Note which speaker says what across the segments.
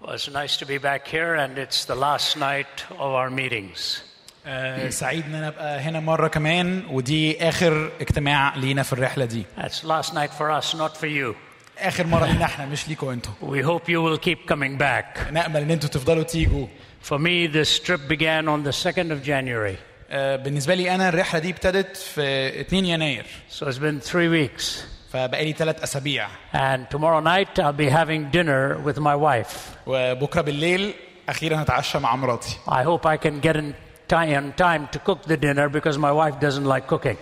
Speaker 1: Well, it's nice to be back here, and it's the last night of our meetings.
Speaker 2: آه، سعيد ان انا ابقى هنا مره كمان ودي اخر اجتماع لينا في الرحله دي
Speaker 1: That's last night for us, not for you.
Speaker 2: اخر مره لينا احنا مش ليكوا انتوا
Speaker 1: We hope you will keep coming back.
Speaker 2: نامل ان انتوا تفضلوا تيجوا
Speaker 1: For me, this trip began on the 2nd of January,
Speaker 2: آه، بالنسبه لي انا الرحله دي ابتدت في 2 يناير
Speaker 1: so it's been three weeks.
Speaker 2: فبقالي ثلاث اسابيع
Speaker 1: And tomorrow night, I'll be having dinner with my wife.
Speaker 2: وبكره بالليل اخيرا هتعشى مع مراتي
Speaker 1: I hope I can get in time, in time to cook the dinner because my wife doesn't like cooking.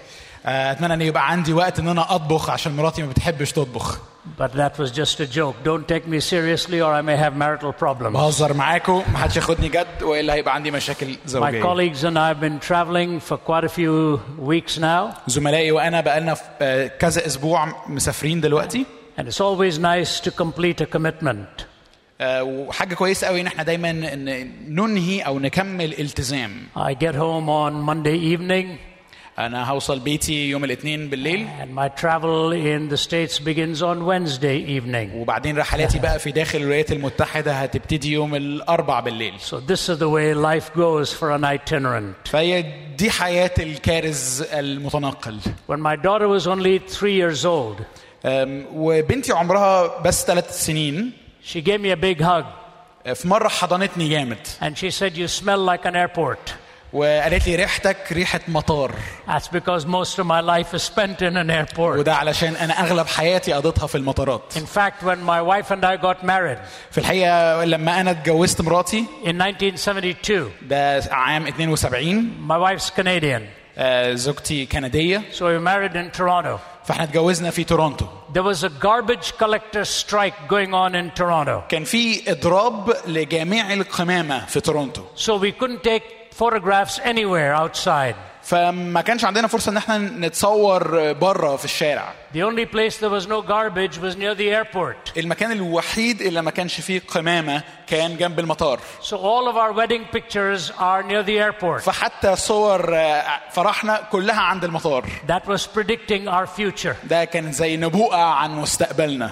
Speaker 2: آه، اتمنى ان يبقى عندي وقت ان انا اطبخ عشان مراتي ما بتحبش تطبخ
Speaker 1: But that was just a joke. Don't take me seriously, or I may have marital problems.
Speaker 2: بهزر معاكم محدش ياخدني جد والا هيبقى عندي مشاكل
Speaker 1: My
Speaker 2: زوجيه
Speaker 1: colleagues and I have been traveling for quite a few weeks now,
Speaker 2: زملائي وانا بقالنا في- آه، كذا اسبوع مسافرين دلوقتي
Speaker 1: and it's always nice to complete a commitment.
Speaker 2: آه، وحاجه كويسه قوي ان احنا دايما إن ننهي او نكمل التزام
Speaker 1: I get home on Monday evening,
Speaker 2: انا هوصل بيتي يوم الاثنين بالليل
Speaker 1: and my travel in the States begins on Wednesday evening.
Speaker 2: وبعدين رحلاتي بقى في داخل الولايات المتحده هتبتدي يوم الاربع بالليل
Speaker 1: So, this is the way life goes for an itinerant.
Speaker 2: فهي دي حياه الكارز المتنقل
Speaker 1: When my daughter was only three years old,
Speaker 2: أم، وبنتي عمرها بس ثلاث سنين
Speaker 1: she gave me a big hug
Speaker 2: أه، في مره حضنتني جامد
Speaker 1: and she said, You smell like an airport.
Speaker 2: وقالت لي ريحتك ريحه مطار
Speaker 1: That's because most of my life is spent in an airport.
Speaker 2: وده علشان انا اغلب حياتي قضيتها في المطارات
Speaker 1: In fact, when my wife and I got married
Speaker 2: في الحقيقه لما انا اتجوزت مراتي
Speaker 1: in 1972,
Speaker 2: ده عام 72
Speaker 1: my wife's Canadian,
Speaker 2: آه، زوجتي كندية
Speaker 1: so we were married in Toronto.
Speaker 2: فاحنا اتجوزنا في تورونتو
Speaker 1: There was a garbage collector strike going on in Toronto,
Speaker 2: كان في اضراب لجميع القمامة في تورونتو
Speaker 1: so we couldn't take photographs anywhere outside.
Speaker 2: فما كانش عندنا فرصة ان احنا نتصور بره في الشارع
Speaker 1: The only place there was no garbage was near the airport.
Speaker 2: المكان الوحيد اللي ما كانش فيه قمامة كان جنب المطار
Speaker 1: So all of our wedding pictures are near the airport.
Speaker 2: فحتى صور آه، فرحنا كلها عند المطار
Speaker 1: That was predicting our future.
Speaker 2: ده كان زي نبوءة عن مستقبلنا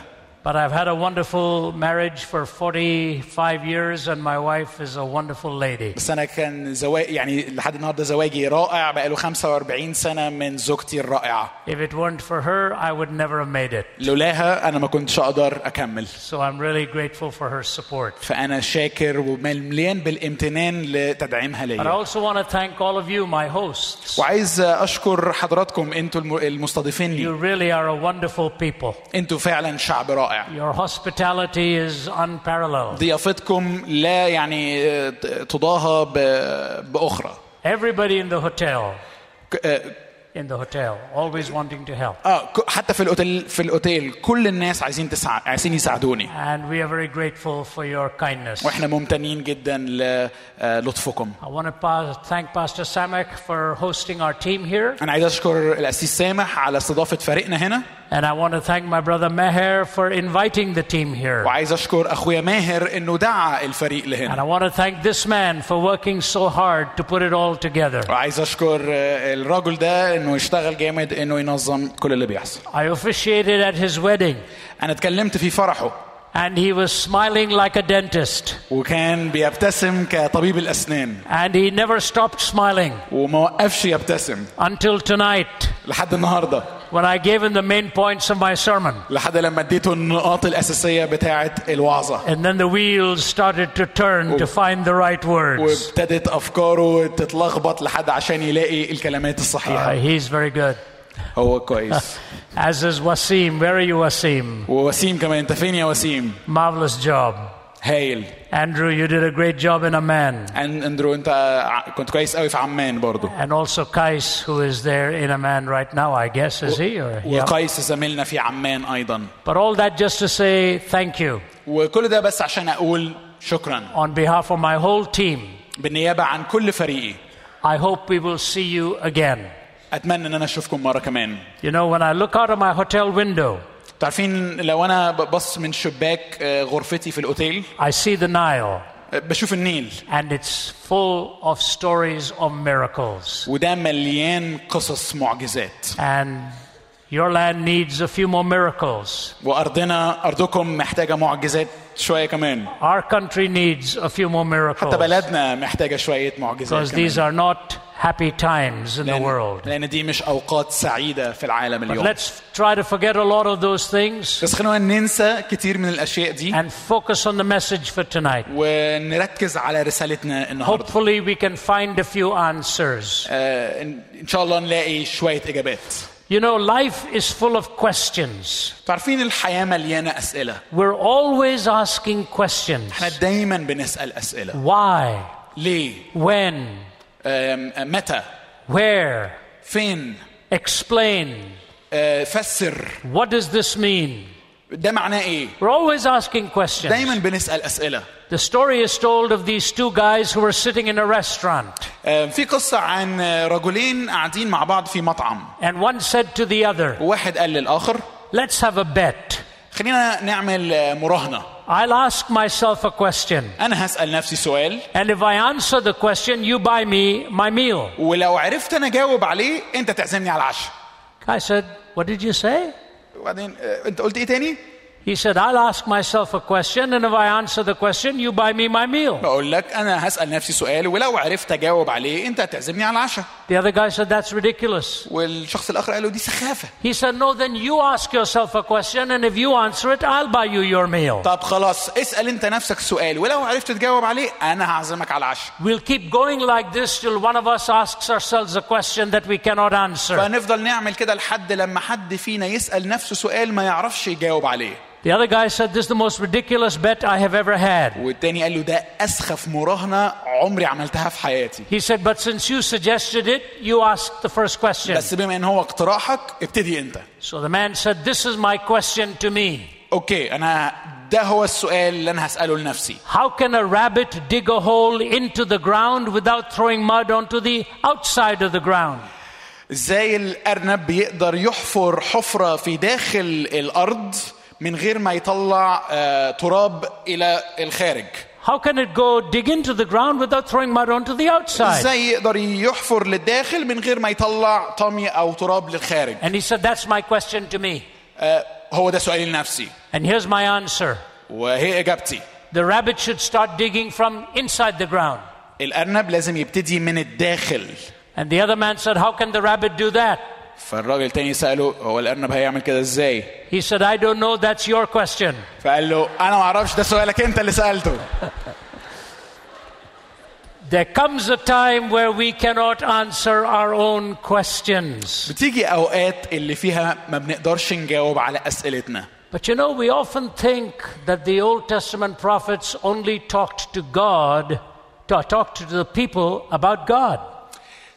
Speaker 1: But I've had a wonderful marriage for 45 years, and my wife is a wonderful lady.
Speaker 2: بس انا كان زواج يعني لحد النهارده زواجي رائع بقاله 45 سنه من زوجتي الرائعه
Speaker 1: If it weren't for her, I would never have made it.
Speaker 2: لولاها انا ما كنتش اقدر اكمل
Speaker 1: So I'm really grateful for her support.
Speaker 2: فانا شاكر ومليان بالامتنان لتدعيمها
Speaker 1: But I
Speaker 2: ليا
Speaker 1: also want to thank all of you, my hosts.
Speaker 2: وعايز اشكر حضراتكم انتوا الم- المستضيفين
Speaker 1: You
Speaker 2: لي
Speaker 1: really are a wonderful people.
Speaker 2: انتوا فعلا شعب رائع
Speaker 1: Your hospitality is unparalleled.
Speaker 2: ضيافتكم لا يعني آه، ت- تضاهى ب- باخرى
Speaker 1: Everybody in the hotel,
Speaker 2: ك- آه،
Speaker 1: in the hotel, always wanting to help.
Speaker 2: اه ك- حتى في الاوتيل في الاوتيل كل الناس عايزين تسع... عايزين يساعدوني
Speaker 1: And we are very grateful for your kindness.
Speaker 2: واحنا ممتنين آه، جدا للطفكم
Speaker 1: I want to pa- thank Pastor Samek for hosting our team here.
Speaker 2: انا عايز اشكر الاسيس سامح على استضافه فريقنا هنا
Speaker 1: And I want to thank my brother Meher for inviting the team here.
Speaker 2: وعايز اشكر اخويا ماهر انه دعا الفريق لهنا
Speaker 1: And I want to thank this man for working so hard to put it all together.
Speaker 2: وعايز اشكر آه، الراجل ده انه يشتغل جامد انه ينظم كل اللي بيحصل
Speaker 1: I officiated at his wedding,
Speaker 2: انا اتكلمت في فرحه
Speaker 1: and he was smiling like a dentist,
Speaker 2: وكان بيبتسم كطبيب الاسنان
Speaker 1: and he never stopped smiling
Speaker 2: وما وقفش يبتسم
Speaker 1: until tonight
Speaker 2: لحد النهارده
Speaker 1: when I gave him the main points of my sermon.
Speaker 2: لحد لما اديته النقاط الاساسيه بتاعه الوعظه
Speaker 1: And then the wheels started to turn to find the right words.
Speaker 2: وابتدت افكاره تتلخبط لحد عشان يلاقي الكلمات
Speaker 1: Uh,
Speaker 2: الصحيحه
Speaker 1: he's very good.
Speaker 2: هو كويس
Speaker 1: As is Wasim. Where are you, Wasim?
Speaker 2: ووسيم كمان انت فين يا وسيم
Speaker 1: Marvelous job.
Speaker 2: هايل
Speaker 1: Andrew, you did a great job in Amman.
Speaker 2: أن- اندرو انت آه، كنت كويس قوي في عمان برضو
Speaker 1: And also Kais, who is there in Amman right now, I guess, is he? Or, yeah.
Speaker 2: وقيس زميلنا في عمان ايضا
Speaker 1: But all that just to say thank you
Speaker 2: وكل ده بس عشان اقول شكرا
Speaker 1: on behalf of my whole team.
Speaker 2: بالنيابه عن كل فريقي
Speaker 1: I hope we will see you again.
Speaker 2: اتمنى ان انا اشوفكم مره كمان
Speaker 1: You know, when I look out of my hotel window,
Speaker 2: تعرفين لو انا ببص من شباك آه، غرفتي في الاوتيل
Speaker 1: I see the Nile,
Speaker 2: آه، بشوف النيل
Speaker 1: and it's full of stories of miracles.
Speaker 2: وده مليان قصص معجزات
Speaker 1: And Your land needs a few more miracles.
Speaker 2: وارضنا ارضكم محتاجه معجزات شويه كمان
Speaker 1: Our country needs a few more miracles.
Speaker 2: حتى بلدنا محتاجه شويه
Speaker 1: Because
Speaker 2: معجزات
Speaker 1: these
Speaker 2: كمان.
Speaker 1: are not happy times in the
Speaker 2: لأن,
Speaker 1: world.
Speaker 2: لان دي مش اوقات سعيده في العالم
Speaker 1: But
Speaker 2: اليوم
Speaker 1: let's try to forget a lot of those things
Speaker 2: بس خلونا ننسى كتير من الاشياء دي
Speaker 1: and focus on the message for tonight.
Speaker 2: ونركز على رسالتنا النهارده
Speaker 1: Hopefully, we can find a few answers.
Speaker 2: آه، ان إن شاء الله نلاقي شويه اجابات
Speaker 1: You know, life is full of questions.
Speaker 2: تعرفين الحياه مليانه اسئله
Speaker 1: We're always asking questions
Speaker 2: احنا دايما بنسال اسئله
Speaker 1: why,
Speaker 2: ليه
Speaker 1: when,
Speaker 2: آم، آم، متى
Speaker 1: where,
Speaker 2: فين
Speaker 1: explain,
Speaker 2: آه، فسر
Speaker 1: what does this mean?
Speaker 2: ده معناه ايه
Speaker 1: We're always asking
Speaker 2: دايما
Speaker 1: questions.
Speaker 2: بنسال اسئله
Speaker 1: The story is told of these two guys who were sitting in a restaurant,
Speaker 2: آه، في قصه عن آه، رجلين قاعدين مع بعض في مطعم
Speaker 1: and one said to the other,
Speaker 2: وواحد قال للاخر
Speaker 1: Let's have a bet.
Speaker 2: خلينا نعمل آه، مراهنه
Speaker 1: I'll ask myself a question,
Speaker 2: انا هسال نفسي سؤال
Speaker 1: and if I answer the question, you buy me my meal.
Speaker 2: ولو عرفت انا اجاوب عليه انت تعزمني على العشاء
Speaker 1: I said, What did you say?
Speaker 2: وبعدين آه، انت قلت ايه تاني
Speaker 1: He said, I'll ask myself a question, and if I answer the question, you buy me my meal.
Speaker 2: بقول لك انا هسال نفسي سؤال ولو عرفت اجاوب عليه انت هتعزمني على العشاء
Speaker 1: The other guy said, That's ridiculous.
Speaker 2: والشخص الاخر قال له دي سخافه
Speaker 1: He said, No, then you ask yourself a question, and if you answer it, I'll buy you your meal.
Speaker 2: طب خلاص اسال انت نفسك سؤال ولو عرفت تجاوب عليه انا هعزمك على العشاء
Speaker 1: We'll keep going like this till one of us asks ourselves a question that we cannot answer.
Speaker 2: فنفضل نعمل كده لحد لما حد فينا يسال نفسه سؤال ما يعرفش يجاوب عليه
Speaker 1: The other guy said, This is the most ridiculous bet I have ever had.
Speaker 2: والتاني قال له ده اسخف مراهنه عمري عملتها في حياتي
Speaker 1: He said, But since you suggested it, you asked the first question.
Speaker 2: بس بما ان هو اقتراحك ابتدي انت
Speaker 1: So the man said, This is my question to me.
Speaker 2: اوكي انا ده هو السؤال اللي انا هساله لنفسي
Speaker 1: How can a rabbit dig a hole into the ground without throwing mud onto the outside of the ground?
Speaker 2: ازاي الارنب بيقدر يحفر حفره في داخل الارض من غير ما يطلع آه، تراب الى الخارج
Speaker 1: How can it go dig into the ground without throwing mud onto the outside?
Speaker 2: ازاي يقدر يحفر للداخل من غير ما يطلع طمي او تراب للخارج
Speaker 1: And he said, That's my question to me.
Speaker 2: آه، هو ده سؤالي لنفسي
Speaker 1: And here's my answer
Speaker 2: وهي اجابتي
Speaker 1: the rabbit should start digging from inside the ground.
Speaker 2: الارنب لازم يبتدي من الداخل
Speaker 1: And the other man said, How can the rabbit do that?
Speaker 2: فالراجل تاني ساله هو الارنب هيعمل كده ازاي
Speaker 1: He said, I don't know, that's your question.
Speaker 2: فقال له انا ما اعرفش ده سؤالك انت اللي سالته
Speaker 1: There comes a time where we cannot answer our own questions.
Speaker 2: بتيجي اوقات اللي فيها ما بنقدرش نجاوب على اسئلتنا
Speaker 1: But you know, we often think that the Old Testament prophets only talked to God, ta- talked to the people about God.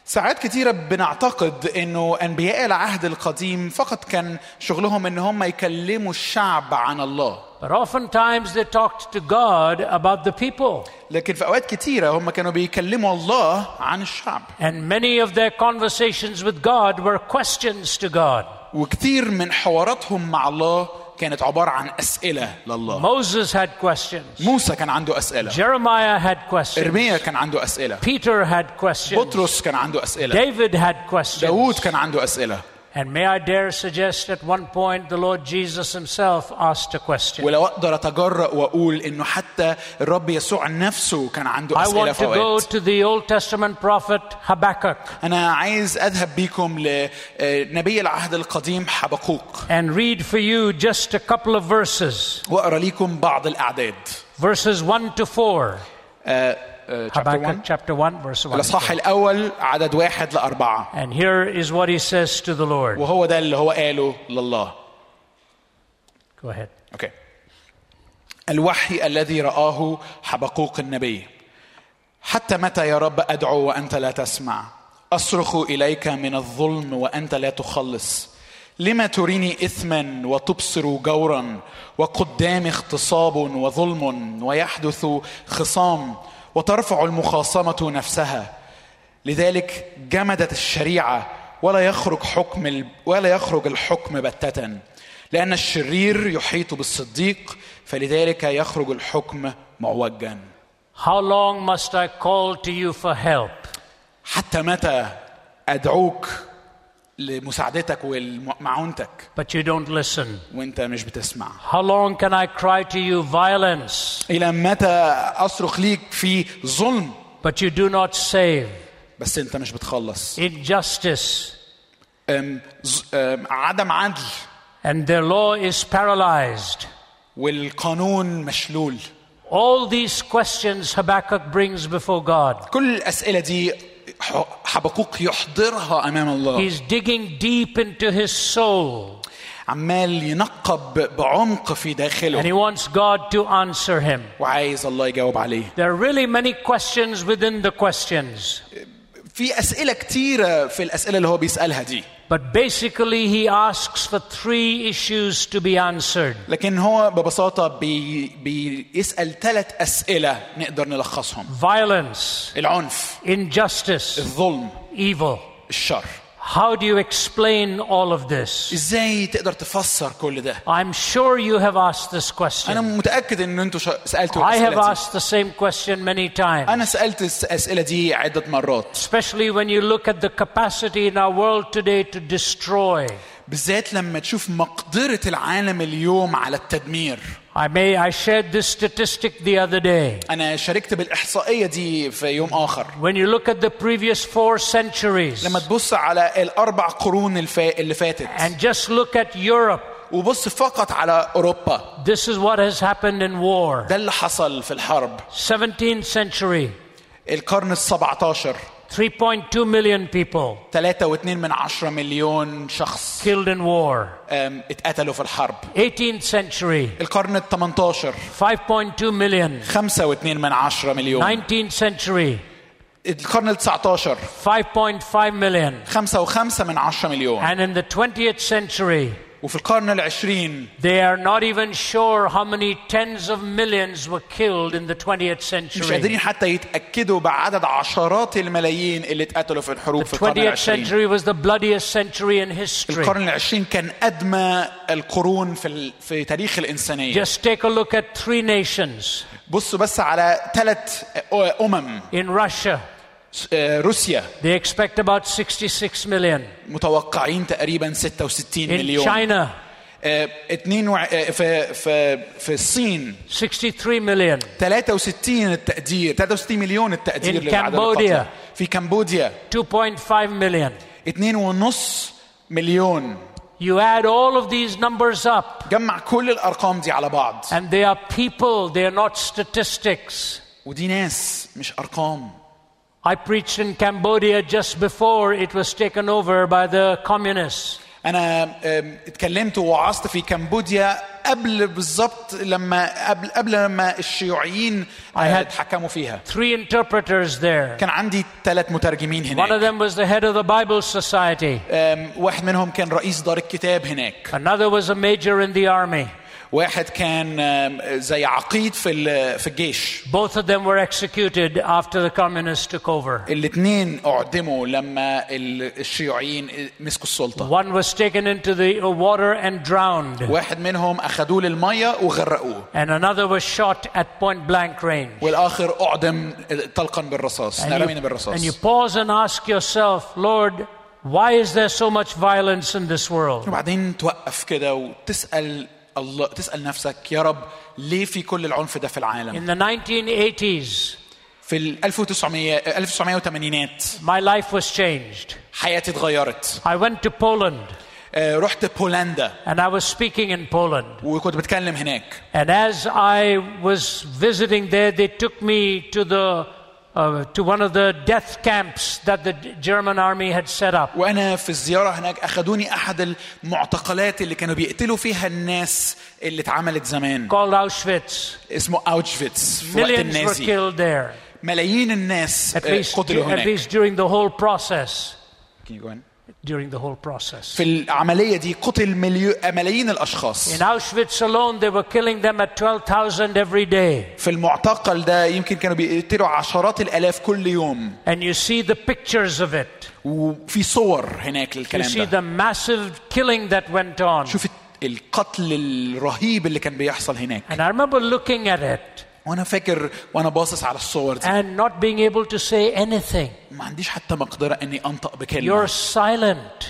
Speaker 2: ساعات كتيرة بنعتقد انه انبياء العهد القديم فقط كان شغلهم ان هم يكلموا الشعب عن الله
Speaker 1: But oftentimes they talked to God about the people.
Speaker 2: لكن في اوقات كتيرة هم كانوا بيكلموا الله عن الشعب
Speaker 1: And many of their conversations with God were questions to God.
Speaker 2: وكتير من حواراتهم مع الله كانت عبارة عن اسئلة لله
Speaker 1: Moses had questions.
Speaker 2: موسى كان عنده اسئلة
Speaker 1: Jeremiah had questions.
Speaker 2: ارميا كان عنده اسئلة
Speaker 1: Peter had questions.
Speaker 2: بطرس كان عنده اسئلة
Speaker 1: David had
Speaker 2: داوود
Speaker 1: questions.
Speaker 2: كان عنده اسئلة
Speaker 1: And may I dare suggest at one point the Lord Jesus himself asked a question.
Speaker 2: ولو اقدر اتجرأ واقول انه حتى الرب يسوع نفسه كان عنده
Speaker 1: I
Speaker 2: اسئله
Speaker 1: want
Speaker 2: في
Speaker 1: to go
Speaker 2: اوقات
Speaker 1: to the Old Testament prophet Habakkuk
Speaker 2: انا عايز اذهب بيكم لنبي العهد القديم حبقوق
Speaker 1: and read for you just a couple of verses,
Speaker 2: واقرا ليكم بعض الاعداد
Speaker 1: verses 1 to 4.
Speaker 2: آه، آه، chapter
Speaker 1: Habakkuk
Speaker 2: 1.
Speaker 1: chapter 1, verse 1.
Speaker 2: الاصحاح الاول عدد واحد لاربعه
Speaker 1: And here is what he says to the Lord.
Speaker 2: وهو ده اللي هو قاله لله
Speaker 1: Go ahead.
Speaker 2: اوكي الوحي الذي رآه حبقوق النبي حتى متى يا رب أدعو وأنت لا تسمع أصرخ إليك من الظلم وأنت لا تخلص لما تريني إثما وتبصر جورا وقدام اغتصاب وظلم ويحدث خصام وترفع المخاصمة نفسها لذلك جمدت الشريعة ولا يخرج حكم ال... ولا يخرج الحكم بتة لأن الشرير يحيط بالصديق فلذلك يخرج الحكم معوجا
Speaker 1: How long must I call to you for help
Speaker 2: حتى متى أدعوك لمساعدتك ومعونتك
Speaker 1: but you don't listen.
Speaker 2: وانت مش بتسمع
Speaker 1: How long can I cry to you violence,
Speaker 2: الى متى اصرخ ليك في ظلم
Speaker 1: but you do not save?
Speaker 2: بس انت مش بتخلص
Speaker 1: Injustice,
Speaker 2: أم، ز- أم، عدم عدل
Speaker 1: and their law is paralyzed.
Speaker 2: والقانون مشلول
Speaker 1: All these questions Habakkuk brings before God.
Speaker 2: كل الاسئله دي ح- حبقوق يحضرها امام الله
Speaker 1: He's digging deep into his soul
Speaker 2: عمال ينقب بعمق في
Speaker 1: and
Speaker 2: داخله
Speaker 1: he wants God to answer him.
Speaker 2: وعايز الله يجاوب عليه
Speaker 1: There are really many questions within the questions,
Speaker 2: في اسئله كتيره في الاسئله اللي هو بيسالها دي
Speaker 1: but basically he asks for three issues to be answered.
Speaker 2: لكن هو ببساطه بي... بيسال ثلاث اسئله نقدر نلخصهم
Speaker 1: Violence,
Speaker 2: العنف
Speaker 1: injustice,
Speaker 2: الظلم
Speaker 1: evil.
Speaker 2: الشر
Speaker 1: How do you explain all of this?
Speaker 2: ازاي تقدر تفسر كل ده
Speaker 1: I'm sure you have asked this
Speaker 2: انا
Speaker 1: question.
Speaker 2: متاكد ان انتوا شا- سالتوا
Speaker 1: I have
Speaker 2: الاسئله دي
Speaker 1: asked the same question many times,
Speaker 2: انا سالت الاسئله دي عده مرات
Speaker 1: especially when you look at the capacity in our world today to destroy.
Speaker 2: بالذات لما تشوف مقدره العالم اليوم على التدمير
Speaker 1: I may I shared this statistic the other day.
Speaker 2: انا شاركت بالاحصائيه دي في يوم اخر
Speaker 1: When you look at the previous four centuries
Speaker 2: لما تبص على الاربع قرون الفا... اللي فاتت
Speaker 1: and just look at Europe,
Speaker 2: وبص فقط على اوروبا
Speaker 1: this is what has happened in war.
Speaker 2: ده اللي حصل في الحرب
Speaker 1: 17th century,
Speaker 2: القرن ال 17
Speaker 1: 3.2 million people
Speaker 2: 3.2 من 10 مليون شخص
Speaker 1: killed in war.
Speaker 2: أم، اتقتلوا في الحرب
Speaker 1: 18th century,
Speaker 2: القرن ال 18
Speaker 1: 5.2 million.
Speaker 2: 5.2 من 10 مليون
Speaker 1: 19th century,
Speaker 2: القرن ال 19
Speaker 1: 5.5 million.
Speaker 2: 5 و5 من 10 مليون
Speaker 1: And in the 20th century,
Speaker 2: وفي القرن ال 20
Speaker 1: they are not even sure how many tens of millions were killed in the 20th
Speaker 2: مش
Speaker 1: century.
Speaker 2: قادرين حتى يتاكدوا بعدد عشرات الملايين اللي اتقتلوا في الحروب في القرن ال
Speaker 1: 20th
Speaker 2: 20
Speaker 1: century was the bloodiest century in history.
Speaker 2: القرن العشرين كان أدمى القرون في, ال... في تاريخ الإنسانية
Speaker 1: Just take a look at three nations
Speaker 2: بصوا بس على ثلاث أمم
Speaker 1: in Russia.
Speaker 2: س- آه، روسيا
Speaker 1: They expect about 66 million.
Speaker 2: متوقعين تقريبا 66
Speaker 1: In
Speaker 2: مليون
Speaker 1: China,
Speaker 2: آه، اتنين وع... آه، في في في الصين
Speaker 1: 63 million.
Speaker 2: 63 التقدير 63 مليون التقدير
Speaker 1: In
Speaker 2: لعدد
Speaker 1: Cambodia.
Speaker 2: القتلى. في كمبوديا
Speaker 1: 2.5 million.
Speaker 2: 2.5 مليون
Speaker 1: You add all of these numbers up,
Speaker 2: جمع كل الارقام دي على بعض
Speaker 1: and they are people, they are not statistics.
Speaker 2: ودي ناس مش ارقام
Speaker 1: I preached in Cambodia just before it was taken over by the communists.
Speaker 2: انا أم، اتكلمت ووعظت في كمبوديا قبل بالظبط لما قبل قبل لما الشيوعيين آه،
Speaker 1: had-
Speaker 2: اتحكموا فيها
Speaker 1: Three interpreters there.
Speaker 2: كان عندي ثلاث مترجمين
Speaker 1: One of
Speaker 2: هناك
Speaker 1: them was the head of the Bible Society,
Speaker 2: أم، واحد منهم كان رئيس دار الكتاب هناك
Speaker 1: another was a major in the army.
Speaker 2: واحد كان أم، زي عقيد في ال- في الجيش
Speaker 1: Both of them were executed after the communists took over.
Speaker 2: الاثنين اعدموا لما ال- الشيوعيين مسكوا السلطه
Speaker 1: One was taken into the water and drowned,
Speaker 2: واحد منهم اخذوه للميه وغرقوه
Speaker 1: and another was shot at point blank range.
Speaker 2: والاخر اعدم طلقا بالرصاص
Speaker 1: And
Speaker 2: رمينا
Speaker 1: you, and
Speaker 2: بالرصاص
Speaker 1: you pause and ask yourself, Lord, why is there so much violence in this world?
Speaker 2: وبعدين توقف كده وتسال الله تسال نفسك يا رب ليه في كل العنف ده في العالم
Speaker 1: In the 1980s,
Speaker 2: في ال 1900 1980
Speaker 1: my life was changed.
Speaker 2: حياتي اتغيرت
Speaker 1: I went to Poland
Speaker 2: آه، رحت بولندا
Speaker 1: and I was speaking in Poland.
Speaker 2: وكنت بتكلم هناك
Speaker 1: And as I was visiting there, they took me to the uh, to one of the death camps that the German army had set up.
Speaker 2: وانا في الزياره هناك اخذوني احد المعتقلات اللي كانوا بيقتلوا فيها الناس اللي اتعملت زمان
Speaker 1: Called Auschwitz.
Speaker 2: اسمه اوشفيتس في وقت
Speaker 1: Millions were
Speaker 2: النازي
Speaker 1: killed there.
Speaker 2: Uh, ملايين الناس
Speaker 1: At
Speaker 2: آه،
Speaker 1: least,
Speaker 2: قتلوا
Speaker 1: at
Speaker 2: هناك
Speaker 1: least during the whole process.
Speaker 2: Can you go on?
Speaker 1: During the whole process.
Speaker 2: في العمليه دي قتل مليو... آه، ملايين الاشخاص
Speaker 1: In Auschwitz alone, they were killing them at 12,000 every day.
Speaker 2: في المعتقل ده يمكن كانوا بيقتلوا عشرات الالاف كل يوم
Speaker 1: And you see the pictures of it.
Speaker 2: وفي صور هناك
Speaker 1: You
Speaker 2: للكلام
Speaker 1: see
Speaker 2: ده
Speaker 1: the massive killing that went on.
Speaker 2: شوف القتل الرهيب اللي كان بيحصل هناك
Speaker 1: And I remember looking at it
Speaker 2: وانا فاكر وانا باصص على الصور دي
Speaker 1: and not being able to say anything.
Speaker 2: ما عنديش حتى مقدره اني انطق
Speaker 1: You're
Speaker 2: بكلمه
Speaker 1: silent.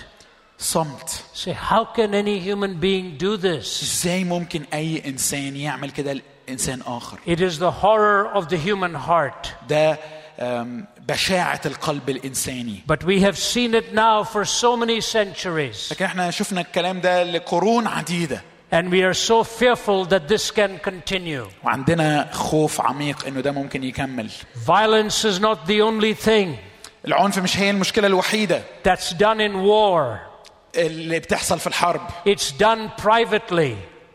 Speaker 2: صمت
Speaker 1: Say, how can any human being do this?
Speaker 2: ازاي ممكن اي انسان يعمل كده لانسان اخر
Speaker 1: It is the horror of the human heart.
Speaker 2: ده آم، بشاعه القلب الانساني
Speaker 1: But we have seen it now for so many centuries.
Speaker 2: لكن احنا شفنا الكلام ده لقرون عديده
Speaker 1: And we are so fearful that this can continue.
Speaker 2: وعندنا خوف عميق انه ده ممكن يكمل
Speaker 1: Violence is not the only thing
Speaker 2: العنف مش هي المشكله الوحيده
Speaker 1: that's done in war,
Speaker 2: اللي بتحصل في الحرب
Speaker 1: it's done privately,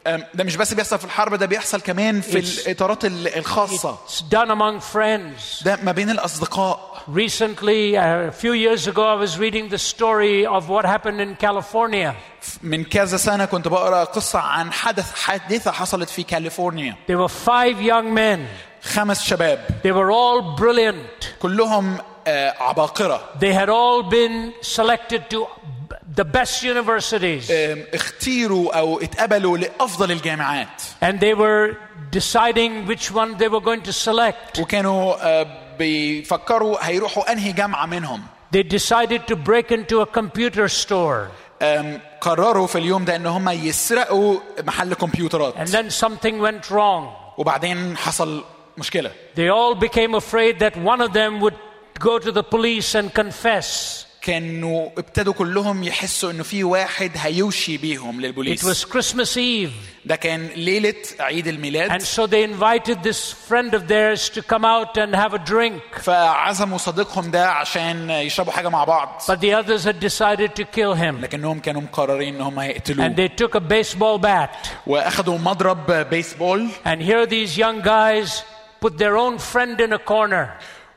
Speaker 2: أم، ده مش بس بيحصل في الحرب ده بيحصل كمان في
Speaker 1: It's-
Speaker 2: الاطارات ال- الخاصه
Speaker 1: it's done among friends.
Speaker 2: ده ما بين الاصدقاء
Speaker 1: Recently, uh, a few years ago, I was reading the story of what happened in California.
Speaker 2: من كذا سنه كنت بقرا قصه عن حدث حادثه حصلت في كاليفورنيا
Speaker 1: There were five young men,
Speaker 2: خمس شباب
Speaker 1: they were all brilliant.
Speaker 2: كلهم آه، عباقره
Speaker 1: They had all been selected to the best universities.
Speaker 2: آم، اختيروا او اتقبلوا لافضل الجامعات
Speaker 1: And they were deciding which one they were going to select.
Speaker 2: وكانوا آه، بيفكروا هيروحوا انهي جامعه منهم
Speaker 1: They decided to break into a computer store.
Speaker 2: آم، قرروا في اليوم ده ان هم يسرقوا
Speaker 1: And
Speaker 2: محل كمبيوترات
Speaker 1: then something went wrong.
Speaker 2: وبعدين حصل مشكله
Speaker 1: They all became afraid that one of them would go to the police and confess.
Speaker 2: كانوا ابتدوا كلهم يحسوا انه في واحد هيوشي بيهم
Speaker 1: It was
Speaker 2: للبوليس
Speaker 1: Christmas Eve.
Speaker 2: ده كان ليله عيد الميلاد
Speaker 1: And so they invited this friend of theirs to come out and have a drink.
Speaker 2: فعزموا صديقهم ده عشان يشربوا حاجه مع بعض
Speaker 1: But the others had decided to kill him.
Speaker 2: لكنهم كانوا مقررين ان هم
Speaker 1: And
Speaker 2: هيقتلوه
Speaker 1: they took a baseball bat.
Speaker 2: واخدوا مضرب بيسبول
Speaker 1: And here these young guys put their own friend in a corner.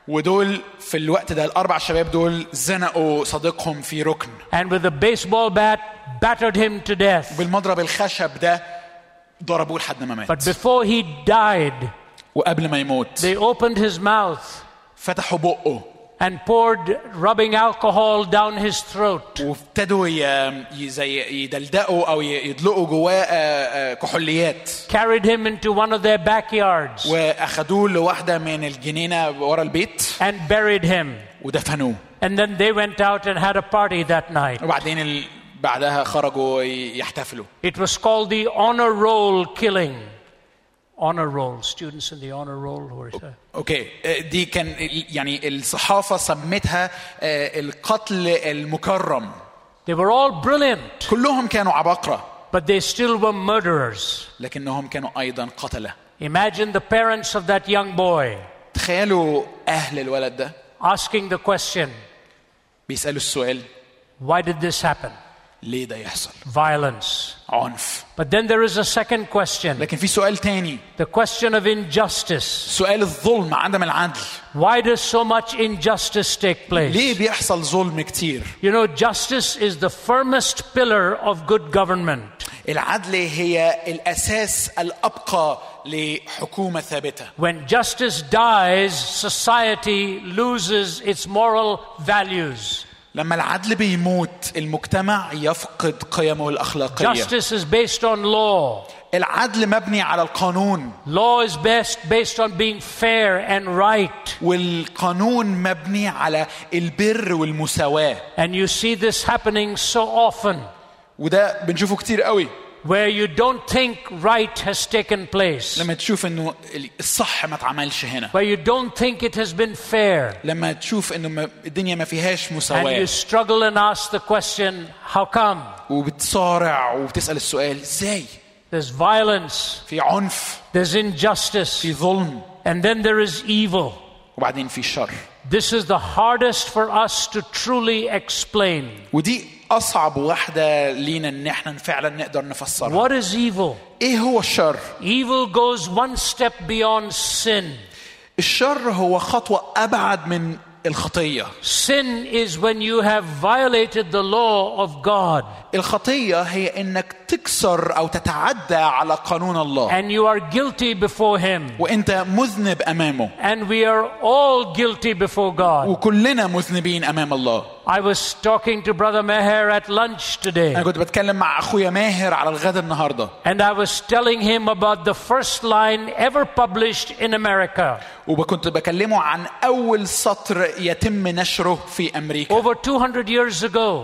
Speaker 2: ودول في الوقت ده الاربع شباب دول زنقوا صديقهم في ركن
Speaker 1: and with a baseball bat battered him to death.
Speaker 2: بالمضرب الخشب ده ضربوه لحد ما
Speaker 1: But
Speaker 2: مات
Speaker 1: before he died,
Speaker 2: وقبل ما يموت
Speaker 1: they opened his mouth
Speaker 2: فتحوا بقه
Speaker 1: and poured rubbing alcohol down his throat.
Speaker 2: وابتدوا ي- ي- زي يدلدقوا او ي- يدلقوا جواه آه، آه، كحوليات
Speaker 1: Carried him into one of their backyards
Speaker 2: واخدوه لواحده من الجنينه ورا البيت
Speaker 1: and buried him.
Speaker 2: ودفنوه
Speaker 1: And then they went out and had a party that night.
Speaker 2: وبعدين ال... بعدها خرجوا ي- يحتفلوا
Speaker 1: It was called the honor roll killing. Honor roll, students in the honor roll who are.
Speaker 2: اوكي آه، دي كان ال- يعني الصحافه سمتها آه، القتل المكرم
Speaker 1: They were all brilliant,
Speaker 2: كلهم كانوا عباقره
Speaker 1: but they still were murderers.
Speaker 2: لكنهم كانوا ايضا قتله
Speaker 1: Imagine the parents of that young boy.
Speaker 2: تخيلوا اهل الولد ده
Speaker 1: asking the question,
Speaker 2: بيسالوا السؤال
Speaker 1: why did this happen?
Speaker 2: ليه ده يحصل
Speaker 1: Violence.
Speaker 2: عنف
Speaker 1: But then there is a second question
Speaker 2: لكن في سؤال تاني
Speaker 1: the question of injustice.
Speaker 2: سؤال الظلم عدم العدل
Speaker 1: Why does so much injustice take
Speaker 2: ليه
Speaker 1: place?
Speaker 2: بيحصل ظلم كتير
Speaker 1: You know, justice is the firmest pillar of good government.
Speaker 2: العدل هي الاساس الابقى لحكومه ثابته
Speaker 1: When justice dies, society loses its moral values.
Speaker 2: لما العدل بيموت المجتمع يفقد قيمه الاخلاقيه
Speaker 1: Justice is based on law.
Speaker 2: العدل مبني على القانون
Speaker 1: Law is best based on being fair and right.
Speaker 2: والقانون مبني على البر والمساواه
Speaker 1: And you see this happening so often.
Speaker 2: وده بنشوفه كتير قوي
Speaker 1: where you don't think right has taken place,
Speaker 2: لما تشوف انه الصح ما اتعملش هنا
Speaker 1: where you don't think it has been fair,
Speaker 2: لما تشوف انه ما- الدنيا ما فيهاش
Speaker 1: and you
Speaker 2: مساواه
Speaker 1: struggle and ask the question, how come?
Speaker 2: وبتصارع وبتسال السؤال ازاي
Speaker 1: There's violence,
Speaker 2: في عنف
Speaker 1: there's
Speaker 2: في
Speaker 1: injustice,
Speaker 2: ظلم
Speaker 1: and then there is evil.
Speaker 2: وبعدين في شر
Speaker 1: This is the hardest for us to truly explain.
Speaker 2: ودي اصعب واحده لينا ان احنا فعلا نقدر نفسرها
Speaker 1: What is evil?
Speaker 2: ايه هو الشر
Speaker 1: Evil goes one step beyond sin.
Speaker 2: الشر هو خطوه ابعد من الخطيه
Speaker 1: Sin is when you have violated the law of God
Speaker 2: الخطيه هي انك تكسر او تتعدى على قانون الله
Speaker 1: and you are guilty before Him.
Speaker 2: وانت مذنب امامه
Speaker 1: And we are all guilty before God.
Speaker 2: وكلنا مذنبين امام الله
Speaker 1: I was talking to Brother Meher at lunch today,
Speaker 2: انا كنت بتكلم مع اخويا ماهر على الغدا النهارده
Speaker 1: and I was telling him about the first line ever published in America.
Speaker 2: وكنت بكلمه عن اول سطر يتم نشره في امريكا
Speaker 1: Over 200 years ago,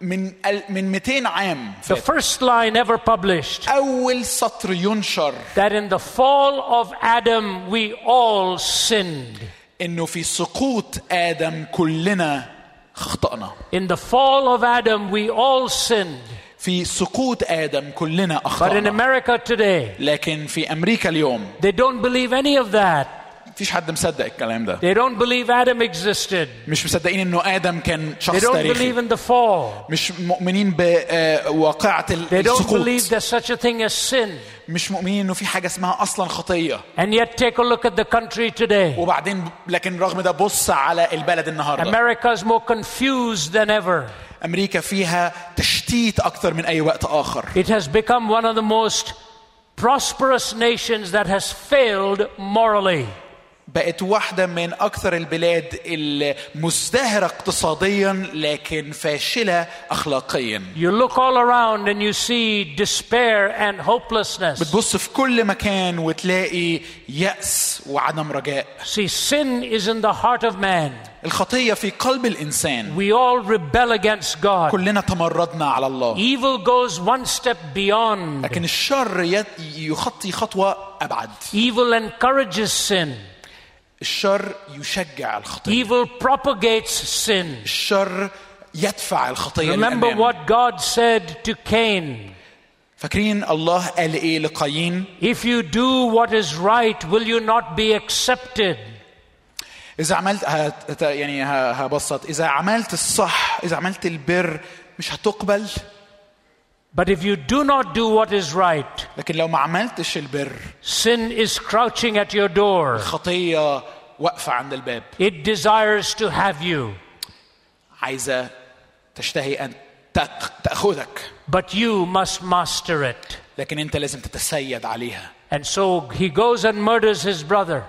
Speaker 2: من ال- من 200 عام
Speaker 1: The first line ever published
Speaker 2: اول سطر ينشر
Speaker 1: that in the fall of Adam we all sinned.
Speaker 2: انه في سقوط ادم كلنا اخطانا
Speaker 1: In the fall of Adam we all sinned.
Speaker 2: في سقوط ادم كلنا
Speaker 1: But in
Speaker 2: اخطانا
Speaker 1: America today,
Speaker 2: لكن في امريكا اليوم
Speaker 1: they don't believe any of that.
Speaker 2: مفيش حد مصدق الكلام ده
Speaker 1: They don't believe Adam existed.
Speaker 2: مش مصدقين انه ادم كان
Speaker 1: They
Speaker 2: شخص
Speaker 1: don't believe
Speaker 2: تاريخي
Speaker 1: in the fall.
Speaker 2: مش مؤمنين بواقعة
Speaker 1: They don't believe
Speaker 2: السقوط
Speaker 1: there's such a thing as sin.
Speaker 2: مش مؤمنين انه في حاجة اسمها اصلا خطية
Speaker 1: And yet take a look at the country today.
Speaker 2: وبعدين لكن رغم ده بص على البلد النهاردة
Speaker 1: America is more confused than ever.
Speaker 2: امريكا فيها تشتيت اكتر من اي وقت اخر
Speaker 1: It has become one of the most prosperous nations that has failed morally.
Speaker 2: بقت واحدة من أكثر البلاد المزدهرة اقتصاديا لكن فاشلة أخلاقيا
Speaker 1: You look all around and you see despair and hopelessness.
Speaker 2: بتبص في كل مكان وتلاقي يأس وعدم رجاء
Speaker 1: See, sin is in the heart of man.
Speaker 2: الخطية في قلب الإنسان
Speaker 1: We all rebel against God.
Speaker 2: كلنا تمردنا على الله
Speaker 1: Evil goes one step beyond.
Speaker 2: لكن الشر يت- يخطي خطوة أبعد
Speaker 1: Evil encourages sin.
Speaker 2: الشر يشجع الخطية
Speaker 1: Evil propagates sin.
Speaker 2: الشر يدفع الخطية
Speaker 1: Remember
Speaker 2: للأمام
Speaker 1: what God said to Cain
Speaker 2: فاكرين الله قال إيه لقايين
Speaker 1: If you do what is right, will you not be accepted?
Speaker 2: إذا عملت هت... يعني ه- هبسط إذا عملت الصح إذا عملت البر مش هتقبل
Speaker 1: But if you do not do what is right,
Speaker 2: لكن لو ما عملتش البر
Speaker 1: sin is crouching at your door.
Speaker 2: الخطية واقفة عند الباب
Speaker 1: It desires to have you,
Speaker 2: عايزة تشتهي أن تأخ- تأخذك
Speaker 1: but you must master it.
Speaker 2: لكن أنت لازم تتسيد عليها
Speaker 1: And so he goes and murders his brother,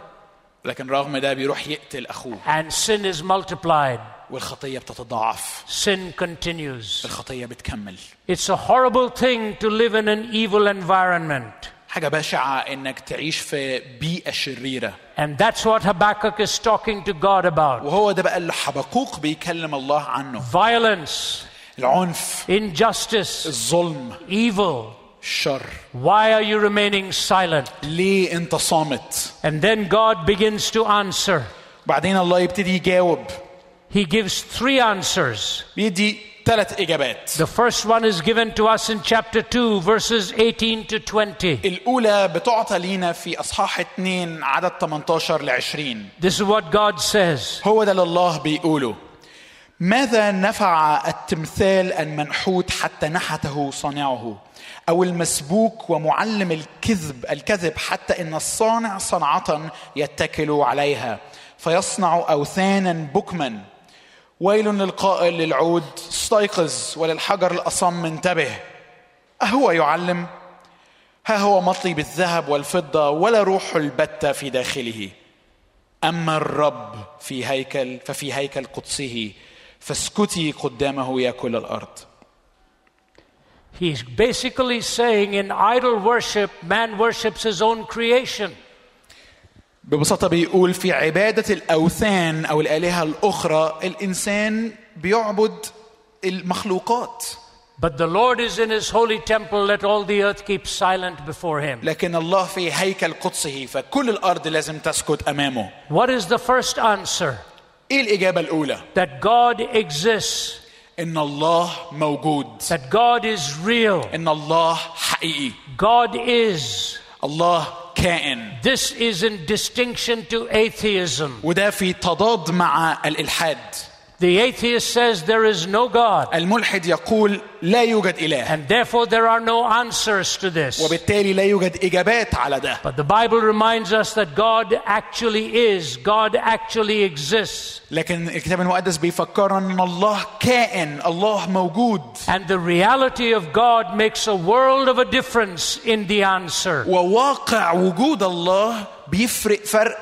Speaker 2: لكن رغم ده بيروح يقتل أخوه
Speaker 1: and sin is multiplied.
Speaker 2: والخطية بتتضاعف
Speaker 1: Sin continues.
Speaker 2: الخطية بتكمل
Speaker 1: It's a horrible thing to live in an evil environment.
Speaker 2: حاجة بشعة إنك تعيش في بيئة شريرة
Speaker 1: And that's what Habakkuk is talking to God about
Speaker 2: وهو ده بقى اللي حبقوق بيكلم الله عنه
Speaker 1: violence,
Speaker 2: العنف
Speaker 1: injustice,
Speaker 2: الظلم
Speaker 1: evil.
Speaker 2: الشر
Speaker 1: Why are you remaining silent?
Speaker 2: ليه انت صامت
Speaker 1: And then God begins to answer.
Speaker 2: بعدين الله يبتدي يجاوب
Speaker 1: He gives three answers.
Speaker 2: بيدي ثلاث اجابات
Speaker 1: The first one is given to us in chapter 2, verses 18 to 20.
Speaker 2: الاولى بتعطى لينا في اصحاح 2 عدد 18 ل 20
Speaker 1: This is what God says
Speaker 2: هو ده اللي الله بيقوله ماذا نفع التمثال المنحوت حتى نحته صانعه او المسبوك ومعلم الكذب الكذب حتى ان الصانع صنعه يتكل عليها فيصنع اوثانا بكما ويل للقائل للعود استيقظ وللحجر الاصم انتبه اهو يعلم ها هو مطلي بالذهب والفضه ولا روح البته في داخله أما الرب في هيكل ففي هيكل قدسه فاسكتي قدامه يا كل الأرض
Speaker 1: He's basically saying in idol worship, man worships his own creation.
Speaker 2: ببساطة بيقول في عبادة الأوثان أو الآلهة الأخرى الإنسان بيعبد المخلوقات
Speaker 1: But the Lord is in his holy temple, let all the earth keep silent before him.
Speaker 2: لكن الله في هيكل قدسه فكل الأرض لازم تسكت أمامه
Speaker 1: What is the first answer?
Speaker 2: إيه الإجابة الأولى؟
Speaker 1: That God exists,
Speaker 2: إن الله موجود
Speaker 1: that God is real,
Speaker 2: إن الله حقيقي
Speaker 1: God is.
Speaker 2: الله كائن
Speaker 1: This is in distinction to atheism.
Speaker 2: وده في تضاد مع الإلحاد
Speaker 1: The atheist says there is no God,
Speaker 2: الملحد يقول لا يوجد إله
Speaker 1: and therefore there are no answers to this.
Speaker 2: وبالتالي لا يوجد اجابات على ده
Speaker 1: But the Bible reminds us that God actually is, God actually exists.
Speaker 2: لكن الكتاب المقدس بيفكرنا ان الله كائن الله موجود
Speaker 1: And the reality of God makes a world of a difference in the answer.
Speaker 2: وواقع وجود الله بيفرق فرق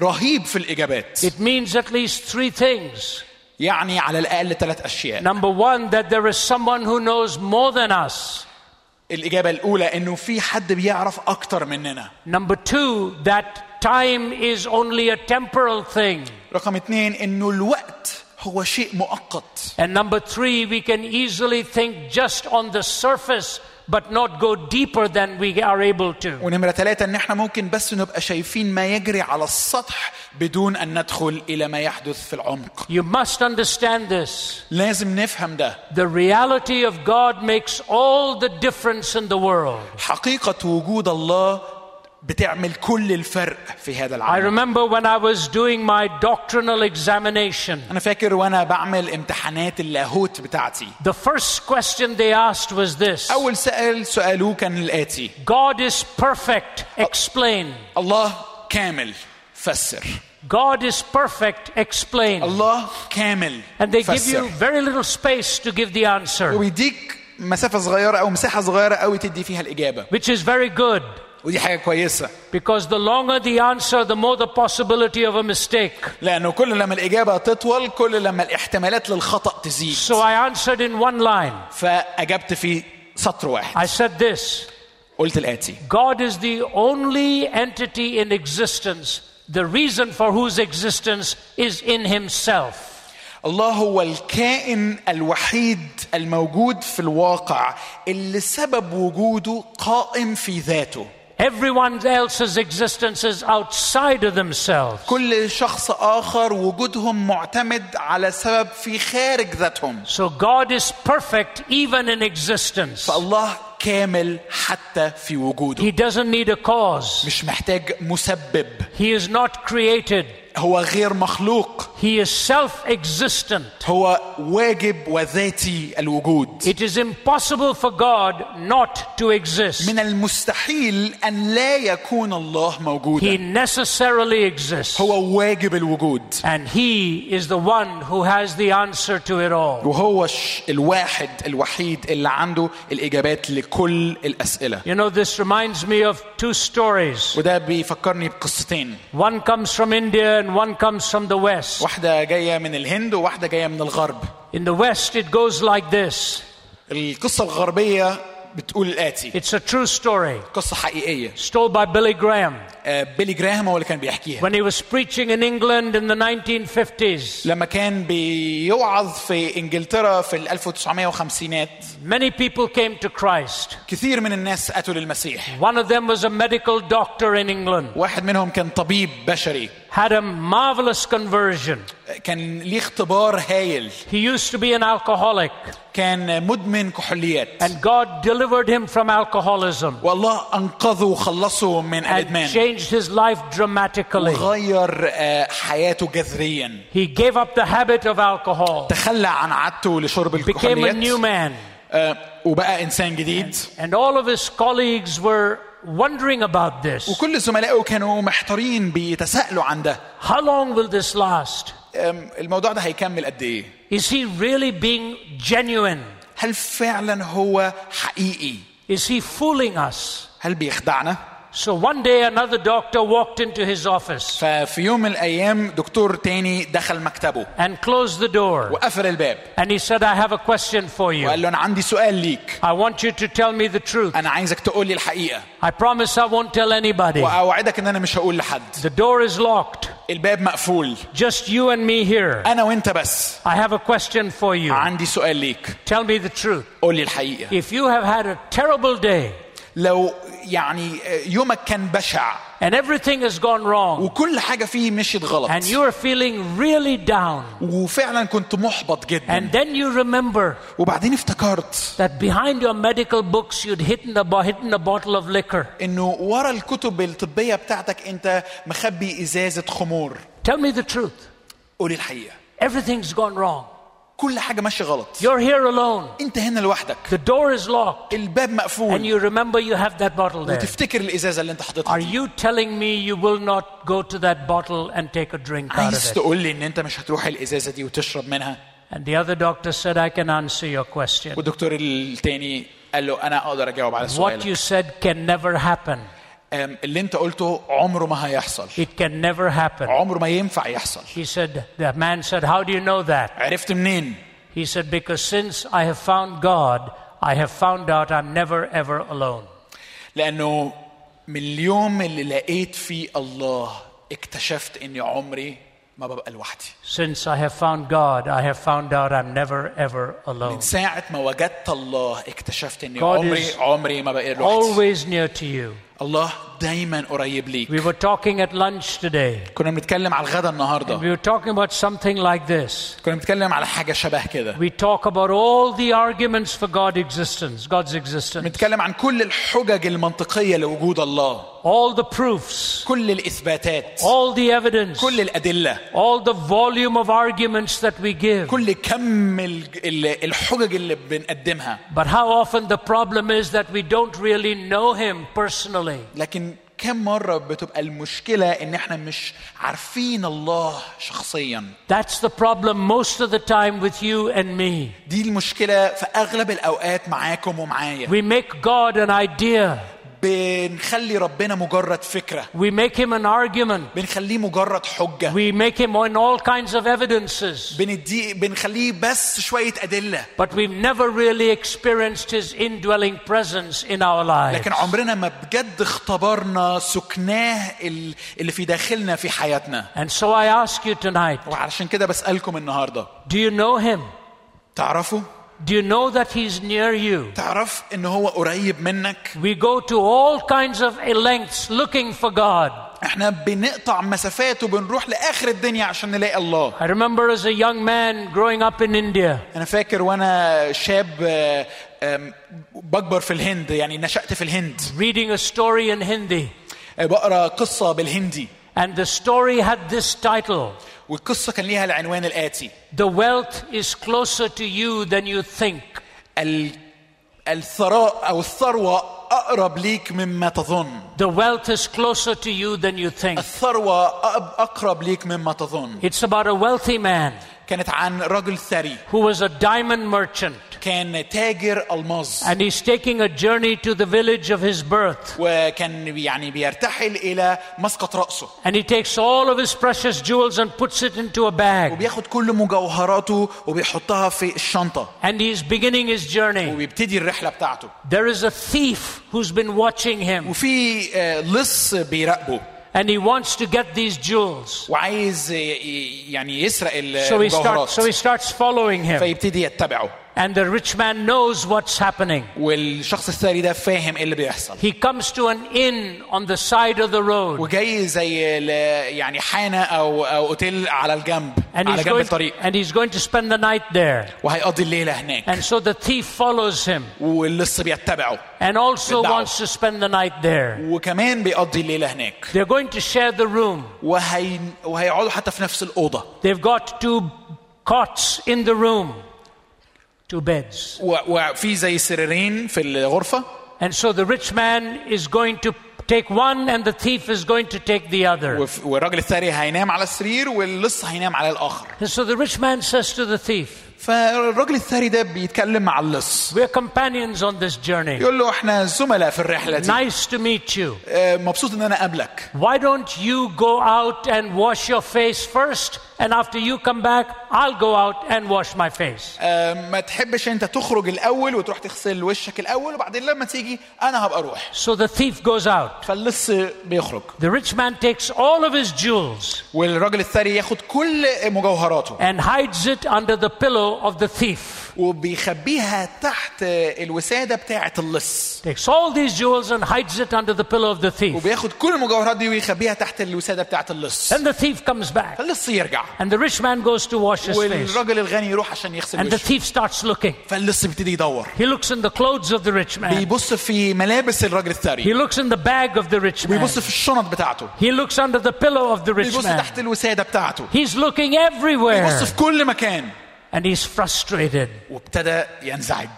Speaker 2: رهيب في الاجابات
Speaker 1: It means at least three things.
Speaker 2: يعني على الاقل ثلاث اشياء
Speaker 1: Number one, that there is someone who knows more than us.
Speaker 2: الاجابه الاولى انه في حد بيعرف اكتر مننا
Speaker 1: Number two, that time is only a temporal thing.
Speaker 2: رقم اتنين انه الوقت هو شيء مؤقت
Speaker 1: And number three, we can easily think just on the surface, but not go deeper than we are able to.
Speaker 2: ونمرة ثلاثة إن إحنا ممكن بس نبقى شايفين ما يجري على السطح بدون أن ندخل إلى ما يحدث في العمق
Speaker 1: You must understand this.
Speaker 2: لازم نفهم ده
Speaker 1: The reality of God makes all the difference in the world.
Speaker 2: حقيقة وجود الله بتعمل كل الفرق في هذا
Speaker 1: I
Speaker 2: العالم
Speaker 1: remember when I was doing my doctrinal examination,
Speaker 2: أنا فاكر وأنا بعمل امتحانات اللاهوت بتاعتي
Speaker 1: the first question they asked was this
Speaker 2: أول سؤال سألوه كان الآتي
Speaker 1: God is perfect, explain.
Speaker 2: الله كامل فسر
Speaker 1: God is perfect, explain.
Speaker 2: الله كامل
Speaker 1: And they give you
Speaker 2: فسر
Speaker 1: very little space to give the answer,
Speaker 2: وبيديك مسافة صغيرة أو مساحة صغيرة أوي تدي فيها الإجابة
Speaker 1: which is very good.
Speaker 2: ودي حاجة كويسة
Speaker 1: Because the longer the answer, the more the possibility of a mistake.
Speaker 2: لأنه كل لما الإجابة تطول كل لما الاحتمالات للخطأ تزيد
Speaker 1: So I answered in one line.
Speaker 2: فأجبت في سطر واحد
Speaker 1: I said this
Speaker 2: قلت الآتي
Speaker 1: God is the only entity in existence, the reason for whose existence is in Himself.
Speaker 2: الله هو الكائن الوحيد الموجود في الواقع اللي سبب وجوده قائم في ذاته
Speaker 1: Everyone else's existence is outside of themselves.
Speaker 2: كل شخص آخر وجودهم معتمد على سبب في خارج ذاتهم
Speaker 1: So God is perfect even in existence.
Speaker 2: فالله كامل حتى في وجوده
Speaker 1: He doesn't need a cause.
Speaker 2: مش محتاج مسبب
Speaker 1: He is not created.
Speaker 2: هو غير مخلوق
Speaker 1: He is self existent.
Speaker 2: هو واجب وذاتي الوجود
Speaker 1: It is impossible for God not to exist.
Speaker 2: من المستحيل ان لا يكون الله
Speaker 1: He
Speaker 2: موجودا
Speaker 1: necessarily exists.
Speaker 2: هو واجب الوجود
Speaker 1: And He is the one who has the answer to it all.
Speaker 2: وهو الش- الواحد الوحيد اللي عنده الاجابات لكل الاسئله
Speaker 1: You know, this reminds me of two stories.
Speaker 2: وده بيفكرني بقصتين
Speaker 1: One comes from India and one comes from the West.
Speaker 2: واحده جايه من الهند وواحده جايه من الغرب
Speaker 1: In the West, it goes like this
Speaker 2: القصه الغربيه بتقول الاتي
Speaker 1: it's a true story,
Speaker 2: قصه حقيقيه
Speaker 1: told by Billy Graham
Speaker 2: آه، بيلي جراهام هو اللي كان بيحكيها
Speaker 1: when he was preaching in England in the 1950s.
Speaker 2: لما كان بيوعظ في انجلترا في ال 1950
Speaker 1: Many people came to Christ.
Speaker 2: كثير من الناس اتوا للمسيح
Speaker 1: One of them was a medical doctor in England.
Speaker 2: واحد منهم كان طبيب بشري
Speaker 1: had a marvelous conversion.
Speaker 2: كان ليه اختبار هايل
Speaker 1: He used to be an alcoholic,
Speaker 2: كان مدمن كحوليات
Speaker 1: and God delivered him from alcoholism
Speaker 2: والله انقذه وخلصه من
Speaker 1: and
Speaker 2: الادمان
Speaker 1: changed his life dramatically.
Speaker 2: غير آه، حياته جذريا
Speaker 1: He gave up the habit of alcohol,
Speaker 2: تخلى عن عادته لشرب
Speaker 1: became a new
Speaker 2: الكحوليات
Speaker 1: man,
Speaker 2: آه، وبقى انسان جديد
Speaker 1: and all of his colleagues were wondering about this.
Speaker 2: وكل زملائه كانوا محتارين بيتساءلوا عن ده
Speaker 1: How long will this last?
Speaker 2: آم، الموضوع ده هيكمل قد ايه
Speaker 1: Is he really being genuine?
Speaker 2: هل فعلا هو حقيقي
Speaker 1: Is he fooling us?
Speaker 2: هل بيخدعنا
Speaker 1: So one day another doctor walked into his office
Speaker 2: ففي يوم من الايام دكتور تاني دخل مكتبه
Speaker 1: and closed the door.
Speaker 2: وقفل الباب
Speaker 1: And he said, I have a question for you.
Speaker 2: وقال له انا عندي سؤال ليك
Speaker 1: I want you to tell me the truth.
Speaker 2: انا عايزك تقول لي الحقيقه
Speaker 1: I promise I won't tell anybody.
Speaker 2: واوعدك ان انا مش هقول لحد
Speaker 1: The door is locked.
Speaker 2: الباب مقفول
Speaker 1: Just you and me here.
Speaker 2: انا وانت بس
Speaker 1: I have a question for you.
Speaker 2: عندي سؤال ليك
Speaker 1: Tell me the truth.
Speaker 2: قول لي الحقيقه
Speaker 1: If you have had a terrible day
Speaker 2: لو يعني يومك كان بشع
Speaker 1: and everything has gone wrong
Speaker 2: وكل حاجه فيه مشيت غلط
Speaker 1: and you are feeling really down
Speaker 2: وفعلا كنت محبط
Speaker 1: and
Speaker 2: جدا
Speaker 1: then you remember
Speaker 2: وبعدين افتكرت
Speaker 1: that behind your medical books you'd hidden a, bo- hidden a bottle of liquor.
Speaker 2: انه ورا الكتب الطبيه بتاعتك انت مخبي ازازه خمور
Speaker 1: Tell me the truth.
Speaker 2: قول لي الحقيقه
Speaker 1: Everything's gone wrong.
Speaker 2: كل حاجه ماشيه غلط
Speaker 1: You're here alone.
Speaker 2: انت هنا لوحدك
Speaker 1: The door is locked
Speaker 2: الباب
Speaker 1: and
Speaker 2: مقفول
Speaker 1: you remember you have that bottle there.
Speaker 2: وتفتكر الازازه اللي انت حاططها
Speaker 1: Are you telling me you will not go to that bottle and take a drink out
Speaker 2: عايز
Speaker 1: of it?
Speaker 2: تقول لي ان انت مش هتروح الازازه دي وتشرب منها
Speaker 1: And the other doctor said, I can answer your question.
Speaker 2: والدكتور التاني قال له انا اقدر اجاوب على
Speaker 1: What
Speaker 2: سؤالك
Speaker 1: you said can never happen.
Speaker 2: أم، اللي انت قلته عمره ما هيحصل
Speaker 1: It can never happen.
Speaker 2: عمره ما ينفع يحصل
Speaker 1: He said, The man said, How do you know that?
Speaker 2: عرفت منين
Speaker 1: He said, Because since I have found God, I have found out I'm never ever alone.
Speaker 2: لانه من اليوم اللي لقيت فيه الله اكتشفت اني عمري ما ببقى لوحدي
Speaker 1: Since I have found God, I have found out I'm never ever alone.
Speaker 2: من ساعة ما وجدت الله اكتشفت اني
Speaker 1: God
Speaker 2: عمري
Speaker 1: is
Speaker 2: عمري ما بقى لوحدي
Speaker 1: Always near to you.
Speaker 2: الله دايما قريب ليك
Speaker 1: We were talking at lunch today.
Speaker 2: كنا بنتكلم على الغدا
Speaker 1: We
Speaker 2: النهارده
Speaker 1: were talking about something like this.
Speaker 2: كنا بنتكلم على حاجة شبه كده
Speaker 1: We talk about all the arguments for God existence, God's existence,
Speaker 2: بنتكلم عن كل الحجج المنطقية لوجود الله
Speaker 1: all the proofs,
Speaker 2: كل الإثباتات
Speaker 1: all the evidence,
Speaker 2: كل الأدلة
Speaker 1: all the volume of arguments that we give.
Speaker 2: كل كم ال- ال- الحجج اللي بنقدمها
Speaker 1: But how often the problem is that we don't really know Him personally.
Speaker 2: لكن كم مرة بتبقى المشكلة إن إحنا مش عارفين الله شخصيا
Speaker 1: That's the problem most of the time with you and me.
Speaker 2: دي المشكلة في أغلب الأوقات معاكم ومعايا
Speaker 1: We make God an idea,
Speaker 2: بنخلي ربنا مجرد فكرة
Speaker 1: we make Him an argument,
Speaker 2: بنخليه مجرد حجة
Speaker 1: we make Him on all kinds of evidences.
Speaker 2: بندي بنخليه بس شوية أدلة
Speaker 1: But we've never really experienced His indwelling presence in our lives.
Speaker 2: لكن عمرنا ما بجد اختبرنا سكناه ال- اللي في داخلنا في حياتنا
Speaker 1: And so I ask you tonight
Speaker 2: وعلشان كده بسألكم النهاردة
Speaker 1: do you know Him?
Speaker 2: تعرفوا
Speaker 1: Do you know that He's near you?
Speaker 2: تعرف ان هو قريب منك
Speaker 1: We go to all kinds of lengths looking for God.
Speaker 2: احنا بنقطع مسافات وبنروح لاخر الدنيا عشان نلاقي الله
Speaker 1: I remember as a young man growing up in India,
Speaker 2: انا فاكر وانا شاب آه، آم، بكبر في الهند يعني نشأت في الهند
Speaker 1: reading a story in Hindi.
Speaker 2: آه، بقرا قصة بالهندي
Speaker 1: And the story had this title
Speaker 2: والقصة كان ليها العنوان الآتي
Speaker 1: The wealth is closer to you than you think.
Speaker 2: ال- الثراء أو الثروة أقرب ليك مما تظن
Speaker 1: The wealth is closer to you than you think.
Speaker 2: الثروة أق- أقرب ليك مما تظن
Speaker 1: It's about a wealthy man
Speaker 2: كانت عن رجل ثري
Speaker 1: who was a diamond merchant.
Speaker 2: كان تاجر ألماس
Speaker 1: And he's taking a journey to the village of his birth.
Speaker 2: وكان يعني بيرتحل إلى مسقط رأسه
Speaker 1: And he takes all of his precious jewels and puts it into a bag.
Speaker 2: وبياخد كل مجوهراته وبيحطها في الشنطة
Speaker 1: And he's beginning his journey.
Speaker 2: وبيبتدي الرحلة بتاعته
Speaker 1: There is a thief who's been watching him.
Speaker 2: وفي آه، لص بيراقبه
Speaker 1: And he wants to get these jewels.
Speaker 2: وعايز آه، ي- يعني يسرق ال-
Speaker 1: So he,
Speaker 2: المجوهرات
Speaker 1: starts. so he starts following him.
Speaker 2: فيبتدي يتبعه
Speaker 1: And the rich man knows what's happening.
Speaker 2: والشخص الثري ده فاهم ايه اللي بيحصل
Speaker 1: He comes to an inn on the side of the road.
Speaker 2: وجاي زي ال- يعني حانه او او اوتيل على الجنب
Speaker 1: And
Speaker 2: على
Speaker 1: he's,
Speaker 2: جنب
Speaker 1: going
Speaker 2: الطريق
Speaker 1: and he's going to spend the night there.
Speaker 2: وهيقضي الليله هناك
Speaker 1: And so the thief follows him
Speaker 2: واللص بيتبعه
Speaker 1: and also
Speaker 2: Now.
Speaker 1: wants to spend the night there.
Speaker 2: وكمان بيقضي الليله هناك
Speaker 1: They're going to share the room.
Speaker 2: وهي وهيقعدوا حتى في نفس الاوضه
Speaker 1: They've got two cots in the room, two beds.
Speaker 2: و- وفي زي سريرين في الغرفه
Speaker 1: And so the rich man is going to take one and the thief is going to take the other.
Speaker 2: وف- والراجل الثري هينام على السرير واللص هينام على الاخر
Speaker 1: And so the rich man says to the thief,
Speaker 2: فالراجل الثري ده بيتكلم مع اللص
Speaker 1: We're companions on this journey.
Speaker 2: يقول له احنا زملاء في الرحله دي
Speaker 1: Nice to meet you.
Speaker 2: آه، مبسوط ان انا قابلك
Speaker 1: Why don't you go out and wash your face first? And after you come back, I'll go out and wash my face.
Speaker 2: آه، ما تحبش انت تخرج الاول وتروح تغسل وشك الاول وبعدين لما تيجي انا هبقى اروح
Speaker 1: So the thief goes out.
Speaker 2: فاللص بيخرج
Speaker 1: The rich man takes all of his jewels
Speaker 2: والراجل الثري ياخد كل مجوهراته
Speaker 1: and hides it under the pillow of the thief.
Speaker 2: وبيخبيها تحت الوساده بتاعه اللص
Speaker 1: Takes all these jewels and hides it under the pillow of the thief.
Speaker 2: وبياخد كل المجوهرات دي ويخبيها تحت الوساده بتاعه اللص
Speaker 1: Then the thief comes back,
Speaker 2: فاللص يرجع
Speaker 1: and the rich man goes to wash his face.
Speaker 2: والراجل الغني يروح عشان يغسل
Speaker 1: And the
Speaker 2: وشه
Speaker 1: thief starts looking.
Speaker 2: فاللص بيبتدي يدور
Speaker 1: He looks in the clothes of the rich man,
Speaker 2: بيبص في ملابس الراجل
Speaker 1: آه. he
Speaker 2: الثري
Speaker 1: looks in the bag of the rich man,
Speaker 2: وبيبص في الشنط بتاعته
Speaker 1: he looks under the pillow of the rich
Speaker 2: بيبص
Speaker 1: man. آه.
Speaker 2: تحت الوساده بتاعته
Speaker 1: He's looking
Speaker 2: بيبص
Speaker 1: everywhere
Speaker 2: في كل مكان
Speaker 1: and he's frustrated.
Speaker 2: وابتدى ينزعج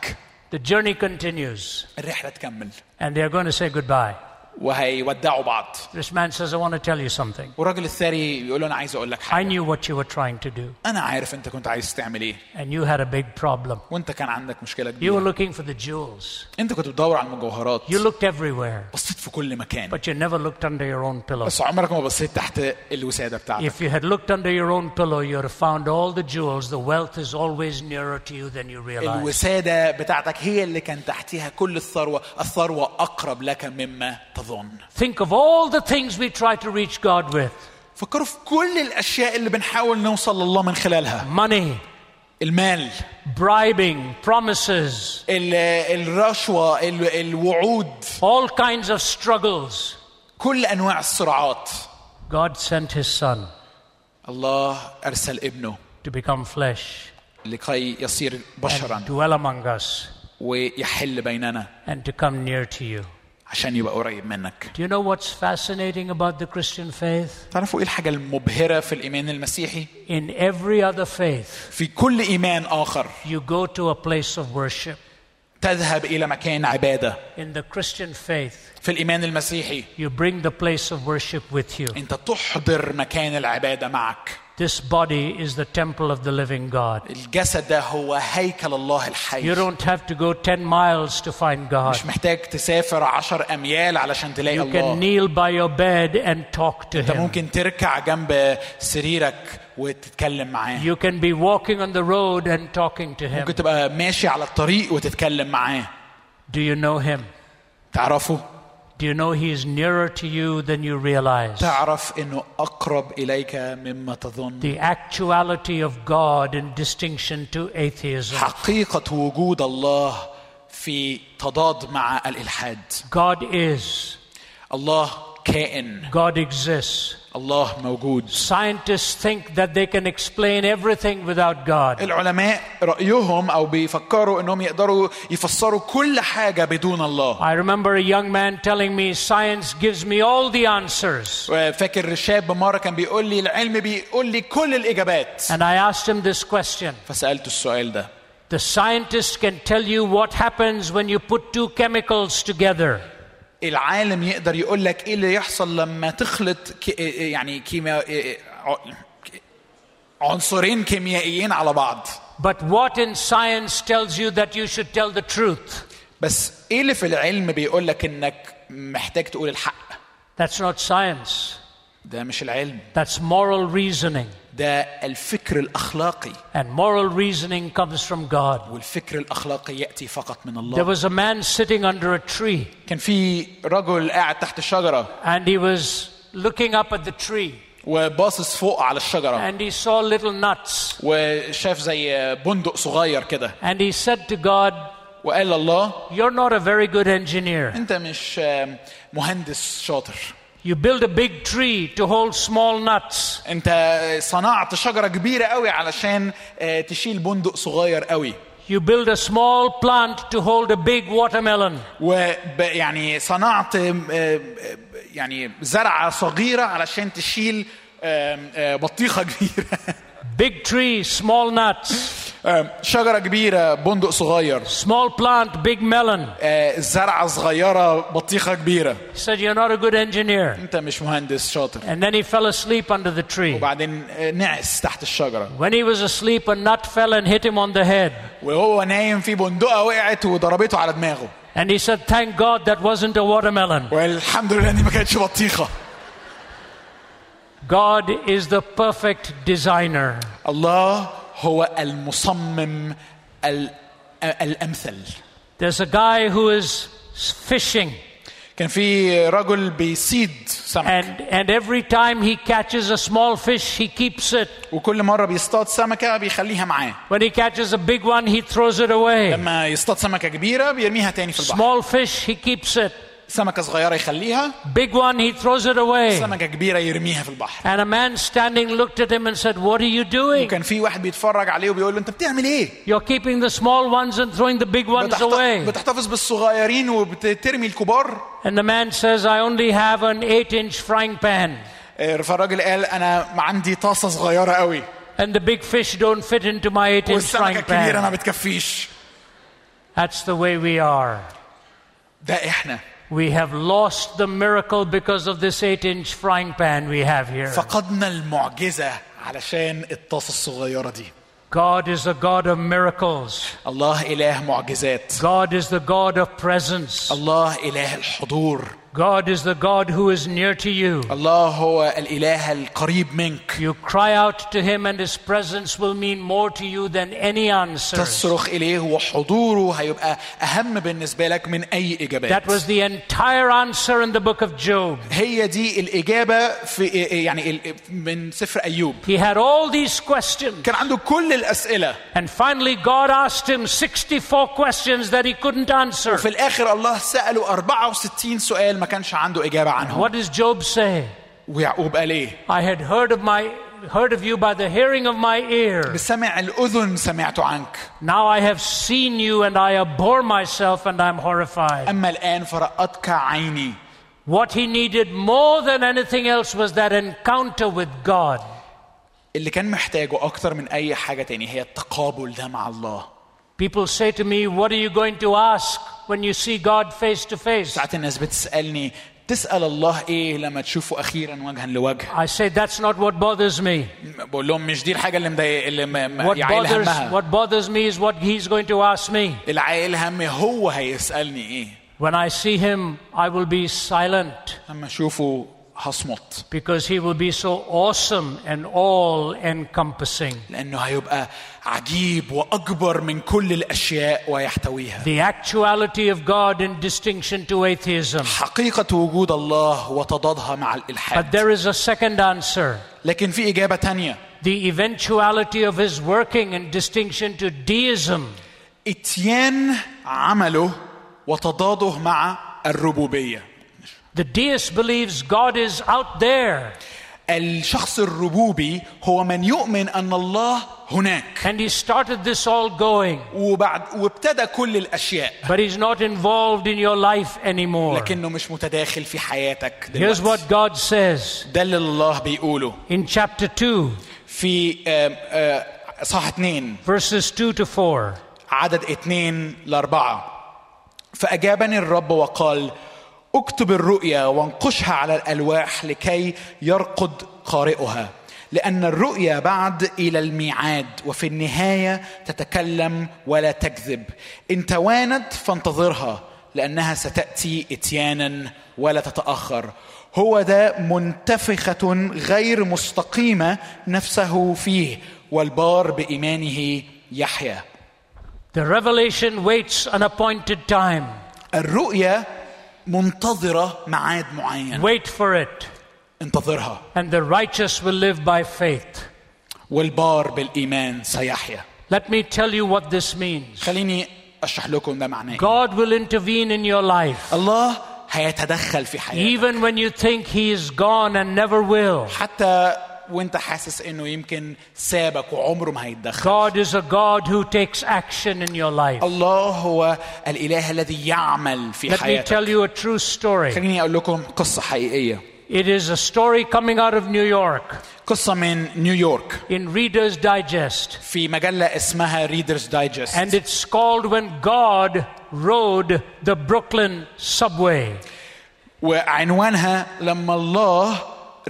Speaker 1: The journey continues
Speaker 2: الرحله تكمل
Speaker 1: and they're going to say goodbye.
Speaker 2: وهيودعوا بعض
Speaker 1: This man says, I want to tell you something.
Speaker 2: والراجل الثري بيقول له انا عايز اقول لك
Speaker 1: I
Speaker 2: حاجه
Speaker 1: knew what you were trying to do
Speaker 2: انا عارف انت كنت عايز تعمل ايه
Speaker 1: and you had a big problem.
Speaker 2: وانت كان عندك مشكله
Speaker 1: You were
Speaker 2: كبيره
Speaker 1: looking for the jewels,
Speaker 2: انت كنت بتدور على المجوهرات
Speaker 1: you looked everywhere,
Speaker 2: بصيت في كل مكان
Speaker 1: but you never looked under your own pillow.
Speaker 2: بس عمرك ما بصيت تحت الوساده بتاعتك
Speaker 1: If you had looked under your own pillow, you'd have found all the jewels. The wealth is always nearer to you than you realize.
Speaker 2: الوساده بتاعتك هي اللي كان تحتها كل الثروه الثروه اقرب لك مما تظن
Speaker 1: Think of all the things we try to reach God with.
Speaker 2: فكروا في كل الاشياء اللي بنحاول نوصل لله من خلالها
Speaker 1: money,
Speaker 2: المال
Speaker 1: bribing, promises,
Speaker 2: ال- الرشوه ال- الوعود
Speaker 1: all kinds of struggles.
Speaker 2: كل انواع الصراعات
Speaker 1: God sent his son
Speaker 2: الله ارسل ابنه
Speaker 1: to become flesh
Speaker 2: لكي يصير بشرا
Speaker 1: and dwell among us
Speaker 2: ويحل بيننا
Speaker 1: and to come near to you.
Speaker 2: عشان يبقى قريب منك
Speaker 1: Do you know what's fascinating about the Christian faith?
Speaker 2: تعرفوا ايه الحاجه المبهره في الايمان المسيحي
Speaker 1: In every other faith,
Speaker 2: في كل ايمان اخر
Speaker 1: you go to a place of worship.
Speaker 2: تذهب الى مكان عباده
Speaker 1: In the Christian faith,
Speaker 2: في الايمان المسيحي
Speaker 1: you bring the place of worship with you.
Speaker 2: انت تحضر مكان العباده معك
Speaker 1: This body is the temple of the living God.
Speaker 2: الجسد ده هو هيكل الله
Speaker 1: You
Speaker 2: الحي
Speaker 1: don't have to go 10 miles to find God.
Speaker 2: مش محتاج تسافر عشر اميال علشان تلاقي
Speaker 1: You can
Speaker 2: الله
Speaker 1: kneel by your bed and talk to
Speaker 2: انت
Speaker 1: Him.
Speaker 2: ممكن تركع جنب سريرك وتتكلم معاه
Speaker 1: You can be walking on the road and talking to Him.
Speaker 2: ممكن تبقى ماشي على الطريق وتتكلم معاه
Speaker 1: Do you know Him?
Speaker 2: تعرفه
Speaker 1: Do you know He is nearer to you than you realize?
Speaker 2: تعرف انه اقرب اليك مما تظن
Speaker 1: The actuality of God in distinction to atheism.
Speaker 2: حقيقه وجود الله في تضاد مع الالحاد
Speaker 1: God is,
Speaker 2: الله كائن
Speaker 1: God exists.
Speaker 2: الله موجود
Speaker 1: Scientists think that they can explain everything without God.
Speaker 2: العلماء رأيهم أو بيفكروا إنهم يقدروا يفسروا كل حاجة بدون الله
Speaker 1: I remember a young man telling me, Science gives me all the answers.
Speaker 2: فاكر شاب مرة كان بيقول لي العلم بيقول لي كل الإجابات
Speaker 1: And I asked him this question
Speaker 2: فسألت السؤال ده
Speaker 1: The scientist can tell you what happens when you put two chemicals together.
Speaker 2: العالم يقدر يقول لك إيه اللي يحصل لما تخلط كي يعني كيمياء عنصرين كيميائيين على بعض
Speaker 1: But what in science tells you that you should tell the truth?
Speaker 2: بس إيه اللي في العلم بيقول لك إنك محتاج تقول الحق
Speaker 1: That's not science,
Speaker 2: ده مش العلم
Speaker 1: that's moral reasoning.
Speaker 2: ده الفكر الأخلاقي
Speaker 1: And moral reasoning comes from God.
Speaker 2: والفكر الأخلاقي يأتي فقط من الله
Speaker 1: There was a man sitting under a tree,
Speaker 2: كان في رجل قاعد تحت الشجرة
Speaker 1: and he was looking up at the tree,
Speaker 2: وباصص فوق على الشجرة
Speaker 1: and he saw little nuts.
Speaker 2: وشاف زي بندق صغير كده
Speaker 1: And he said to God,
Speaker 2: وقال لله
Speaker 1: You're not a very good engineer.
Speaker 2: انت مش آم، مهندس شاطر
Speaker 1: You build a big tree to hold small nuts.
Speaker 2: انت صنعت شجرة كبيرة قوي علشان آه، تشيل بندق صغير قوي
Speaker 1: You build a small plant to hold a big watermelon.
Speaker 2: ويعني يعني صنعت آم، آه، يعني زرعة صغيرة علشان تشيل آم، آه، بطيخة كبيرة
Speaker 1: Big tree, small nuts.
Speaker 2: آم، آه، شجرة كبيرة بندق صغير
Speaker 1: Small plant, big melon.
Speaker 2: آه، زرعة صغيرة بطيخة كبيرة
Speaker 1: He said, You're not a good engineer.
Speaker 2: انت مش مهندس شاطر
Speaker 1: And then he fell asleep under the tree.
Speaker 2: وبعدين آه، نعس تحت الشجره
Speaker 1: When he was asleep, a nut fell and hit him on the head.
Speaker 2: وهو نايم في بندقه وقعت وضربته على دماغه
Speaker 1: And he said, Thank God that wasn't a watermelon.
Speaker 2: والحمد لله اني ما كانتش بطيخه
Speaker 1: God is the perfect designer.
Speaker 2: الله هو المصمم ال- آه، الامثل
Speaker 1: There's a guy who is fishing,
Speaker 2: كان في رجل بيصيد سمك
Speaker 1: and, and every time he catches a small fish, he keeps it.
Speaker 2: وكل مره بيصطاد سمكه بيخليها معاه
Speaker 1: When he catches a big one, he throws it away.
Speaker 2: لما يصطاد سمكه كبيره بيرميها تاني في البحر
Speaker 1: Small fish, he keeps it.
Speaker 2: سمكه صغيره يخليها
Speaker 1: Big one, he throws it away.
Speaker 2: سمكه كبيره يرميها في البحر
Speaker 1: And a man standing looked at him and said, What are you doing?
Speaker 2: وكان في واحد بيتفرج عليه وبيقول له انت بتعمل ايه
Speaker 1: You're keeping the small ones and throwing the big ones
Speaker 2: بتحت-
Speaker 1: away.
Speaker 2: بتحتفظ بالصغيرين وبترمي الكبار
Speaker 1: And the man says, I only have an eight inch frying pan,
Speaker 2: آه، فالراجل قال انا ما عندي طاسه صغيره قوي
Speaker 1: and the big fish don't fit into my eight inch
Speaker 2: والسمكه
Speaker 1: frying
Speaker 2: الكبيره ما
Speaker 1: pan.
Speaker 2: بتكفيش
Speaker 1: That's the way we are.
Speaker 2: ده احنا
Speaker 1: We have lost the miracle because of this eight inch frying pan we have here.
Speaker 2: فقدنا المعجزه علشان الطاسه الصغيره دي
Speaker 1: God is the God of miracles,
Speaker 2: الله اله معجزات
Speaker 1: God is the God of presence,
Speaker 2: الله اله الحضور
Speaker 1: God is the God who is near to you.
Speaker 2: الله هو الاله القريب منك
Speaker 1: You cry out to Him, and His presence will mean more to you than any answer.
Speaker 2: تصرخ اليه وحضوره هيبقى اهم بالنسبه لك من اي
Speaker 1: That
Speaker 2: اجابات
Speaker 1: was the entire answer in the book of Job.
Speaker 2: هي دي الاجابه في يعني ال- من سفر ايوب
Speaker 1: He had all these questions,
Speaker 2: كان عنده كل الاسئله
Speaker 1: and finally, God asked him 64 questions that he couldn't answer.
Speaker 2: وفي الاخر الله ساله 64 سؤال ما كانش عنده اجابه عنهم
Speaker 1: What does Job say?
Speaker 2: ويعقوب قال ايه
Speaker 1: I had heard of my heard of you by the hearing of my ear.
Speaker 2: بسمع الاذن سمعت عنك
Speaker 1: Now I have seen you and I abhor myself and I'm horrified.
Speaker 2: اما الان فرأتك عيني
Speaker 1: What he needed more than anything else was that encounter with God.
Speaker 2: اللي كان محتاجه اكتر من اي حاجه تاني هي التقابل ده مع الله
Speaker 1: People say to me, What are you going to ask when you see God face to face?
Speaker 2: ساعات الناس بتسالني تسال الله ايه لما تشوفه اخيرا وجها لوجه
Speaker 1: I say, That's not what bothers me.
Speaker 2: بقول لهم مش دي الحاجه اللي مضايق اللي م- م-
Speaker 1: What
Speaker 2: يعيل
Speaker 1: bothers,
Speaker 2: همها
Speaker 1: what bothers me is what he's going to ask me.
Speaker 2: العائل همي هو هيسالني ايه
Speaker 1: When I see him, I will be silent
Speaker 2: لما اشوفه هصمت
Speaker 1: because he will be so awesome and all encompassing.
Speaker 2: لانه هيبقى عجيب واكبر من كل الاشياء ويحتويها
Speaker 1: The actuality of God in distinction to atheism.
Speaker 2: حقيقه وجود الله وتضادها مع الالحاد
Speaker 1: But there is a second answer
Speaker 2: لكن في اجابه تانية
Speaker 1: the eventuality of his working in distinction to deism.
Speaker 2: اتيان عمله وتضاده مع الربوبيه
Speaker 1: The deist believes God is out there
Speaker 2: الشخص الربوبي هو من يؤمن ان الله هناك
Speaker 1: and he started this all going,
Speaker 2: وبعد وابتدى كل الاشياء
Speaker 1: but he's not involved in your life anymore.
Speaker 2: لكنه مش متداخل في حياتك
Speaker 1: Here's
Speaker 2: دلوقتي
Speaker 1: what God says
Speaker 2: ده اللي الله بيقوله
Speaker 1: in chapter 2,
Speaker 2: في آم، آه، صح اتنين
Speaker 1: verses 2 to 4.
Speaker 2: عدد اتنين لأربعة فأجابني الرب وقال اكتب الرؤيا وانقشها على الألواح لكي يرقد قارئها لأن الرؤيا بعد إلى الميعاد وفي النهاية تتكلم ولا تكذب إن توانت فانتظرها لأنها ستأتي إتيانا ولا تتأخر هو ده منتفخة غير مستقيمة نفسه فيه والبار بإيمانه يحيا
Speaker 1: The revelation waits an appointed time.
Speaker 2: الرؤية منتظرة ميعاد معين
Speaker 1: Wait for it,
Speaker 2: انتظرها
Speaker 1: and the righteous will live by faith.
Speaker 2: والبار بالإيمان سيحيا
Speaker 1: Let me tell you what this means.
Speaker 2: خليني أشرح لكم ده معناه إيه.
Speaker 1: God will intervene in your life,
Speaker 2: الله هيتدخل في حياتك
Speaker 1: even when you think He is gone and never will.
Speaker 2: حتى وانت حاسس انه يمكن سابك وعمره ما هيتدخل
Speaker 1: God is a God who takes action in your life.
Speaker 2: الله هو الإله الذي يعمل في
Speaker 1: Let me
Speaker 2: حياتك
Speaker 1: tell you a true story.
Speaker 2: خليني أقول لكم قصة حقيقية
Speaker 1: It is a story coming out of New York
Speaker 2: قصة من نيويورك
Speaker 1: in Reader's Digest,
Speaker 2: في مجلة اسمها ريدرز دايجست
Speaker 1: and it's called When God Rode the Brooklyn Subway.
Speaker 2: وعنوانها لما الله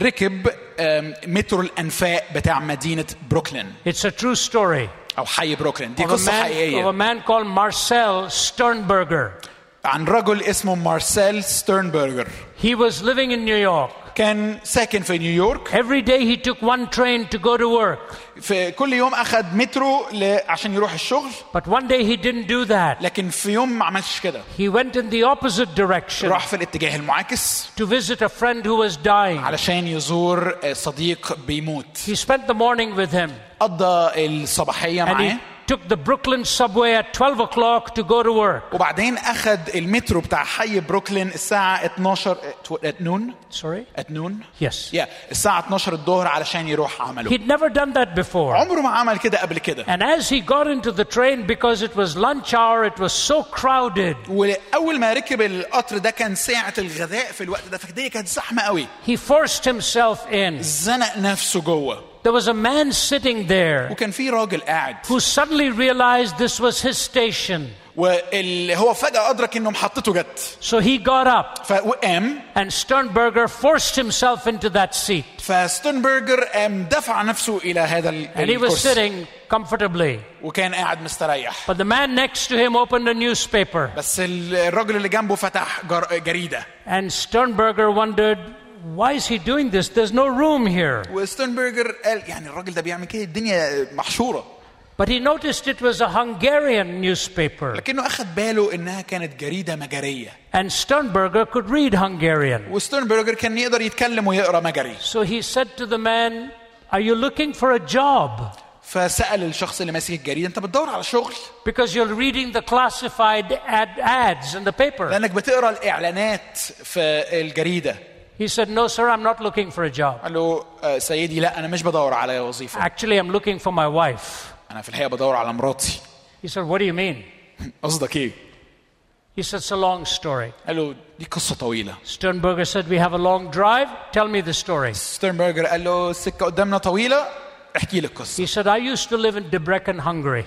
Speaker 2: ركب آم، مترو الانفاق بتاع مدينه بروكلين
Speaker 1: It's a true story
Speaker 2: او حي بروكلين دي
Speaker 1: of a
Speaker 2: قصه
Speaker 1: man, of a
Speaker 2: حقيقيه
Speaker 1: man called Marcel Sternberger.
Speaker 2: عن رجل اسمه مارسيل ستيرنبرجر
Speaker 1: He was living in New York.
Speaker 2: كان ساكن في نيويورك
Speaker 1: Every day he took one train to go to work.
Speaker 2: في كل يوم اخذ مترو ل... عشان يروح الشغل
Speaker 1: But one day he didn't do that.
Speaker 2: لكن في يوم ما عملش كده
Speaker 1: He went in the opposite direction
Speaker 2: راح في الاتجاه المعاكس
Speaker 1: to visit a friend who was dying.
Speaker 2: علشان يزور آه، صديق بيموت
Speaker 1: He spent the morning with him
Speaker 2: قضى الصباحيه
Speaker 1: and
Speaker 2: معاه
Speaker 1: he took the Brooklyn subway at 12 o'clock to go to work.
Speaker 2: وبعدين اخذ المترو بتاع حي بروكلين الساعه 12 آه، تو- آه، نون
Speaker 1: Sorry?
Speaker 2: at noon
Speaker 1: Yes.
Speaker 2: يا الساعة 12 الظهر علشان يروح عمله
Speaker 1: He'd never done that before.
Speaker 2: عمره ما عمل كده قبل كده
Speaker 1: And as he got into the train, because it was lunch hour, it was so crowded,
Speaker 2: وأول ما ركب القطر ده كان ساعة الغذاء في الوقت ده فالدنيا كانت زحمة قوي
Speaker 1: he forced himself in.
Speaker 2: زنق نفسه جوه
Speaker 1: There was a man sitting there
Speaker 2: وكان في راجل قاعد
Speaker 1: who suddenly realized this was his station.
Speaker 2: واللي هو فجأة أدرك إنه محطته جت
Speaker 1: So he got up,
Speaker 2: فقام
Speaker 1: and Sternberger forced himself into that seat.
Speaker 2: فستونبرجر قام دفع نفسه إلى هذا ال-
Speaker 1: And he was
Speaker 2: الكرسي
Speaker 1: sitting comfortably.
Speaker 2: وكان قاعد مستريح
Speaker 1: But the man next to him opened a newspaper,
Speaker 2: بس ال- الراجل اللي جنبه فتح جر... جريدة
Speaker 1: and Sternberger wondered, why is he doing this? There's no room here.
Speaker 2: وستونبرجر قال يعني الراجل ده بيعمل كده الدنيا محشورة
Speaker 1: But he noticed it was a Hungarian newspaper,
Speaker 2: لكنه أخد باله إنها كانت جريدة مجرية
Speaker 1: and Sternberger could read Hungarian.
Speaker 2: وستونبرجر كان يقدر يتكلم ويقرا مجري
Speaker 1: So he said to the man, Are you looking for a job?
Speaker 2: فسأل الشخص اللي ماسك الجريدة أنت بتدور على شغل
Speaker 1: Because you're reading the classified ad- ads in the paper.
Speaker 2: لأنك بتقرا الإعلانات في الجريدة
Speaker 1: He said, No, sir, I'm not looking for a job.
Speaker 2: قال له آه، سيدي لا أنا مش بدور على وظيفة
Speaker 1: Actually, I'm looking for my wife.
Speaker 2: أنا في الحقيقة بدور على مراتي
Speaker 1: He said, What do you mean?
Speaker 2: قصدك إيه؟
Speaker 1: He said, It's a long story.
Speaker 2: قال له دي قصة طويلة
Speaker 1: Sternberger said, We have a long drive. Tell me the story.
Speaker 2: ستيرنبرجر قال له السكة قدامنا طويلة احكي لي القصة
Speaker 1: He said, I used to live in Debrecen, Hungary.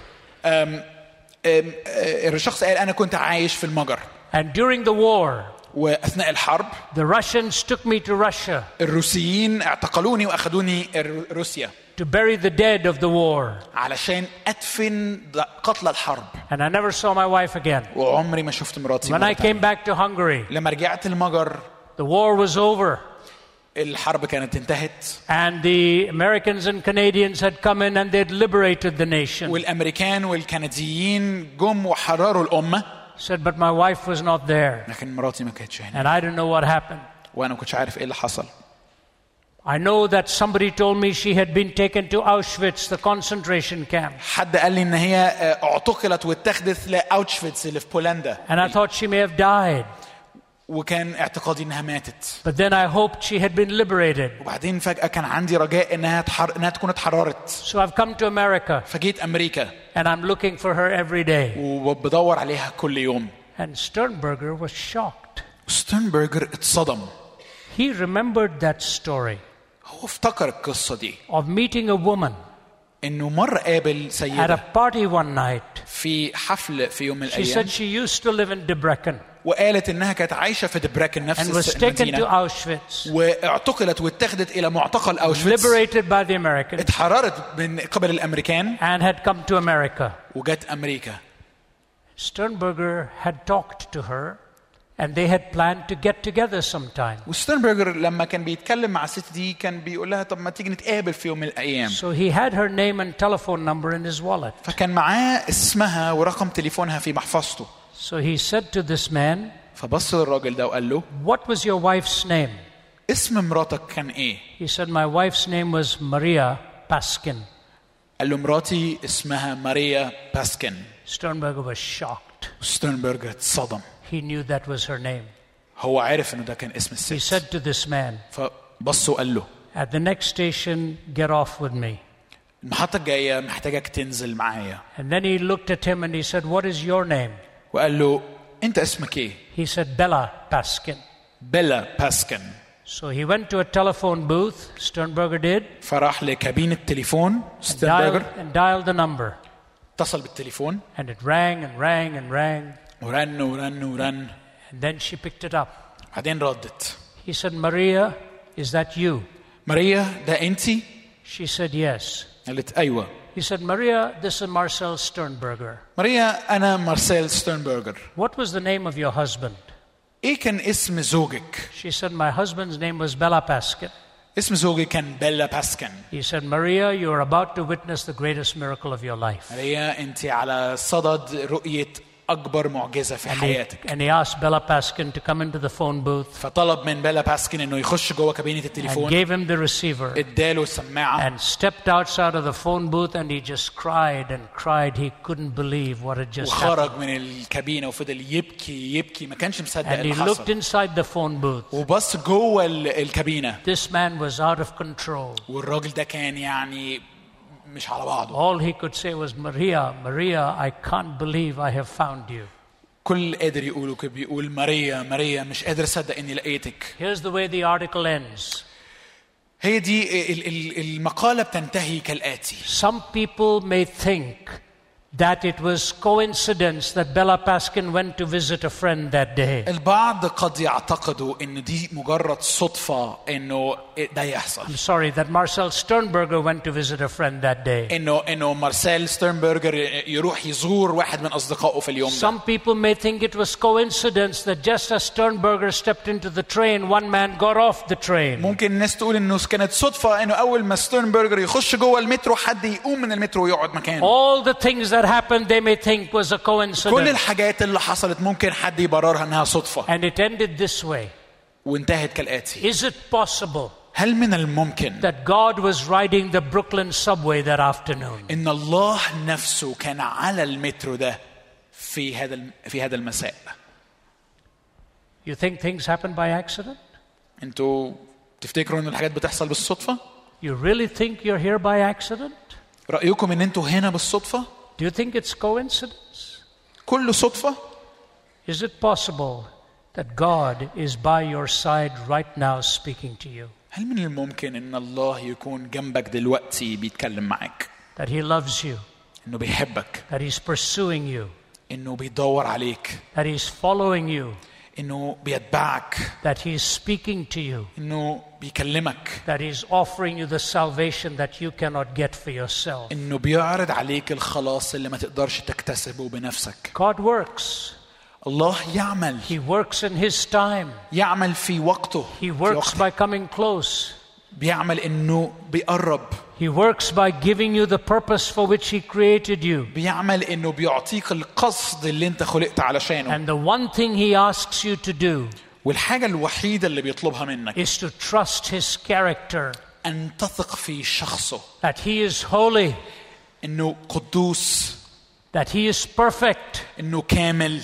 Speaker 2: آم، آه، الشخص قال أنا كنت عايش في المجر
Speaker 1: And during the war,
Speaker 2: وأثناء الحرب
Speaker 1: the Russians took me to Russia
Speaker 2: الروسيين اعتقلوني وأخدوني الر- روسيا
Speaker 1: to bury the dead of the war.
Speaker 2: علشان أدفن د- قتلى الحرب
Speaker 1: And I never saw my wife again.
Speaker 2: وعمري ما شفت مراتي
Speaker 1: When I
Speaker 2: مرة تانية.
Speaker 1: came back to Hungary,
Speaker 2: لما رجعت المجر
Speaker 1: the war was over.
Speaker 2: الحرب كانت انتهت
Speaker 1: And the Americans and Canadians had come in and they'd liberated the nation.
Speaker 2: والامريكان والكنديين جم وحرروا الامه
Speaker 1: Said, but my wife was not there.
Speaker 2: لكن مراتي ما كانتش هنا
Speaker 1: And I don't know what happened.
Speaker 2: وانا ما كنتش عارف ايه اللي حصل
Speaker 1: I know that somebody told me she had been taken to Auschwitz, the concentration camp.
Speaker 2: حد قال لي ان هي آه، اعتقلت واتخذت لاوتشفيتس اللي في بولندا
Speaker 1: And I thought she may have died.
Speaker 2: وكان اعتقادي انها ماتت
Speaker 1: But then I hoped she had been liberated.
Speaker 2: وبعدين فجاه كان عندي رجاء انها تحر... انها تكون اتحررت
Speaker 1: So I've come to America
Speaker 2: فجيت امريكا
Speaker 1: and I'm looking for her every day.
Speaker 2: وبدور عليها كل يوم
Speaker 1: And Sternberger was shocked.
Speaker 2: ستيرنبرجر اتصدم
Speaker 1: He remembered that story
Speaker 2: هو افتكر القصه دي
Speaker 1: of meeting a woman
Speaker 2: انه مره قابل
Speaker 1: at a
Speaker 2: سيده
Speaker 1: party one night.
Speaker 2: في حفل في يوم من
Speaker 1: She
Speaker 2: الايام
Speaker 1: said she used to live in Debrecen
Speaker 2: وقالت انها كانت عايشه في دبراكن نفس
Speaker 1: and was
Speaker 2: الس-
Speaker 1: taken to
Speaker 2: المدينه
Speaker 1: Auschwitz,
Speaker 2: واعتقلت واتخذت الى معتقل اوشفيتس
Speaker 1: liberated by the Americans,
Speaker 2: اتحررت من قبل الامريكان
Speaker 1: and had come to America.
Speaker 2: وجت امريكا
Speaker 1: Sternberger had talked to her and they had planned to get together sometime.
Speaker 2: وستيرنبرجر لما كان بيتكلم مع الست دي كان بيقول لها طب ما تيجي نتقابل في يوم من الايام
Speaker 1: So he had her name and telephone number in his wallet.
Speaker 2: فكان معاه اسمها ورقم تليفونها في محفظته
Speaker 1: So he said to this man,
Speaker 2: فبص للراجل ده وقال له
Speaker 1: What was your wife's name?
Speaker 2: اسم مراتك كان ايه
Speaker 1: He said, My wife's name was Maria Paskin.
Speaker 2: قال له مراتي اسمها ماريا باسكن
Speaker 1: Sternberger was shocked.
Speaker 2: ستيرنبرجر اتصدم
Speaker 1: He knew that was her name.
Speaker 2: هو عارف انه ده كان اسم
Speaker 1: He
Speaker 2: الست
Speaker 1: said to this man,
Speaker 2: فبص وقال له
Speaker 1: At the next station, get off with me.
Speaker 2: المحطة الجاية محتاجك تنزل معايا
Speaker 1: And then he looked at him and he said, What is your name?
Speaker 2: وقال له انت اسمك ايه؟
Speaker 1: He said, Bella Paskin.
Speaker 2: بيلا باسكن
Speaker 1: So he went to a telephone booth, Sternberger did,
Speaker 2: فراح لكابينة تليفون
Speaker 1: dialed,
Speaker 2: ستيرنبرجر
Speaker 1: and dialed the number.
Speaker 2: اتصل بالتليفون
Speaker 1: And it rang and rang and rang.
Speaker 2: ورن ورن ورن
Speaker 1: And then she picked it up.
Speaker 2: بعدين ردت
Speaker 1: He said, Maria, is that you?
Speaker 2: ماريا ده انت؟
Speaker 1: She said, Yes.
Speaker 2: قالت ايوه
Speaker 1: He said, Maria, this is Marcel Sternberger.
Speaker 2: ماريا انا مارسيل ستيرنبرجر
Speaker 1: What was the name of your husband?
Speaker 2: ايه كان اسم زوجك؟
Speaker 1: She said, My husband's name was Bella Paskin.
Speaker 2: اسم زوجي كان بيلا باسكن
Speaker 1: He said, Maria, you are about to witness the greatest miracle of your life.
Speaker 2: ماريا انت على صدد رؤية اكبر معجزة في
Speaker 1: And he,
Speaker 2: حياتك
Speaker 1: and he asked Bella Paskin to come into the phone booth
Speaker 2: فطلب من بيلا باسكن انه يخش جوه كابينة
Speaker 1: and
Speaker 2: التليفون
Speaker 1: gave him the receiver
Speaker 2: اداله السماعة
Speaker 1: and stepped outside of the phone booth and he just cried and cried. He couldn't believe what had just happened.
Speaker 2: وخرج من الكابينه وفضل يبكي يبكي ما كانش مصدق
Speaker 1: And he
Speaker 2: اللي
Speaker 1: looked
Speaker 2: حصل
Speaker 1: inside the phone booth.
Speaker 2: وبص جوه ال- الكابينه
Speaker 1: This man was out of control.
Speaker 2: والراجل ده كان يعني مش على بعضه
Speaker 1: All he could say was, Maria, Maria, I can't believe I have found you.
Speaker 2: كل اللي قادر يقوله كان بيقول ماريا ماريا مش قادر اصدق اني لقيتك
Speaker 1: Here's the way the article ends
Speaker 2: هي دي ال- ال- المقالة بتنتهي كالآتي
Speaker 1: Some people may think that it was coincidence that Bella Paskin went to visit a friend that day.
Speaker 2: البعض قد يعتقدوا ان دي مجرد صدفة انه ده يحصل
Speaker 1: I'm sorry that Marcel Sternberger went to visit a friend that day.
Speaker 2: انه انه مارسيل ستيرنبرجر يروح يزور واحد من اصدقائه في اليوم ده
Speaker 1: Some people may think it was coincidence that just as Sternberger stepped into the train, one man got off the train.
Speaker 2: ممكن الناس تقول انه كانت صدفة انه اول ما ستيرنبرجر يخش جوه المترو حد يقوم من المترو ويقعد مكانه
Speaker 1: All the things that happened, they may think was a
Speaker 2: كل
Speaker 1: coincidence.
Speaker 2: الحاجات اللي حصلت ممكن حد يبررها انها صدفة
Speaker 1: And it ended this way.
Speaker 2: وانتهت كالآتي
Speaker 1: Is it possible
Speaker 2: هل من الممكن
Speaker 1: that God was riding the Brooklyn subway that afternoon?
Speaker 2: ان الله نفسه كان على المترو ده في هذا الم- في هذا المساء
Speaker 1: You think things happen by accident?
Speaker 2: انتوا تفتكروا ان الحاجات بتحصل بالصدفة؟
Speaker 1: You really think you're here by accident?
Speaker 2: رأيكم ان انتوا هنا بالصدفة؟
Speaker 1: Do you think it's coincidence?
Speaker 2: كله صدفة؟
Speaker 1: Is it possible that God is by your side right now speaking to you?
Speaker 2: هل من الممكن ان الله يكون جنبك دلوقتي بيتكلم معاك؟
Speaker 1: That He loves you,
Speaker 2: انه بيحبك،
Speaker 1: that He's pursuing you,
Speaker 2: انه بيدور عليك،
Speaker 1: that He's following you,
Speaker 2: انه بيتبعك،
Speaker 1: that He's speaking to you,
Speaker 2: انه بيكلمك،
Speaker 1: that He's offering you the salvation that you cannot get for yourself?
Speaker 2: انه بيعرض عليك الخلاص اللي ما تقدرش تكتسبه بنفسك.
Speaker 1: God works,
Speaker 2: الله يعمل
Speaker 1: He works in His time.
Speaker 2: يعمل في وقته
Speaker 1: He
Speaker 2: في
Speaker 1: works
Speaker 2: وقته.
Speaker 1: by coming close.
Speaker 2: بيعمل انه بيقرب
Speaker 1: He works by giving you the purpose for which He created you.
Speaker 2: بيعمل انه بيعطيك القصد اللي انت خلقت علشانه
Speaker 1: And the one thing He asks you to do
Speaker 2: والحاجه الوحيده اللي بيطلبها منك
Speaker 1: is to trust His character,
Speaker 2: ان تثق في شخصه
Speaker 1: that He is holy,
Speaker 2: انه قدوس
Speaker 1: that He is perfect.
Speaker 2: انه كامل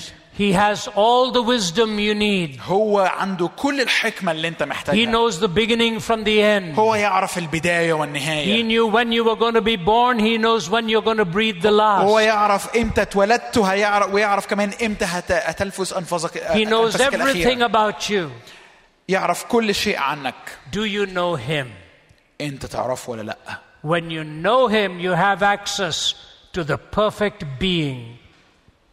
Speaker 1: He has all the wisdom you need.
Speaker 2: هو عنده كل الحكمه اللي انت
Speaker 1: He
Speaker 2: محتاجها
Speaker 1: knows the beginning from the end.
Speaker 2: هو يعرف البدايه
Speaker 1: He
Speaker 2: والنهايه
Speaker 1: knew when you were going to be born. He knows when you're going to breathe the
Speaker 2: هو
Speaker 1: last.
Speaker 2: يعرف امتى اتولدت هيعرف ويعرف كمان امتى هت- هتلفظ انفاسك
Speaker 1: He knows
Speaker 2: أنفاسك
Speaker 1: everything
Speaker 2: الأخيرة.
Speaker 1: about you.
Speaker 2: يعرف كل شيء عنك
Speaker 1: Do you know Him?
Speaker 2: انت تعرفه ولا لا
Speaker 1: When you know Him, you have access to the perfect being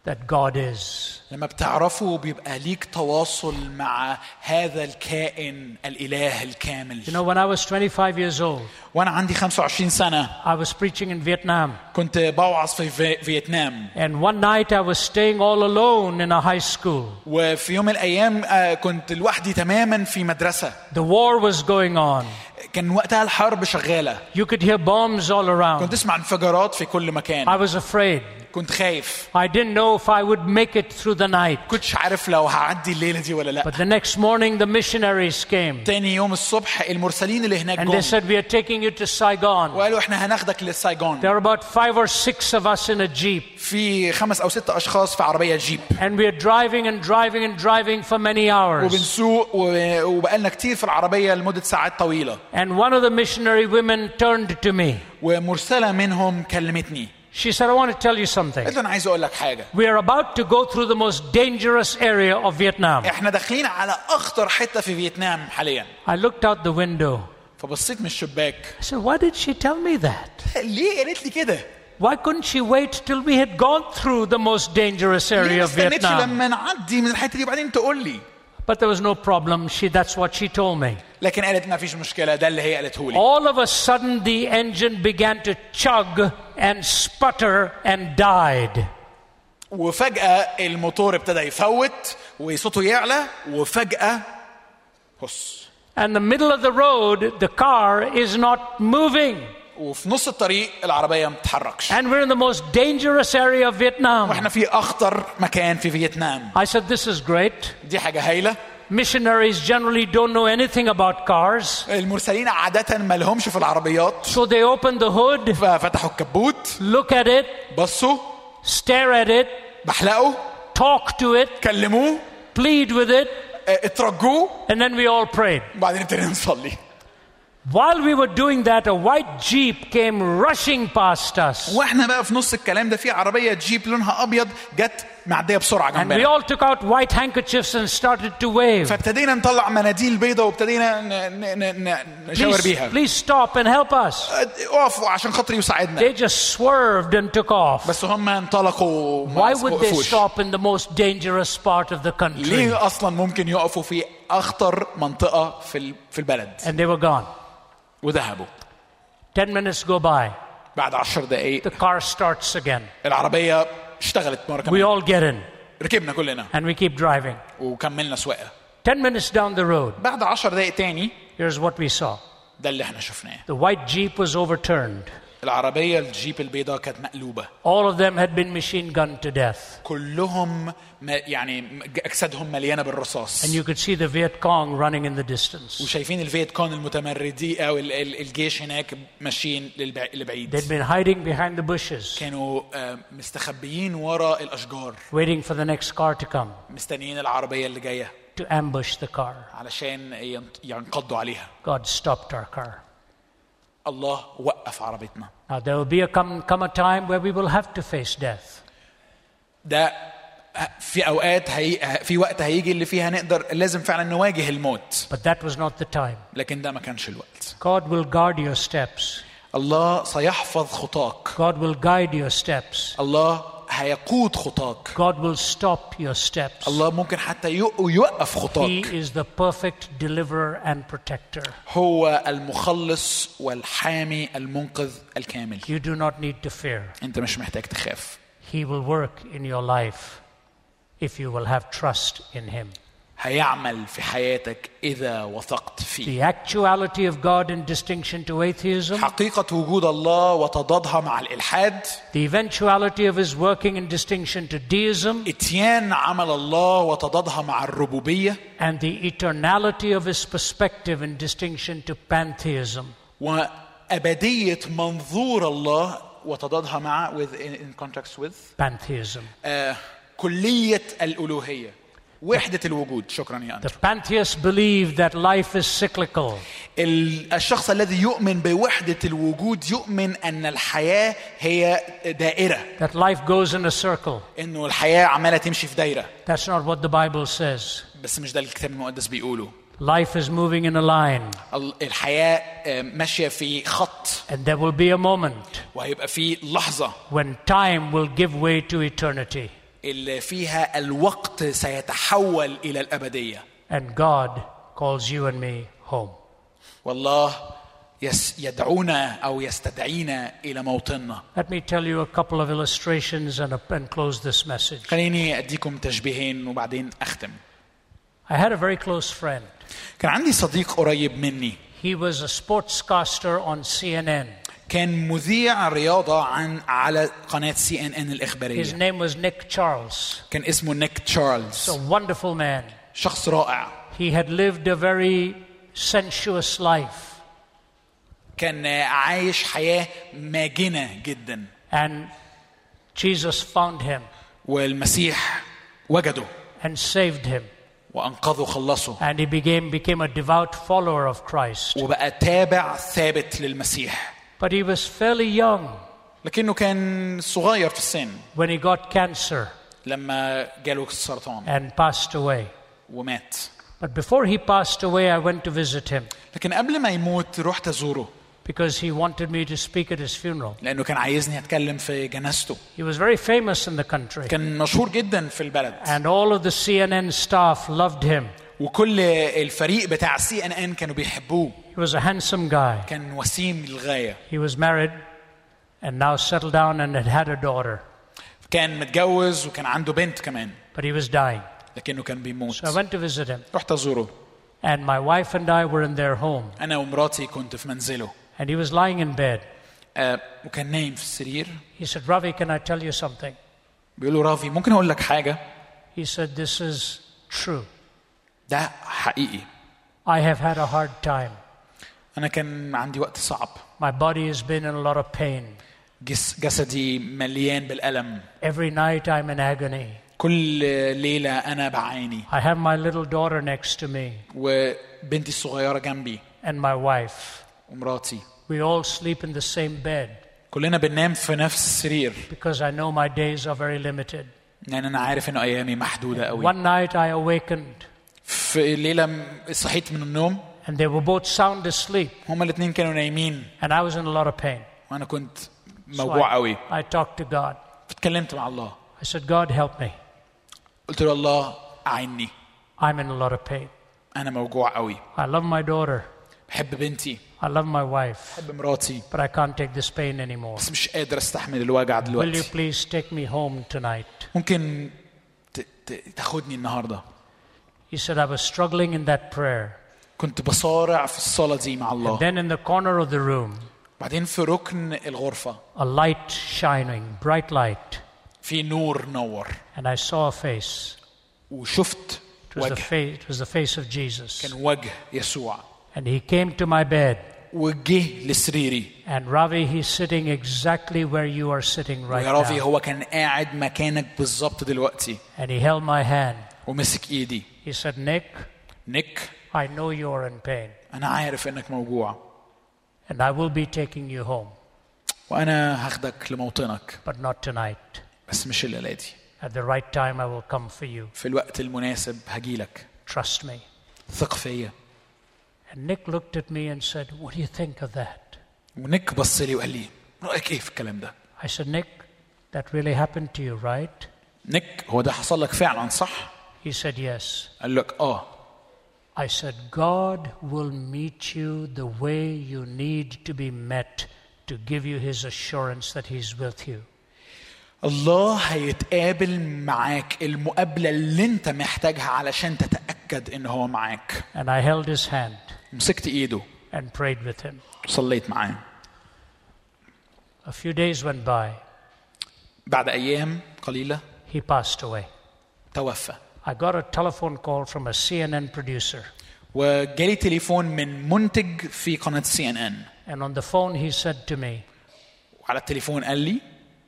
Speaker 1: that God is.
Speaker 2: لما بتعرفه بيبقى ليك تواصل مع هذا الكائن الاله الكامل
Speaker 1: You know, when I was 25 years old,
Speaker 2: وانا عندي 25 سنه
Speaker 1: I was preaching in Vietnam.
Speaker 2: كنت بوعظ في في- فيتنام
Speaker 1: And one night I was staying all alone in a high school.
Speaker 2: وفي يوم من الايام آه، كنت لوحدي تماما في مدرسه
Speaker 1: The war was going on.
Speaker 2: كان وقتها الحرب شغاله
Speaker 1: You could hear bombs all
Speaker 2: كنت
Speaker 1: around.
Speaker 2: اسمع انفجارات في كل
Speaker 1: I
Speaker 2: مكان
Speaker 1: was afraid.
Speaker 2: كنت خايف
Speaker 1: I didn't know if I would make it through the night.
Speaker 2: كنتش عارف لو هعدي الليله دي ولا لا
Speaker 1: But the next morning, the missionaries came
Speaker 2: تاني يوم الصبح المرسلين اللي هناك
Speaker 1: and they
Speaker 2: جم
Speaker 1: said, We are taking you to Saigon.
Speaker 2: وقالوا احنا هناخدك لسايجون
Speaker 1: There were about five or six of us in a jeep.
Speaker 2: في خمس او ست اشخاص في عربيه جيب
Speaker 1: And we are driving and driving and driving for many hours.
Speaker 2: وبنسوق و- وبقالنا كتير في العربيه لمده ساعات طويله
Speaker 1: And one of the missionary women turned to me.
Speaker 2: ومرسله منهم كلمتني
Speaker 1: She said, I want to tell you something.
Speaker 2: قلت له انا عايز اقول لك حاجه
Speaker 1: We are about to go through the most dangerous area of Vietnam.
Speaker 2: احنا داخلين على اخطر حته في فيتنام حاليا
Speaker 1: I looked out the window.
Speaker 2: فبصيت من الشباك
Speaker 1: I said, Why did she tell me that?
Speaker 2: ليه قالت لي كده
Speaker 1: Why couldn't she wait till we had gone through the most dangerous
Speaker 2: ليه
Speaker 1: area
Speaker 2: ما
Speaker 1: of
Speaker 2: استنتش
Speaker 1: Vietnam?
Speaker 2: لما نعدي من الحته دي وبعدين تقول لي
Speaker 1: But there was no problem. She, that's what she told me.
Speaker 2: لكن قالت ما فيش مشكله ده اللي هي قالته لي
Speaker 1: All of a sudden, the engine began to chug and sputter and died.
Speaker 2: وفجاه الموتور ابتدى يفوت وصوته يعلى وفجاه هص
Speaker 1: And the middle of the road, the car is not moving.
Speaker 2: وفي نص الطريق العربيه ما بتتحركش
Speaker 1: And we're in the most dangerous area of Vietnam.
Speaker 2: واحنا في اخطر مكان في فيتنام
Speaker 1: I said, This is great.
Speaker 2: دي حاجه هايله
Speaker 1: Missionaries generally don't know anything about cars.
Speaker 2: المرسلين عاده ما لهمش في العربيات
Speaker 1: So they open the hood,
Speaker 2: ففتحوا الكبوت
Speaker 1: look at it,
Speaker 2: بصوا
Speaker 1: stare at it,
Speaker 2: بحلقوا
Speaker 1: talk to it,
Speaker 2: كلموه
Speaker 1: plead with it,
Speaker 2: اه، اترجوه
Speaker 1: and then we all prayed.
Speaker 2: وبعدين ابتدينا نصلي
Speaker 1: While we were doing that, a white jeep came rushing past us.
Speaker 2: واحنا بقى في نص الكلام ده في عربيه جيب لونها ابيض جت معديه بسرعه
Speaker 1: And we
Speaker 2: جنبنا
Speaker 1: all took out white handkerchiefs and started to wave.
Speaker 2: فابتدينا نطلع مناديل بيضة وابتدينا ن- ن- ن- ن- نشاور
Speaker 1: Please,
Speaker 2: بيها
Speaker 1: please stop and help us.
Speaker 2: اقفوا عشان خاطري وساعدنا
Speaker 1: They just swerved and took off.
Speaker 2: بس هم انطلقوا وما
Speaker 1: Why would they
Speaker 2: وقفوش.
Speaker 1: stop in the most dangerous part of the country?
Speaker 2: ليه اصلا ممكن يقفوا في اخطر منطقه في ال- في البلد
Speaker 1: And they were gone.
Speaker 2: وذهبوا
Speaker 1: Ten minutes go by.
Speaker 2: بعد عشر دقائق
Speaker 1: The car starts again.
Speaker 2: العربيه اشتغلت مره
Speaker 1: We
Speaker 2: كمان
Speaker 1: all get in
Speaker 2: ركبنا كلنا
Speaker 1: and we keep driving.
Speaker 2: وكملنا سواقه
Speaker 1: Ten minutes down the road,
Speaker 2: بعد عشر دقائق تاني
Speaker 1: here's what we saw.
Speaker 2: ده اللي احنا شفناه
Speaker 1: The white Jeep was overturned.
Speaker 2: العربيه الجيب البيضاء كانت مقلوبه
Speaker 1: All of them had been machine gunned to death.
Speaker 2: كلهم ما يعني اجسادهم مليانه بالرصاص
Speaker 1: And you could see the Viet Cong running in the distance.
Speaker 2: وشايفين الفيت كون المتمردي او ال- ال- الجيش هناك ماشيين للبع-
Speaker 1: They'd
Speaker 2: لبعيد
Speaker 1: been hiding behind the bushes,
Speaker 2: كانوا آه، مستخبيين ورا الاشجار
Speaker 1: waiting for the next car to come
Speaker 2: مستنيين العربيه اللي جايه
Speaker 1: to ambush the car.
Speaker 2: علشان ين- ينقضوا عليها
Speaker 1: God stopped our car.
Speaker 2: الله وقف عربيتنا
Speaker 1: Now, there will be a come, come a time where we will have to face death.
Speaker 2: ده في اوقات هي... في وقت هيجي اللي فيها نقدر لازم فعلا نواجه الموت
Speaker 1: But that was not the time.
Speaker 2: لكن ده ما كانش الوقت
Speaker 1: God will guard your steps,
Speaker 2: الله سيحفظ خطاك
Speaker 1: God will guide your steps,
Speaker 2: الله هيقود خطاك
Speaker 1: God will stop your steps.
Speaker 2: الله ممكن حتى يو- يوقف
Speaker 1: He
Speaker 2: خطاك
Speaker 1: is the perfect deliverer and protector.
Speaker 2: هو المخلص والحامي المنقذ الكامل
Speaker 1: You do not need to fear.
Speaker 2: انت مش محتاج تخاف
Speaker 1: He will work in your life if you will have trust in Him.
Speaker 2: هيعمل في حياتك اذا وثقت فيه
Speaker 1: The actuality of God in distinction to atheism,
Speaker 2: حقيقة وجود الله وتضادها مع الإلحاد
Speaker 1: the eventuality of His working in distinction to deism,
Speaker 2: اتيان عمل الله وتضادها مع الربوبية
Speaker 1: and the eternality of His perspective in distinction to pantheism.
Speaker 2: وأبدية منظور الله وتضادها مع with in, in context with
Speaker 1: Pantheism.
Speaker 2: آه كلية الألوهية وحدة الوجود شكرا يا أنت
Speaker 1: The pantheists believe that life is cyclical,
Speaker 2: ال- الشخص الذي يؤمن بوحدة الوجود يؤمن أن الحياة هي دائرة
Speaker 1: that life goes in a circle.
Speaker 2: إنه الحياة عمالة تمشي في دايرة
Speaker 1: That's not what the Bible says.
Speaker 2: بس مش ده الكتاب المقدس بيقوله
Speaker 1: Life is moving in a line,
Speaker 2: ال- الحياة آه، ماشية في خط
Speaker 1: and there will be a moment
Speaker 2: وهيبقى في لحظة
Speaker 1: when time will give way to eternity,
Speaker 2: اللي فيها الوقت سيتحول إلى الأبدية
Speaker 1: and God calls you and me home.
Speaker 2: والله يس يدعونا أو يستدعينا إلى موطننا
Speaker 1: Let me tell you a couple of illustrations and, and close this message.
Speaker 2: خليني أديكم تشبيهين وبعدين أختم
Speaker 1: I had a very close friend.
Speaker 2: كان عندي صديق قريب مني
Speaker 1: He was a sportscaster on CNN.
Speaker 2: كان مذيع رياضة عن على قناة سي ان ان
Speaker 1: His
Speaker 2: الإخبارية
Speaker 1: name was Nick Charles,
Speaker 2: كان اسمه نيك تشارلز
Speaker 1: a wonderful man.
Speaker 2: شخص رائع
Speaker 1: He had lived a very sensuous life,
Speaker 2: كان عايش حياة ماجنة جدا
Speaker 1: and Jesus found him
Speaker 2: والمسيح وجده
Speaker 1: and saved him,
Speaker 2: وأنقذه خلصه
Speaker 1: and he became, became a devout follower of Christ.
Speaker 2: وبقى تابع ثابت للمسيح
Speaker 1: But he was fairly young
Speaker 2: لكنه كان صغير في السن
Speaker 1: when he got cancer
Speaker 2: لما جاله السرطان
Speaker 1: and passed away.
Speaker 2: ومات
Speaker 1: But before he passed away, I went to visit him
Speaker 2: لكن قبل ما يموت رحت أزوره
Speaker 1: because he wanted me to speak at his funeral.
Speaker 2: لأنه كان عايزني أتكلم في جنازته
Speaker 1: He was very famous in the country,
Speaker 2: كان مشهور جدا في البلد
Speaker 1: and all of the CNN staff loved him.
Speaker 2: وكل الفريق بتاع سي ان ان كانوا بيحبوه
Speaker 1: He was a handsome guy.
Speaker 2: كان وسيم للغاية
Speaker 1: He was married and now settled down and had had a daughter,
Speaker 2: كان متجوز وكان عنده بنت كمان
Speaker 1: but he was dying.
Speaker 2: لكنه كان بيموت
Speaker 1: So I went to visit him,
Speaker 2: رحت أزوره
Speaker 1: and my wife and I were in their home,
Speaker 2: أنا ومراتي كنت في منزله
Speaker 1: and he was lying in bed.
Speaker 2: آه، وكان نايم في السرير
Speaker 1: He said, Ravi, can I tell you something?
Speaker 2: بيقول له رافي ممكن أقول لك حاجة
Speaker 1: He said, This is true.
Speaker 2: ده حقيقي
Speaker 1: I have had a hard time.
Speaker 2: أنا كان عندي وقت صعب
Speaker 1: My body has been in a lot of pain.
Speaker 2: جس جسدي مليان بالألم
Speaker 1: Every night I'm in agony.
Speaker 2: كل ليلة أنا بعاني
Speaker 1: I have my little daughter next to me
Speaker 2: وبنتي الصغيرة جنبي
Speaker 1: and my wife.
Speaker 2: ومراتي
Speaker 1: We all sleep in the same bed
Speaker 2: كلنا بننام في نفس السرير
Speaker 1: because I know my days are very limited.
Speaker 2: لان انا عارف انه ايامي محدوده قوي
Speaker 1: One night I awakened,
Speaker 2: في ليله م- صحيت من النوم
Speaker 1: and they were both sound asleep,
Speaker 2: هما الاثنين كانوا نايمين
Speaker 1: and I was in a lot of pain.
Speaker 2: وانا كنت
Speaker 1: So
Speaker 2: موجوع قوي
Speaker 1: I, I talked to God.
Speaker 2: اتكلمت مع الله
Speaker 1: I said, God, help me.
Speaker 2: قلت له الله اعني
Speaker 1: I'm in a lot of pain.
Speaker 2: انا موجوع قوي
Speaker 1: I love my daughter.
Speaker 2: بحب بنتي
Speaker 1: I love my wife.
Speaker 2: بحب مراتي
Speaker 1: But I can't take this pain anymore.
Speaker 2: بس مش قادر استحمل الوجع
Speaker 1: Will you
Speaker 2: دلوقتي
Speaker 1: please take me home tonight?
Speaker 2: ممكن ت- ت- تاخدني النهارده
Speaker 1: He said, I was struggling in that prayer.
Speaker 2: كنت بصارع في الصلاه دي مع الله
Speaker 1: Then in the corner of the room,
Speaker 2: بعدين في ركن الغرفه
Speaker 1: a light shining, bright light,
Speaker 2: في نور نور
Speaker 1: and I saw a face.
Speaker 2: وشفت
Speaker 1: It was, the
Speaker 2: وجه
Speaker 1: face, it was the face of Jesus.
Speaker 2: كان وجه يسوع
Speaker 1: And he came to my bed.
Speaker 2: وجه لسريري
Speaker 1: And Ravi, he's sitting exactly where you are sitting right
Speaker 2: ويا رافي
Speaker 1: now.
Speaker 2: هو كان قاعد مكانك بالظبط دلوقتي
Speaker 1: And he held my hand.
Speaker 2: ومسك ايدي
Speaker 1: He said, Nick,
Speaker 2: نيك
Speaker 1: I know you're in pain,
Speaker 2: انا عارف انك موجوع
Speaker 1: and I will be taking you home,
Speaker 2: وانا هاخدك لموطنك
Speaker 1: but not tonight.
Speaker 2: بس مش الليله دي
Speaker 1: At the right time, I will come for you.
Speaker 2: في الوقت المناسب هجيلك
Speaker 1: Trust me.
Speaker 2: ثق فيا
Speaker 1: And Nick looked at me and said, What do you think of that?
Speaker 2: ونيك بص لي وقال لي رايك ايه في الكلام ده
Speaker 1: I said, Nick, that really happened to you, right?
Speaker 2: نيك هو ده حصل لك فعلا صح
Speaker 1: He said, Yes.
Speaker 2: قال لك اه
Speaker 1: I said, God will meet you the way you need to be met to give you his assurance that he's with you.
Speaker 2: الله هيتقابل معاك المقابله اللي انت محتاجها علشان تتاكد ان هو معاك
Speaker 1: And I held his hand
Speaker 2: مسكت ايده
Speaker 1: and prayed with him.
Speaker 2: وصليت معاه
Speaker 1: A few days went by.
Speaker 2: بعد ايام قليله
Speaker 1: He passed away.
Speaker 2: توفى
Speaker 1: I got a telephone call from a CNN producer.
Speaker 2: وجالي تليفون من منتج في قناه سي ان ان
Speaker 1: And on the phone, he said to me,
Speaker 2: وعلى التليفون قال لي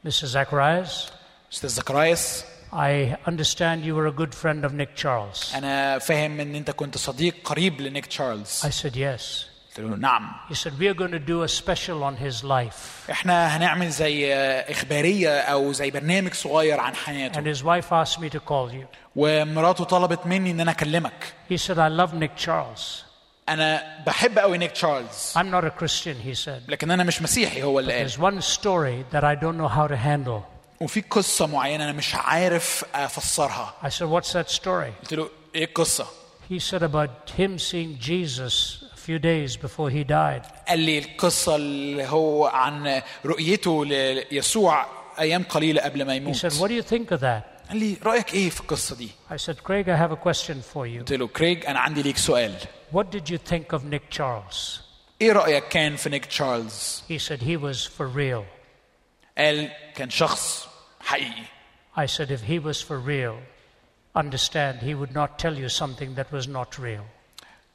Speaker 1: Mr. Zacharias,
Speaker 2: استاذ زكرايس
Speaker 1: I understand you were a good friend of Nick Charles.
Speaker 2: انا فاهم ان انت كنت صديق قريب لنيك تشارلز
Speaker 1: I said, Yes.
Speaker 2: قلت له نعم
Speaker 1: He said, We are going to do a special on his life.
Speaker 2: احنا هنعمل زي آه، اخباريه او زي برنامج صغير عن حياته
Speaker 1: And his wife asked me to call you.
Speaker 2: ومراته طلبت مني ان انا اكلمك
Speaker 1: He said, I love Nick Charles.
Speaker 2: انا بحب قوي نيك تشارلز
Speaker 1: I'm not a Christian, he said.
Speaker 2: لكن انا مش مسيحي هو اللي قال
Speaker 1: There's one story that I don't know how to handle.
Speaker 2: وفي قصه معينه انا مش عارف افسرها
Speaker 1: I said, What's that story?
Speaker 2: قلت له ايه القصه
Speaker 1: He said about him seeing Jesus a few days before he died.
Speaker 2: قال لي القصه اللي هو عن رؤيته ليسوع ايام قليله قبل ما
Speaker 1: He
Speaker 2: يموت
Speaker 1: said, What do you think of that?
Speaker 2: قال لي رايك ايه في القصه دي
Speaker 1: I said, Craig, I have a question for you.
Speaker 2: قلت له كريج انا عندي ليك سؤال
Speaker 1: What did you think of Nick Charles?
Speaker 2: ايه رايك كان في نيك تشارلز
Speaker 1: He said, He was for real.
Speaker 2: قال كان شخص حقيقي
Speaker 1: I said, If he was for real, understand he would not tell you something that was not real.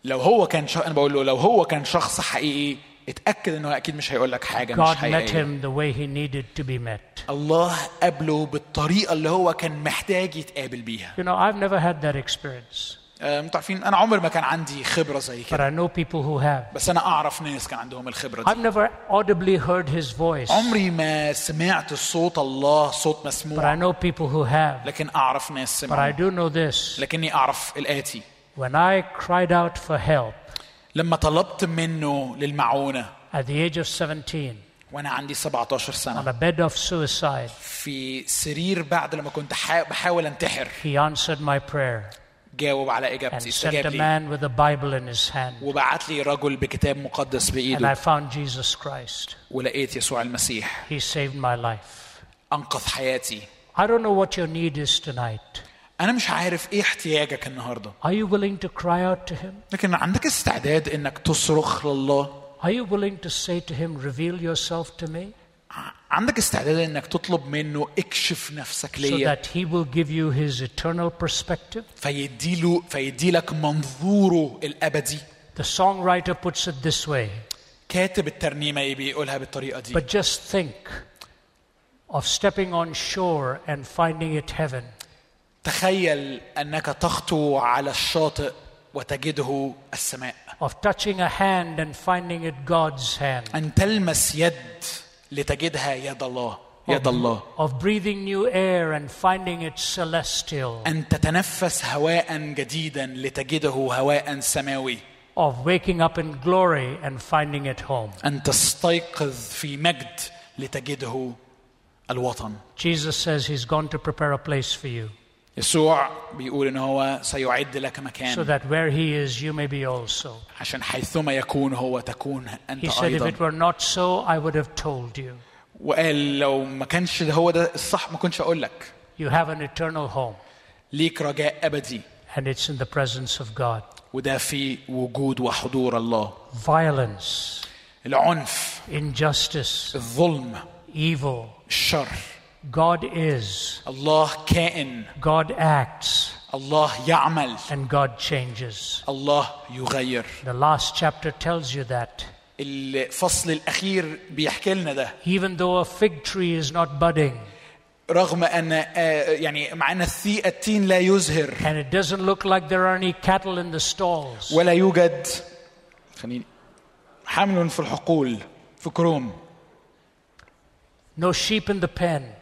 Speaker 2: لو هو كان ش... انا بقول له لو هو كان شخص حقيقي اتاكد انه اكيد مش هيقول لك حاجه مش
Speaker 1: God met
Speaker 2: حقيقيه
Speaker 1: him the way he needed to be met.
Speaker 2: الله قابله بالطريقه اللي هو كان محتاج يتقابل بيها
Speaker 1: You know, I've never had that experience,
Speaker 2: آه، انتوا عارفين انا عمري ما كان عندي خبره زي
Speaker 1: but
Speaker 2: كده
Speaker 1: I know people who have.
Speaker 2: بس انا اعرف ناس كان عندهم الخبره دي
Speaker 1: I've never audibly heard his voice,
Speaker 2: عمري ما سمعت صوت الله صوت
Speaker 1: but I
Speaker 2: مسموع
Speaker 1: know people who have.
Speaker 2: لكن اعرف ناس
Speaker 1: But I
Speaker 2: سمعوا
Speaker 1: do know this
Speaker 2: لكني اعرف الاتي
Speaker 1: when I cried out for help
Speaker 2: لما طلبت منه للمعونه
Speaker 1: at the age of 17
Speaker 2: وانا عندي 17 سنه
Speaker 1: on a bed of suicide,
Speaker 2: في سرير بعد لما كنت حا- بحاول انتحر
Speaker 1: he answered my prayer
Speaker 2: جاوب على
Speaker 1: and
Speaker 2: اجابتي استجاب
Speaker 1: sent a
Speaker 2: لي
Speaker 1: man with a Bible in his hand.
Speaker 2: وبعت لي رجل بكتاب مقدس
Speaker 1: And I
Speaker 2: بايده
Speaker 1: found Jesus Christ.
Speaker 2: ولقيت يسوع المسيح
Speaker 1: He saved my life.
Speaker 2: انقذ حياتي
Speaker 1: I don't know what your need is tonight.
Speaker 2: انا مش عارف ايه احتياجك النهارده
Speaker 1: Are you willing to cry out to Him?
Speaker 2: لكن عندك استعداد انك تصرخ لله
Speaker 1: Are you willing to say to Him, Reveal yourself to me?
Speaker 2: ع- عندك استعداد انك تطلب منه اكشف نفسك
Speaker 1: So
Speaker 2: ليا
Speaker 1: that He will give you His eternal perspective?
Speaker 2: فيديله فيديلك منظوره الابدي
Speaker 1: The songwriter puts it this way,
Speaker 2: كاتب الترنيمه بيقولها بالطريقه دي
Speaker 1: but just think of stepping on shore and finding it heaven.
Speaker 2: تخيل انك تخطو على الشاطئ وتجده السماء
Speaker 1: of touching a hand and finding it God's hand,
Speaker 2: ان تلمس يد لتجدها يد الله يد الله
Speaker 1: of breathing new air and finding it celestial,
Speaker 2: أن تتنفس هواء جديدا لتجده هواء سماوي
Speaker 1: of waking up in glory and finding it home.
Speaker 2: أن تستيقظ في مجد لتجده الوطن
Speaker 1: Jesus says he's gone to prepare a place for you
Speaker 2: يسوع بيقول إن هو سيعد لك
Speaker 1: so
Speaker 2: مكان
Speaker 1: that where he is, you may be also.
Speaker 2: عشان حيثما يكون هو تكون
Speaker 1: He
Speaker 2: أنت
Speaker 1: said, If
Speaker 2: أيضا
Speaker 1: it were not so, I would have told you.
Speaker 2: وقال لو ما كانش ده هو ده الصح ما كنتش أقول لك
Speaker 1: You have an eternal home,
Speaker 2: ليك رجاء أبدي
Speaker 1: and it's in the presence of God.
Speaker 2: وده في وجود وحضور الله
Speaker 1: Violence,
Speaker 2: العنف
Speaker 1: injustice,
Speaker 2: الظلم
Speaker 1: evil.
Speaker 2: الشر
Speaker 1: God is,
Speaker 2: الله كائن
Speaker 1: God acts,
Speaker 2: الله يعمل
Speaker 1: and God changes.
Speaker 2: الله يغير
Speaker 1: The last chapter tells you that.
Speaker 2: الفصل الأخير بيحكي لنا ده
Speaker 1: Even though a fig tree is not budding,
Speaker 2: رغم أن آه، يعني معنا الثي التين لا يزهر
Speaker 1: and it doesn't look like there are any cattle in the stalls,
Speaker 2: ولا يوجد خليني حمل في الحقول في كروم
Speaker 1: no sheep in the pen,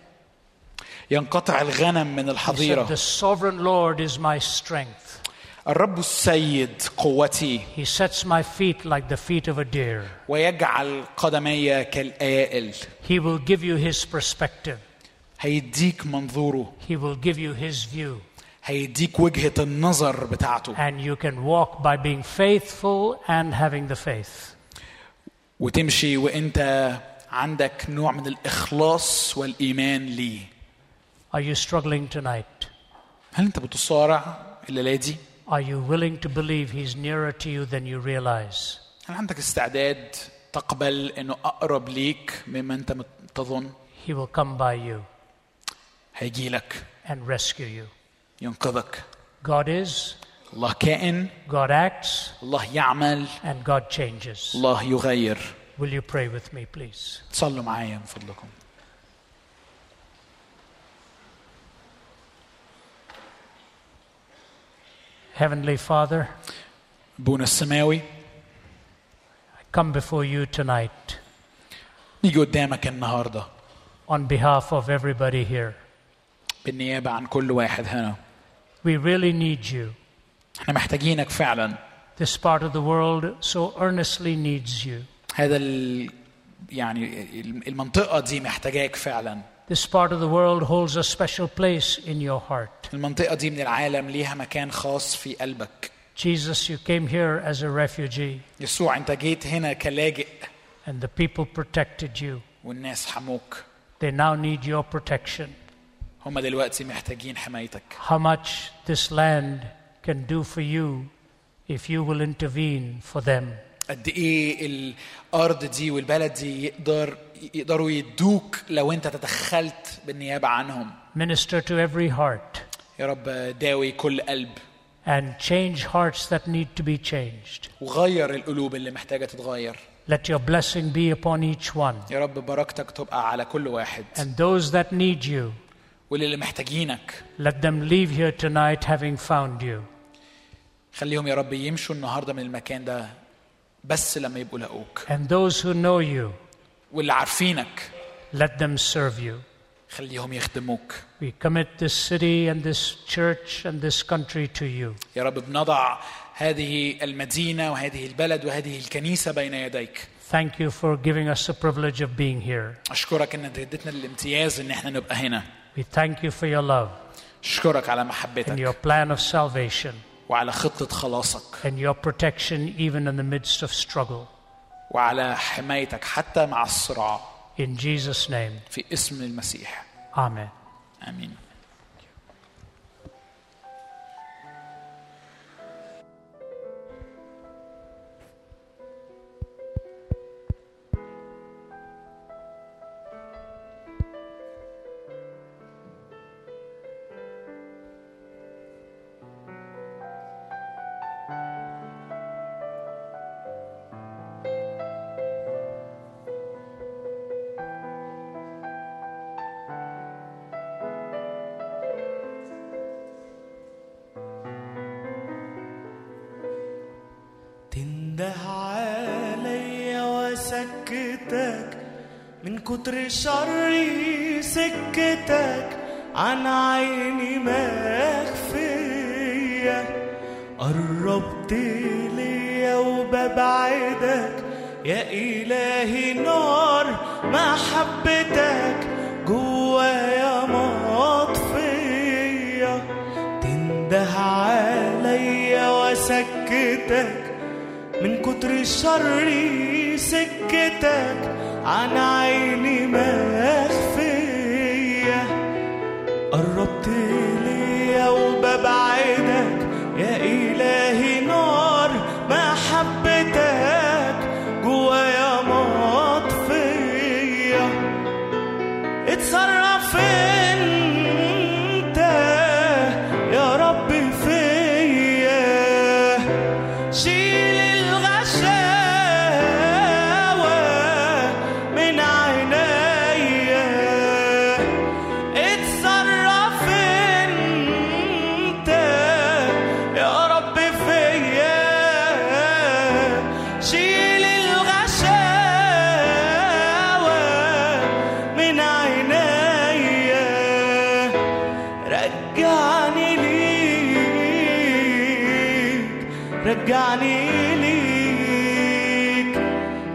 Speaker 2: ينقطع الغنم من
Speaker 1: he said,
Speaker 2: الحظيرة
Speaker 1: The sovereign Lord is my strength.
Speaker 2: الرب السيد قوتي
Speaker 1: He sets my feet like the feet of a deer.
Speaker 2: ويجعل قدمي كالآيائل
Speaker 1: He will give you his perspective.
Speaker 2: هيديك منظوره
Speaker 1: He will give you his view.
Speaker 2: هيديك وجهة النظر بتاعته
Speaker 1: And you can walk by being faithful and having the faith.
Speaker 2: وتمشي وانت عندك نوع من الإخلاص والإيمان ليه
Speaker 1: Are you struggling tonight?
Speaker 2: هل انت بتصارع الليلة دي؟
Speaker 1: Are you willing to believe he's nearer to you than you realize?
Speaker 2: هل عندك استعداد تقبل انه اقرب ليك مما انت مت- تظن
Speaker 1: He will come by you
Speaker 2: هيجي لك
Speaker 1: and rescue you.
Speaker 2: ينقذك
Speaker 1: God is,
Speaker 2: الله كائن
Speaker 1: God acts,
Speaker 2: الله يعمل
Speaker 1: and God changes.
Speaker 2: الله يغير
Speaker 1: Will you pray with me, please?
Speaker 2: صلوا معايا من فضلكم
Speaker 1: Heavenly Father,
Speaker 2: ابونا السماوي
Speaker 1: I come before you tonight
Speaker 2: نيجي قدامك النهارده
Speaker 1: on behalf of everybody here.
Speaker 2: بالنيابه عن كل واحد هنا
Speaker 1: We really need you.
Speaker 2: احنا محتاجينك فعلا
Speaker 1: This part of the world so earnestly needs you.
Speaker 2: هذا ال... يعني المنطقه دي محتاجاك فعلا
Speaker 1: This part of the world holds a special place in your heart.
Speaker 2: المنطقه دي من العالم ليها مكان خاص في قلبك
Speaker 1: Jesus, you came here as a refugee,
Speaker 2: يسوع انت جيت هنا كلاجئ
Speaker 1: and the people protected you.
Speaker 2: والناس حموك
Speaker 1: They now need your protection.
Speaker 2: هم دلوقتي محتاجين حمايتك
Speaker 1: How much this land can do for you if you will intervene for them.
Speaker 2: قد ايه الارض دي والبلد دي يقدر يقدروا يدوك لو انت تدخلت بالنيابه عنهم
Speaker 1: Minister to every heart
Speaker 2: يا رب داوي كل قلب
Speaker 1: and change hearts that need to be changed.
Speaker 2: وغير القلوب اللي محتاجه تتغير
Speaker 1: Let your blessing be upon each one.
Speaker 2: يا رب بركتك تبقى على كل واحد
Speaker 1: And those that need you,
Speaker 2: واللي محتاجينك
Speaker 1: let them leave here tonight having found you.
Speaker 2: خليهم يا رب يمشوا النهارده من المكان ده بس لما يبقوا لاقوك
Speaker 1: And those who know you,
Speaker 2: واللي عارفينك
Speaker 1: let them serve you.
Speaker 2: خليهم يخدموك
Speaker 1: We commit this city and this church and this country to you.
Speaker 2: يا رب بنضع هذه المدينه وهذه البلد وهذه الكنيسه بين يديك
Speaker 1: Thank you for giving us the privilege of being here.
Speaker 2: اشكرك ان اديتنا الامتياز ان احنا نبقى هنا
Speaker 1: We thank you for your love
Speaker 2: اشكرك على
Speaker 1: and your
Speaker 2: محبتك
Speaker 1: plan of salvation
Speaker 2: وعلى خطه خلاصك
Speaker 1: and your protection even in the midst of struggle.
Speaker 2: وعلى حمايتك حتى مع الصراع
Speaker 1: In Jesus' name,
Speaker 2: في اسم المسيح
Speaker 1: Amen.
Speaker 2: امين
Speaker 3: تنده عليا وسكتك من كتر شري سكتك عن عيني مخفية قربت ليا وببعدك يا إلهي نار محبتك جوايا مطفية تنده عليا وسكتك من كتر شر سكتك عن عيني مخفية قربت ليا وببعدك يا إلهي نار محبتك جوايا مطفية اتصرف انت يا رب فيا شيل الغشاوة من عينيا اتصرف انت يا رب فيا شيل الغشاوة من عينيا رجعني ليك رجعني ليك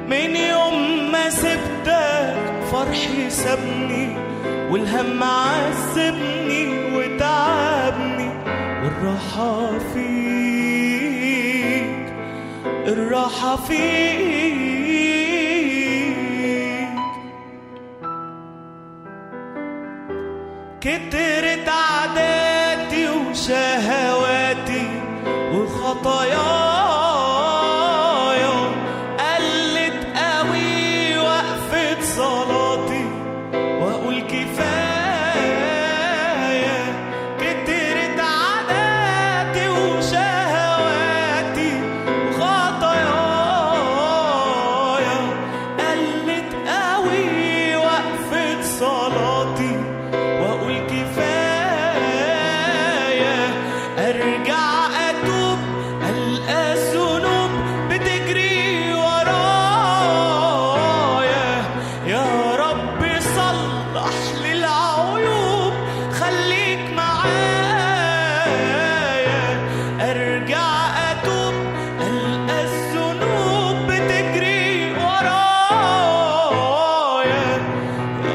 Speaker 3: من يوم ما سبتك فرحي سابني والهم عذبني وتعبني والراحة فيك الراحة فيك كترت عاداتي وشهواتي وخطاياي قلت قوي وقفت صلاتي واقول كفايه كترت عاداتي وشهواتي وخطاياي قلت قوي وقفت صلاتي واقول كفايه ارجع اتوب القى الذنوب بتجري ورايا يا رب صلح لي العيوب خليك معايا ارجع اتوب القى الذنوب بتجري ورايا يا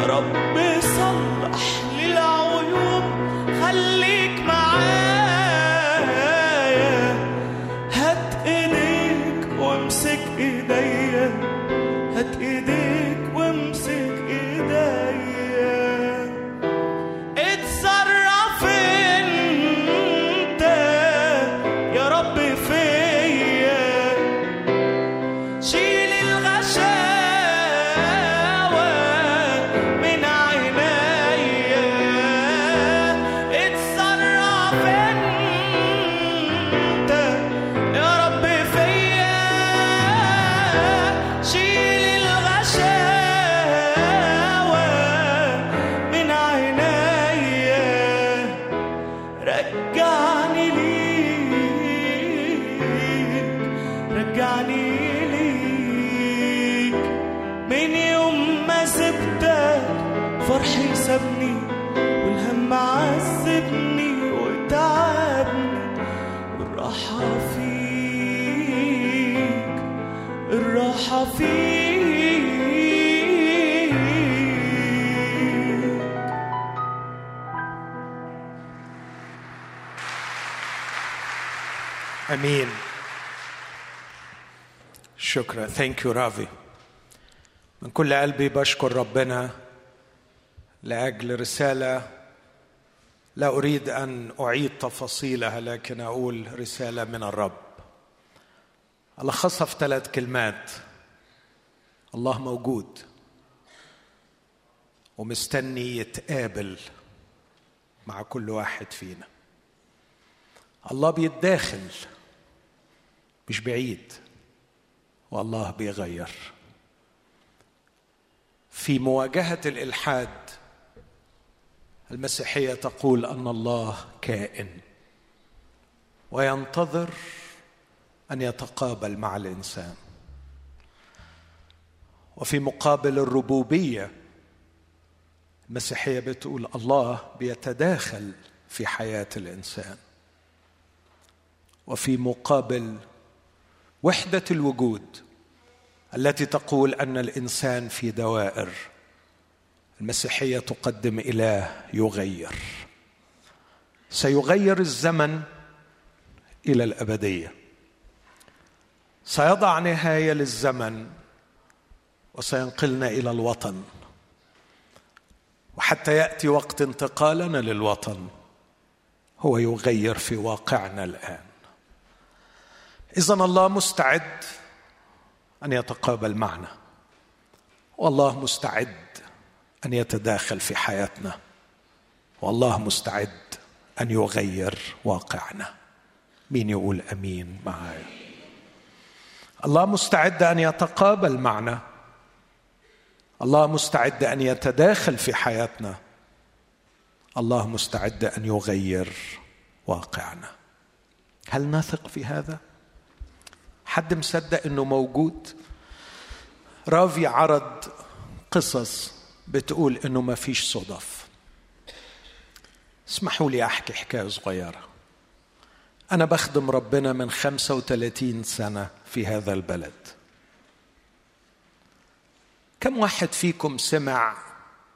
Speaker 3: رب صلح لي العيوب خليك معايا هات ايديك وامسك ايديا هات ايديك وامسك ايديا اتصرف انت يا رب فيا شيل الغشاوة من عينيا اتصرف انت يا رب فيا شيل الغشاوة من عينيا رجعني ليك رجعني ليك من يوم ما سبتك فرحي سابني والهم عذبني وتعبني والراحة فيك الراحة فيك
Speaker 4: امين شكرا ثانك يو رافي من كل قلبي بشكر ربنا لاجل رساله لا اريد ان اعيد تفاصيلها لكن اقول رساله من الرب الخصها في ثلاث كلمات الله موجود ومستني يتقابل مع كل واحد فينا الله بيتداخل مش بعيد والله بيغير في مواجهه الالحاد المسيحيه تقول ان الله كائن وينتظر ان يتقابل مع الانسان وفي مقابل الربوبيه المسيحيه بتقول الله بيتداخل في حياه الانسان وفي مقابل وحده الوجود التي تقول ان الانسان في دوائر المسيحيه تقدم اله يغير سيغير الزمن الى الابديه سيضع نهايه للزمن وسينقلنا الى الوطن وحتى ياتي وقت انتقالنا للوطن هو يغير في واقعنا الان اذا الله مستعد ان يتقابل معنا والله مستعد ان يتداخل في حياتنا والله مستعد ان يغير واقعنا مين يقول امين معايا الله مستعد ان يتقابل معنا الله مستعد ان يتداخل في حياتنا الله مستعد ان يغير واقعنا هل نثق في هذا حد مصدق انه موجود رافي عرض قصص بتقول انه ما فيش صدف اسمحوا لي احكي حكايه صغيره انا بخدم ربنا من 35 سنه في هذا البلد كم واحد فيكم سمع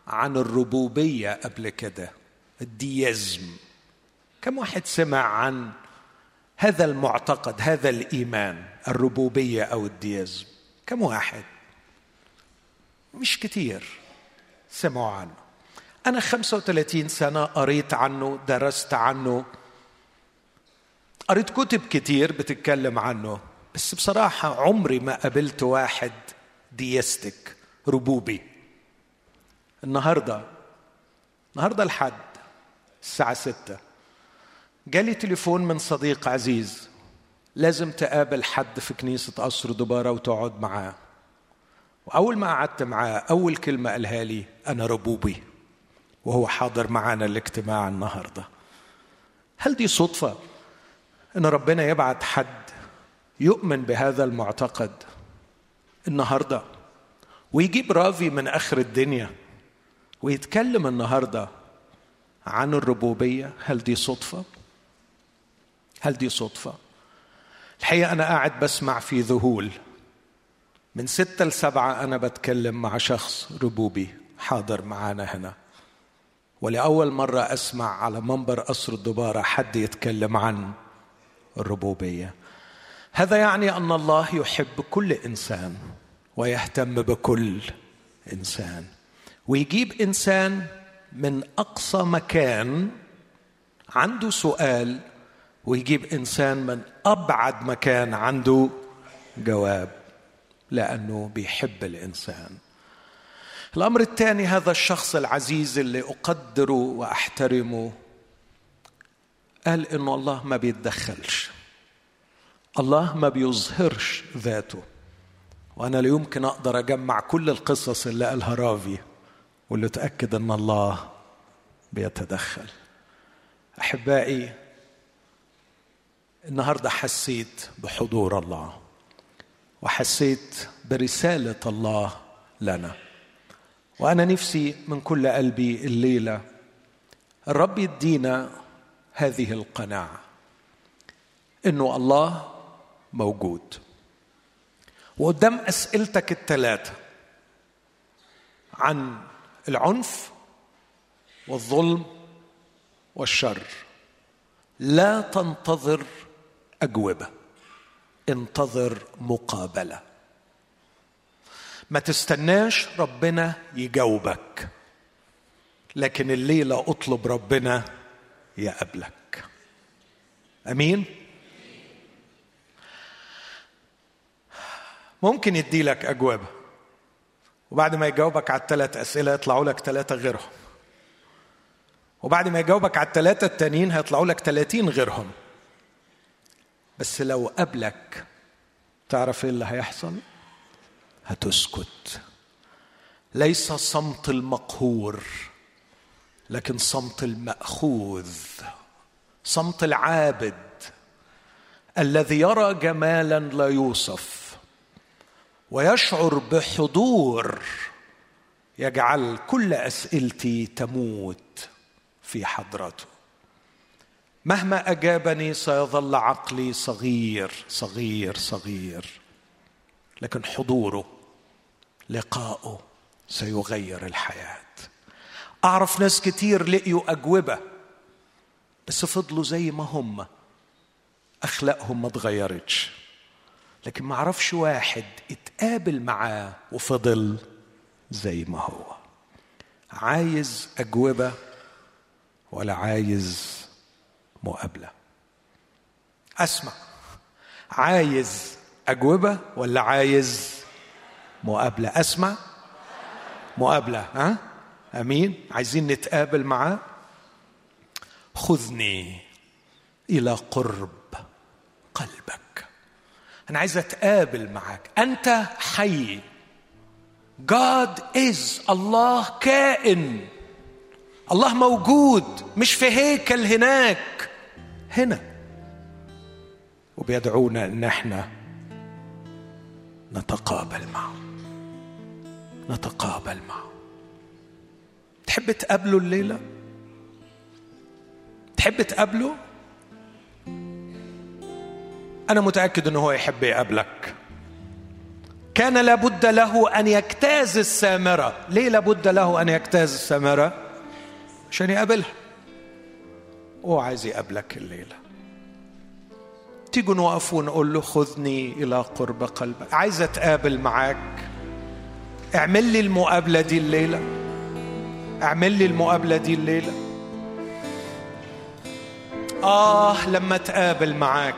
Speaker 4: عن الربوبيه قبل كده الديزم كم واحد سمع عن هذا المعتقد هذا الايمان الربوبيه او الديزم كم واحد مش كتير سمعوا عنه انا 35 سنه قريت عنه درست عنه قريت كتب كتير بتتكلم عنه بس بصراحه عمري ما قابلت واحد ديستك ربوبي النهارده النهارده الحد الساعه 6 جالي تليفون من صديق عزيز لازم تقابل حد في كنيسة قصر دبارة وتقعد معاه وأول ما قعدت معاه أول كلمة قالها لي أنا ربوبي وهو حاضر معانا الاجتماع النهاردة هل دي صدفة أن ربنا يبعت حد يؤمن بهذا المعتقد النهاردة ويجيب رافي من آخر الدنيا ويتكلم النهارده عن الربوبية هل دي صدفة؟ هل دي صدفة؟ الحقيقة أنا قاعد بسمع في ذهول من ستة لسبعة أنا بتكلم مع شخص ربوبي حاضر معانا هنا ولأول مرة أسمع على منبر قصر الدبارة حد يتكلم عن الربوبية هذا يعني أن الله يحب كل إنسان ويهتم بكل إنسان ويجيب إنسان من اقصى مكان عنده سؤال ويجيب انسان من ابعد مكان عنده جواب لانه بيحب الانسان الامر الثاني هذا الشخص العزيز اللي اقدره واحترمه قال انه الله ما بيتدخلش الله ما بيظهرش ذاته وانا لا يمكن اقدر اجمع كل القصص اللي قالها رافي واللي تأكد أن الله بيتدخل أحبائي النهاردة حسيت بحضور الله وحسيت برسالة الله لنا وأنا نفسي من كل قلبي الليلة الرب يدينا هذه القناعة إنه الله موجود وقدام أسئلتك الثلاثة عن العنف والظلم والشر لا تنتظر اجوبه انتظر مقابله ما تستناش ربنا يجاوبك لكن الليله اطلب ربنا يقابلك امين ممكن يديلك اجوبه وبعد ما يجاوبك على الثلاث اسئله يطلعوا لك ثلاثه غيرهم وبعد ما يجاوبك على الثلاثه التانيين هيطلعوا لك 30 غيرهم بس لو قابلك تعرف ايه اللي هيحصل هتسكت ليس صمت المقهور لكن صمت الماخوذ صمت العابد الذي يرى جمالا لا يوصف ويشعر بحضور يجعل كل اسئلتي تموت في حضرته مهما اجابني سيظل عقلي صغير صغير صغير لكن حضوره لقاؤه سيغير الحياه اعرف ناس كتير لقيوا اجوبه بس فضلوا زي ما هم اخلاقهم ما اتغيرتش لكن ما اعرفش واحد اتقابل معاه وفضل زي ما هو عايز اجوبه ولا عايز مقابله اسمع عايز اجوبه ولا عايز مقابله اسمع مقابله ها امين عايزين نتقابل معاه خذني الى قرب قلبك انا عايز اتقابل معاك انت حي God is الله كائن الله موجود مش في هيكل هناك هنا وبيدعونا ان احنا نتقابل معه نتقابل معه تحب تقابله الليله تحب تقابله انا متاكد ان هو يحب يقابلك كان لابد له ان يجتاز السامره ليه لابد له ان يجتاز السامره عشان يقابلها هو عايز يقابلك الليله تيجوا نوقف ونقول له خذني الى قرب قلبك عايز اتقابل معاك اعمل لي المقابله دي الليله اعمل لي المقابله دي الليله اه لما اتقابل معاك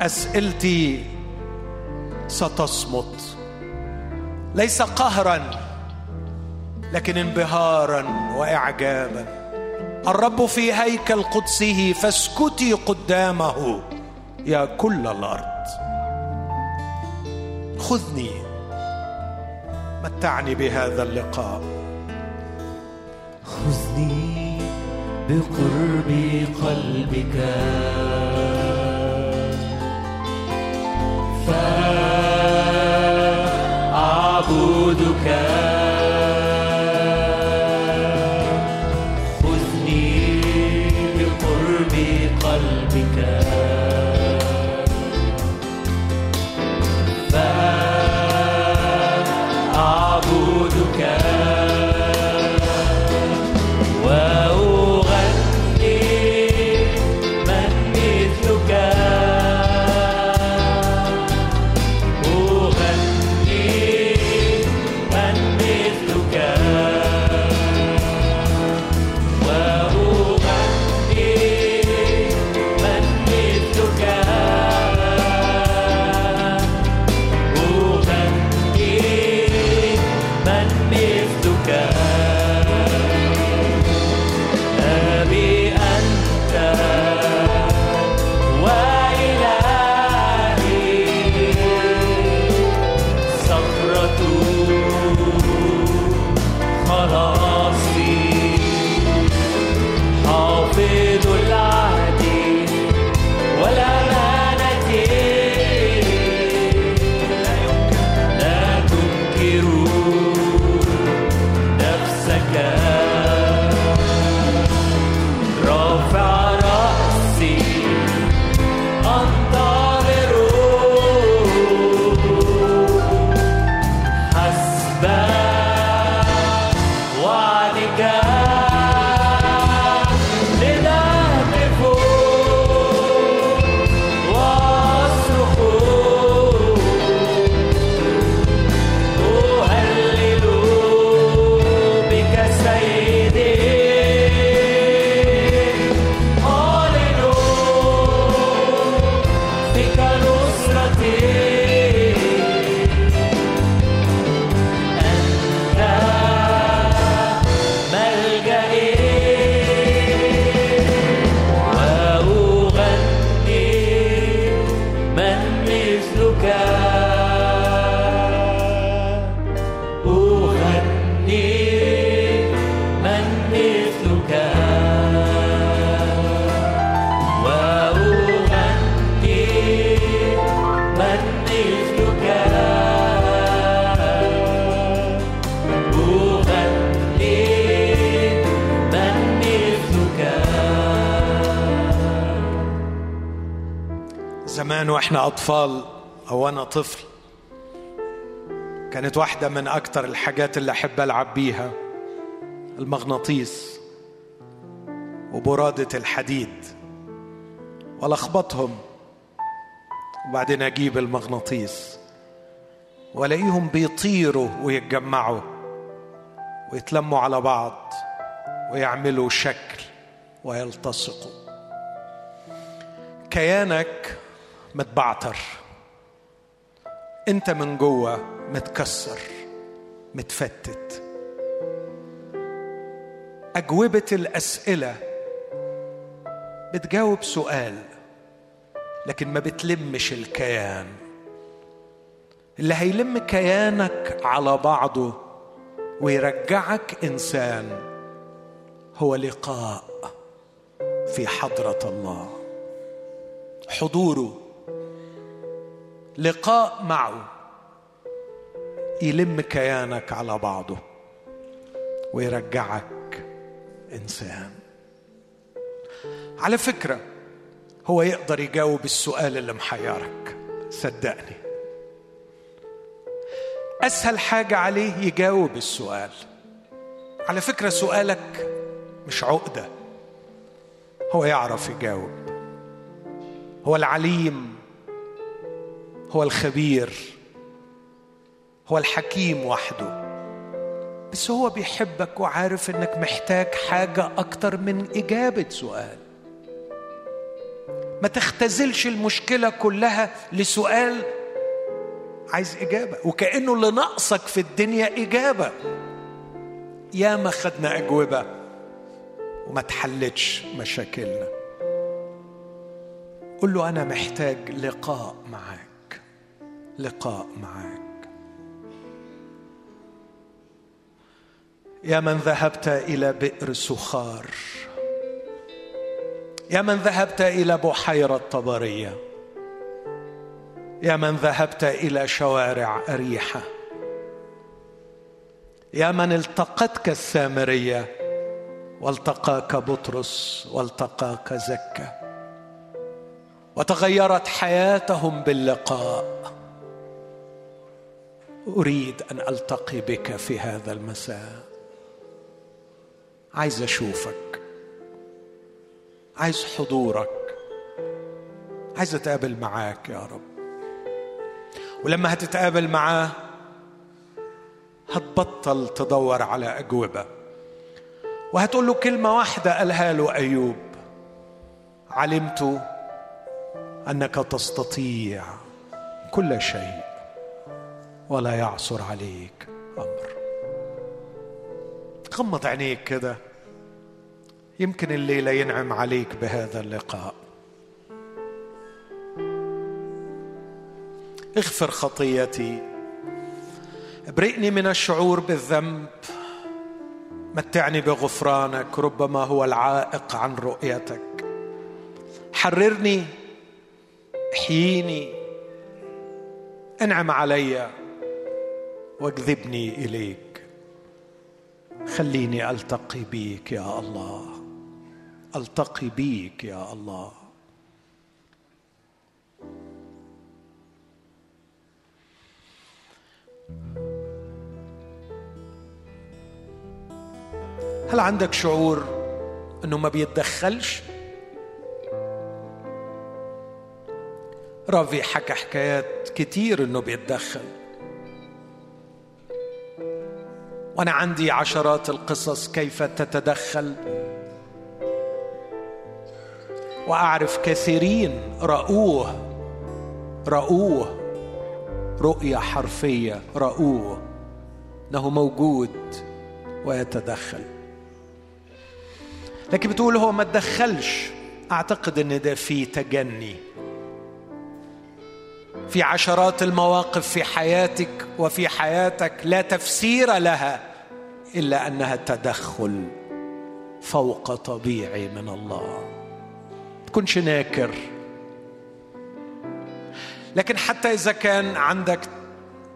Speaker 4: اسئلتي ستصمت ليس قهرا لكن انبهارا واعجابا الرب في هيكل قدسه فاسكتي قدامه يا كل الارض خذني متعني بهذا اللقاء
Speaker 3: خذني بقرب قلبك فأعبدك خذني بقرب قلبك فأعبدك وأغني من مثلك أغني من مثلك
Speaker 4: زمان واحنا اطفال او انا طفل كانت واحده من اكتر الحاجات اللي احب العب بيها المغناطيس وبراده الحديد والخبطهم وبعدين اجيب المغناطيس والاقيهم بيطيروا ويتجمعوا ويتلموا على بعض ويعملوا شكل ويلتصقوا كيانك متبعتر انت من جوه متكسر متفتت اجوبه الاسئله بتجاوب سؤال لكن ما بتلمش الكيان اللي هيلم كيانك على بعضه ويرجعك انسان هو لقاء في حضره الله حضوره لقاء معه يلم كيانك على بعضه ويرجعك انسان على فكره هو يقدر يجاوب السؤال اللي محيرك صدقني اسهل حاجه عليه يجاوب السؤال على فكره سؤالك مش عقده هو يعرف يجاوب هو العليم هو الخبير هو الحكيم وحده بس هو بيحبك وعارف انك محتاج حاجه اكتر من اجابه سؤال ما تختزلش المشكله كلها لسؤال عايز اجابه وكانه اللي ناقصك في الدنيا اجابه يا ما خدنا اجوبه وما تحلتش مشاكلنا قل له انا محتاج لقاء معاك لقاء معاك يا من ذهبت الى بئر سخار يا من ذهبت الى بحيره طبريه يا من ذهبت الى شوارع اريحه يا من التقتك السامريه والتقاك بطرس والتقاك زكه وتغيرت حياتهم باللقاء اريد ان التقي بك في هذا المساء عايز اشوفك عايز حضورك عايز اتقابل معاك يا رب ولما هتتقابل معاه هتبطل تدور على اجوبه وهتقول له كلمه واحده قالها له ايوب علمت انك تستطيع كل شيء ولا يعصر عليك امر غمض عينيك كده يمكن الليله ينعم عليك بهذا اللقاء اغفر خطيتي ابرئني من الشعور بالذنب متعني بغفرانك ربما هو العائق عن رؤيتك حررني احييني انعم علي واجذبني اليك خليني التقي بيك يا الله التقي بيك يا الله هل عندك شعور انه ما بيتدخلش رافي حكى حكايات كتير انه بيتدخل وانا عندي عشرات القصص كيف تتدخل واعرف كثيرين رأوه رأوه رؤية حرفية رأوه انه موجود ويتدخل لكن بتقول هو ما تدخلش اعتقد ان ده فيه تجني في عشرات المواقف في حياتك وفي حياتك لا تفسير لها الا انها تدخل فوق طبيعي من الله ما تكونش ناكر لكن حتى اذا كان عندك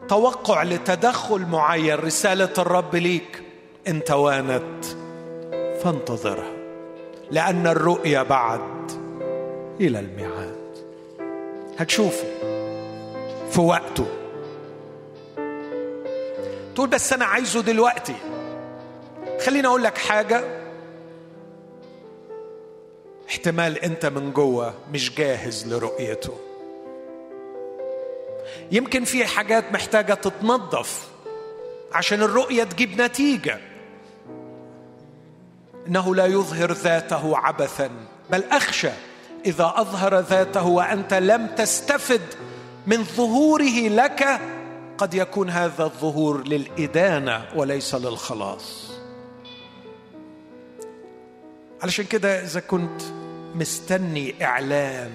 Speaker 4: توقع لتدخل معين رساله الرب ليك ان توانت فانتظرها لان الرؤيا بعد الى الميعاد هتشوفه في وقته تقول بس انا عايزه دلوقتي خليني اقول لك حاجه احتمال انت من جوه مش جاهز لرؤيته يمكن في حاجات محتاجه تتنظف عشان الرؤيه تجيب نتيجه انه لا يظهر ذاته عبثا بل اخشى اذا اظهر ذاته وانت لم تستفد من ظهوره لك قد يكون هذا الظهور للادانه وليس للخلاص علشان كده اذا كنت مستني اعلان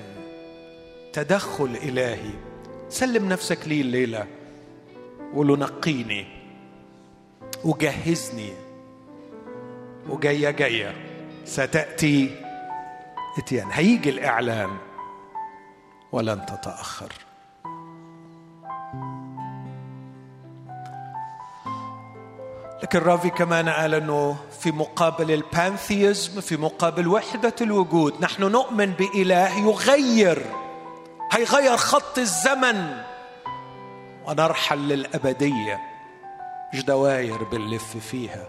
Speaker 4: تدخل الهي سلم نفسك ليه الليله وقول له نقيني وجهزني وجايه جايه ستاتي اتيان هيجي الاعلان ولن تتاخر لكن رافي كمان قال انه في مقابل البانثيزم في مقابل وحده الوجود نحن نؤمن باله يغير هيغير خط الزمن ونرحل للابديه مش دواير بنلف فيها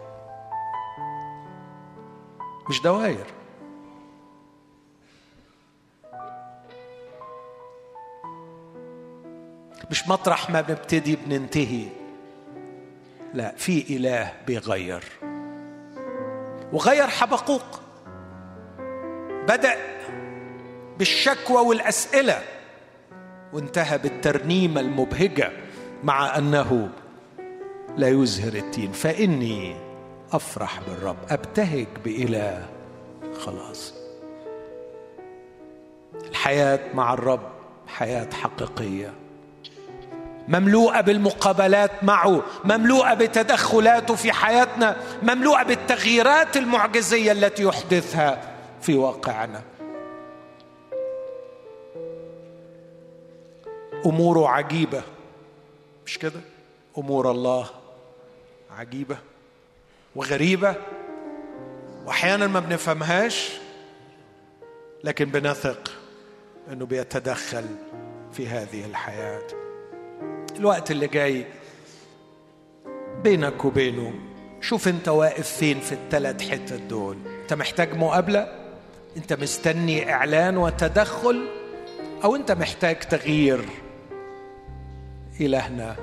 Speaker 4: مش دواير مش مطرح ما بنبتدي بننتهي لا في إله بيغير وغير حبقوق بدأ بالشكوى والأسئلة وانتهى بالترنيمة المبهجة مع أنه لا يزهر التين فإني أفرح بالرب أبتهج بإله خلاص الحياة مع الرب حياة حقيقية مملوءه بالمقابلات معه مملوءه بتدخلاته في حياتنا مملوءه بالتغييرات المعجزيه التي يحدثها في واقعنا اموره عجيبه مش كده امور الله عجيبه وغريبه واحيانا ما بنفهمهاش لكن بنثق انه بيتدخل في هذه الحياه الوقت اللي جاي بينك وبينه شوف انت واقف فين في الثلاث حتت دول انت محتاج مقابله انت مستني اعلان وتدخل او انت محتاج تغيير الهنا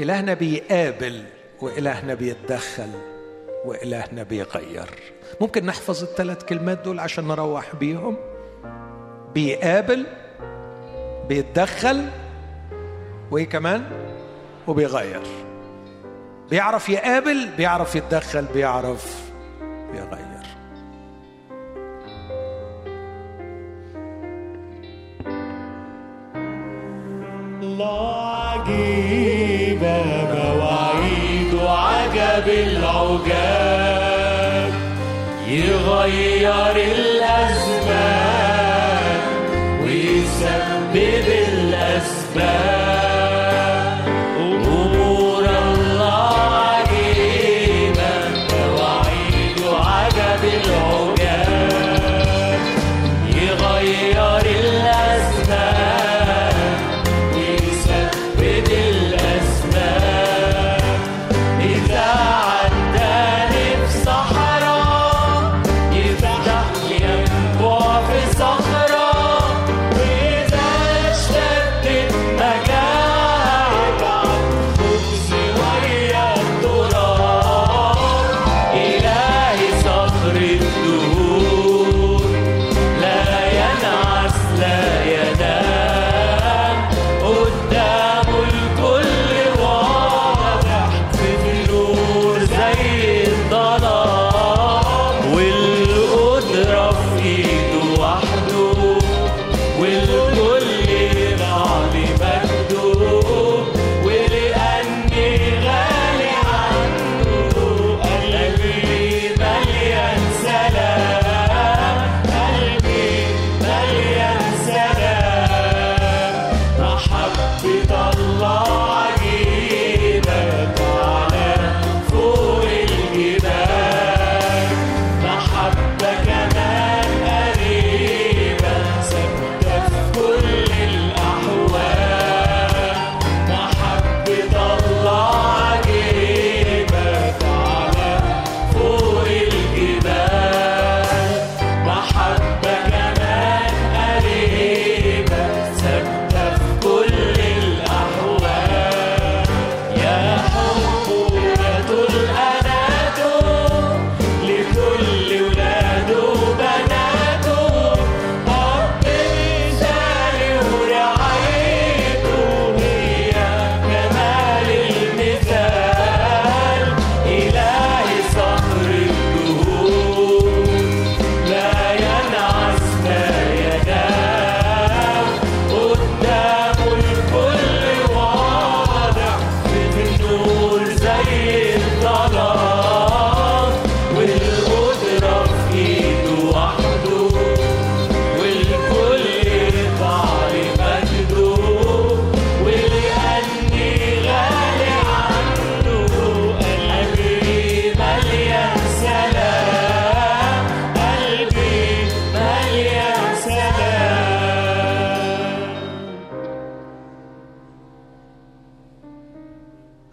Speaker 4: الهنا بيقابل والهنا بيتدخل والهنا بيغير ممكن نحفظ الثلاث كلمات دول عشان نروح بيهم بيقابل بيتدخل وايه كمان وبيغير بيعرف يقابل بيعرف يتدخل بيعرف يغير
Speaker 3: الله عجيب مواعيد وعجب العجاب يغير الأزمان ويسبب الأسباب أمور الله عجيبة مواعيد وعجب العجاب يغير الأزمان ويثبت الأسباب إذا عداني في صحراء يفتح ينبوع في صخرة وإذا اشتدت مكان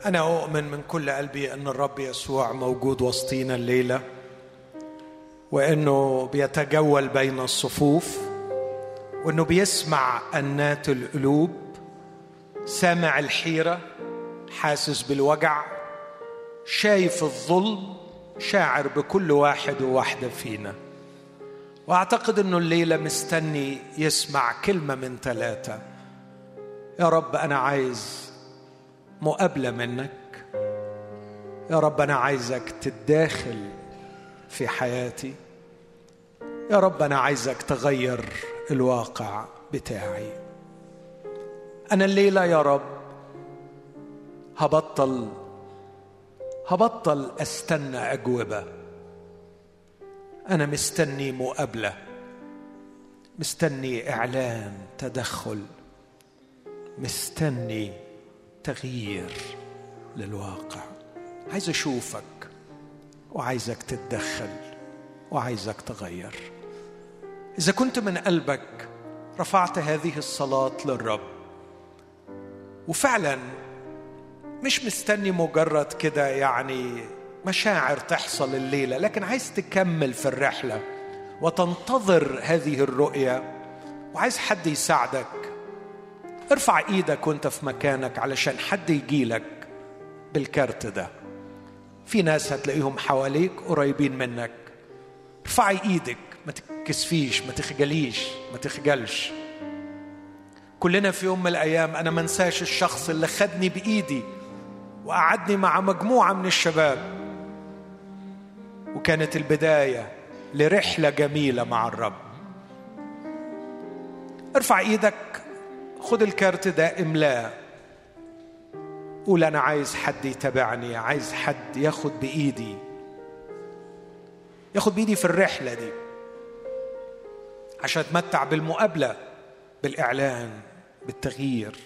Speaker 4: أنا أؤمن من كل قلبي أن الرب يسوع موجود وسطينا الليلة وأنه بيتجول بين الصفوف وأنه بيسمع أنات القلوب سامع الحيرة حاسس بالوجع شايف الظلم شاعر بكل واحد وواحدة فينا وأعتقد أنه الليلة مستني يسمع كلمة من ثلاثة يا رب أنا عايز مقابله منك يا رب انا عايزك تتداخل في حياتي يا رب انا عايزك تغير الواقع بتاعي انا الليله يا رب هبطل هبطل استنى اجوبه انا مستني مقابله مستني اعلان تدخل مستني تغيير للواقع عايز اشوفك وعايزك تتدخل وعايزك تغير اذا كنت من قلبك رفعت هذه الصلاه للرب وفعلا مش مستني مجرد كده يعني مشاعر تحصل الليله لكن عايز تكمل في الرحله وتنتظر هذه الرؤيه وعايز حد يساعدك ارفع ايدك وانت في مكانك علشان حد يجيلك بالكارت ده في ناس هتلاقيهم حواليك قريبين منك ارفعي ايدك ما تكسفيش ما تخجليش ما تخجلش كلنا في يوم من الايام انا ما انساش الشخص اللي خدني بايدي وقعدني مع مجموعه من الشباب وكانت البدايه لرحله جميله مع الرب ارفع ايدك خد الكارت ده املاه قول انا عايز حد يتابعني عايز حد ياخد بايدي ياخد بايدي في الرحله دي عشان اتمتع بالمقابله بالاعلان بالتغيير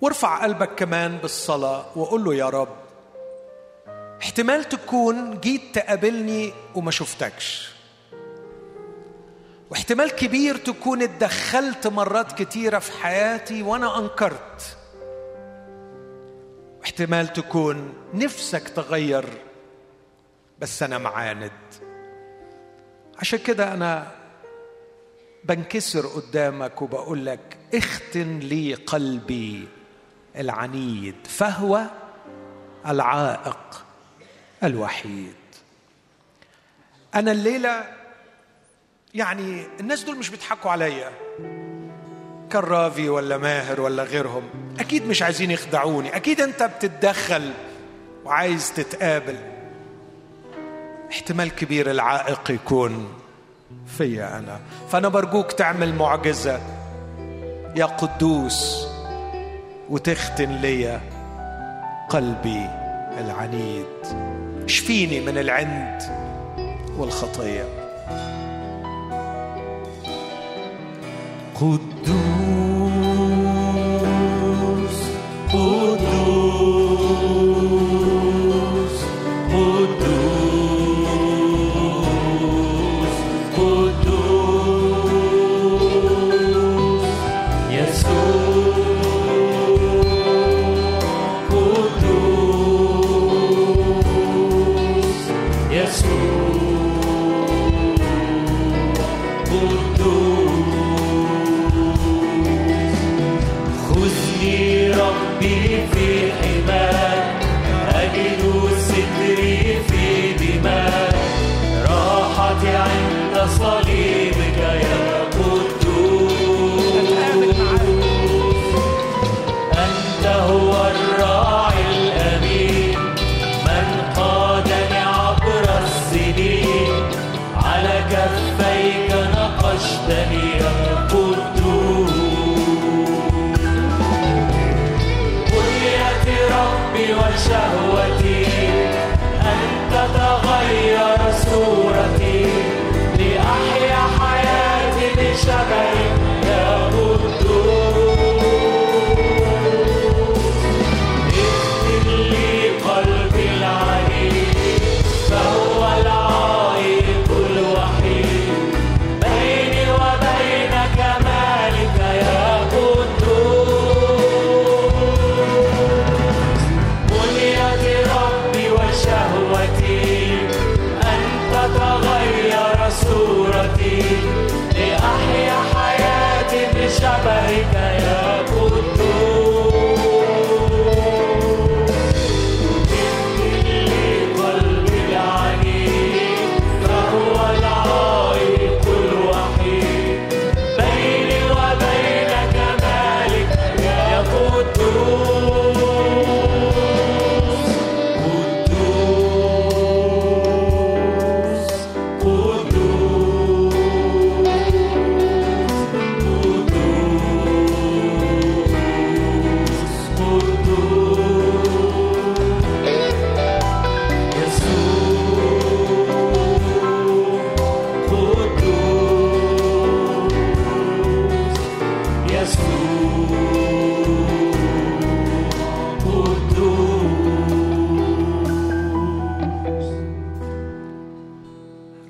Speaker 4: وارفع قلبك كمان بالصلاه وقول له يا رب احتمال تكون جيت تقابلني وما شفتكش واحتمال كبير تكون اتدخلت مرات كتيرة في حياتي وأنا أنكرت واحتمال تكون نفسك تغير بس أنا معاند عشان كده أنا بنكسر قدامك وبقول لك اختن لي قلبي العنيد فهو العائق الوحيد أنا الليلة يعني الناس دول مش بيضحكوا عليا كان رافي ولا ماهر ولا غيرهم اكيد مش عايزين يخدعوني اكيد انت بتتدخل وعايز تتقابل احتمال كبير العائق يكون فيا انا فانا برجوك تعمل معجزه يا قدوس وتختن ليا قلبي العنيد شفيني من العند والخطيه
Speaker 5: قدوس قدوس قدوس قدوس يسوع قدوس يسوع قدوس خذني ربي في حماك أجد ستري في دماك راحتي عند صليبك يا قدوس أنت هو الراعي الأمين من قادني عبر السنين على كفيك نقشتني يا قدوس قل يا رب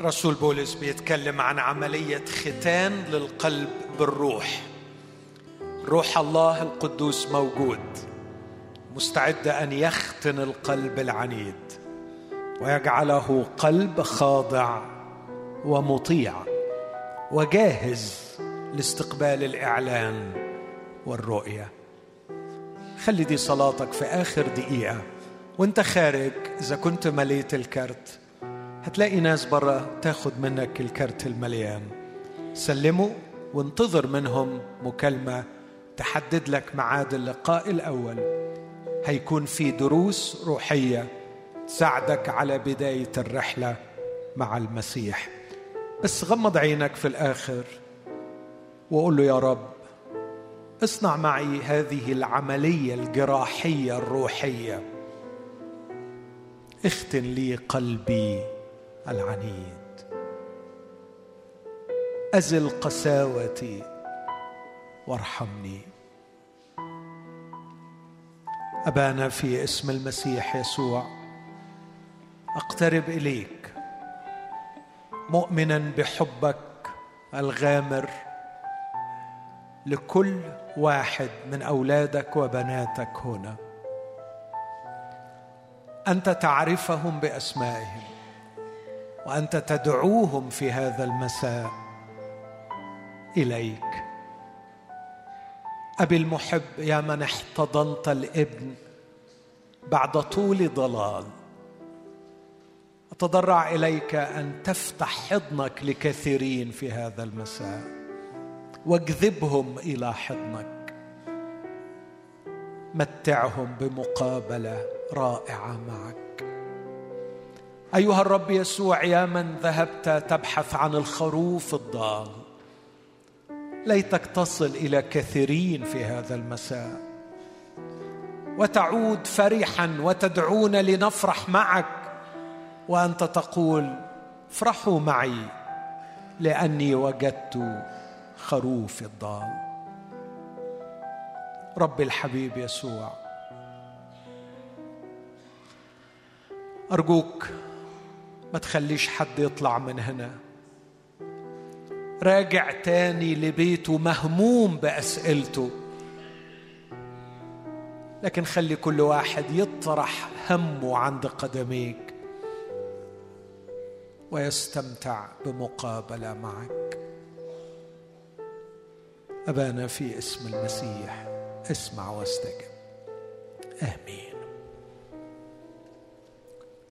Speaker 4: الرسول بولس بيتكلم عن عملية ختان للقلب بالروح روح الله القدوس موجود مستعد أن يختن القلب العنيد ويجعله قلب خاضع ومطيع وجاهز لاستقبال الإعلان والرؤية خلي دي صلاتك في آخر دقيقة وانت خارج إذا كنت مليت الكارت هتلاقي ناس بره تاخد منك الكارت المليان سلمه وانتظر منهم مكالمة تحدد لك ميعاد اللقاء الأول هيكون في دروس روحية تساعدك على بداية الرحلة مع المسيح بس غمض عينك في الآخر وقول له يا رب اصنع معي هذه العملية الجراحية الروحية اختن لي قلبي العنيد أزل قساوتي وارحمني أبانا في اسم المسيح يسوع أقترب إليك مؤمنا بحبك الغامر لكل واحد من أولادك وبناتك هنا أنت تعرفهم بأسمائهم وأنت تدعوهم في هذا المساء إليك أبي المحب يا من احتضنت الابن بعد طول ضلال أتضرع إليك أن تفتح حضنك لكثيرين في هذا المساء واجذبهم إلى حضنك متعهم بمقابلة رائعة معك أيها الرب يسوع يا من ذهبت تبحث عن الخروف الضال ليتك تصل إلى كثيرين في هذا المساء وتعود فرحا وتدعونا لنفرح معك وأنت تقول افرحوا معي لأني وجدت خروف الضال رب الحبيب يسوع أرجوك ما تخليش حد يطلع من هنا راجع تاني لبيته مهموم بأسئلته لكن خلي كل واحد يطرح همه عند قدميك ويستمتع بمقابلة معك أبانا في اسم المسيح اسمع واستجب آمين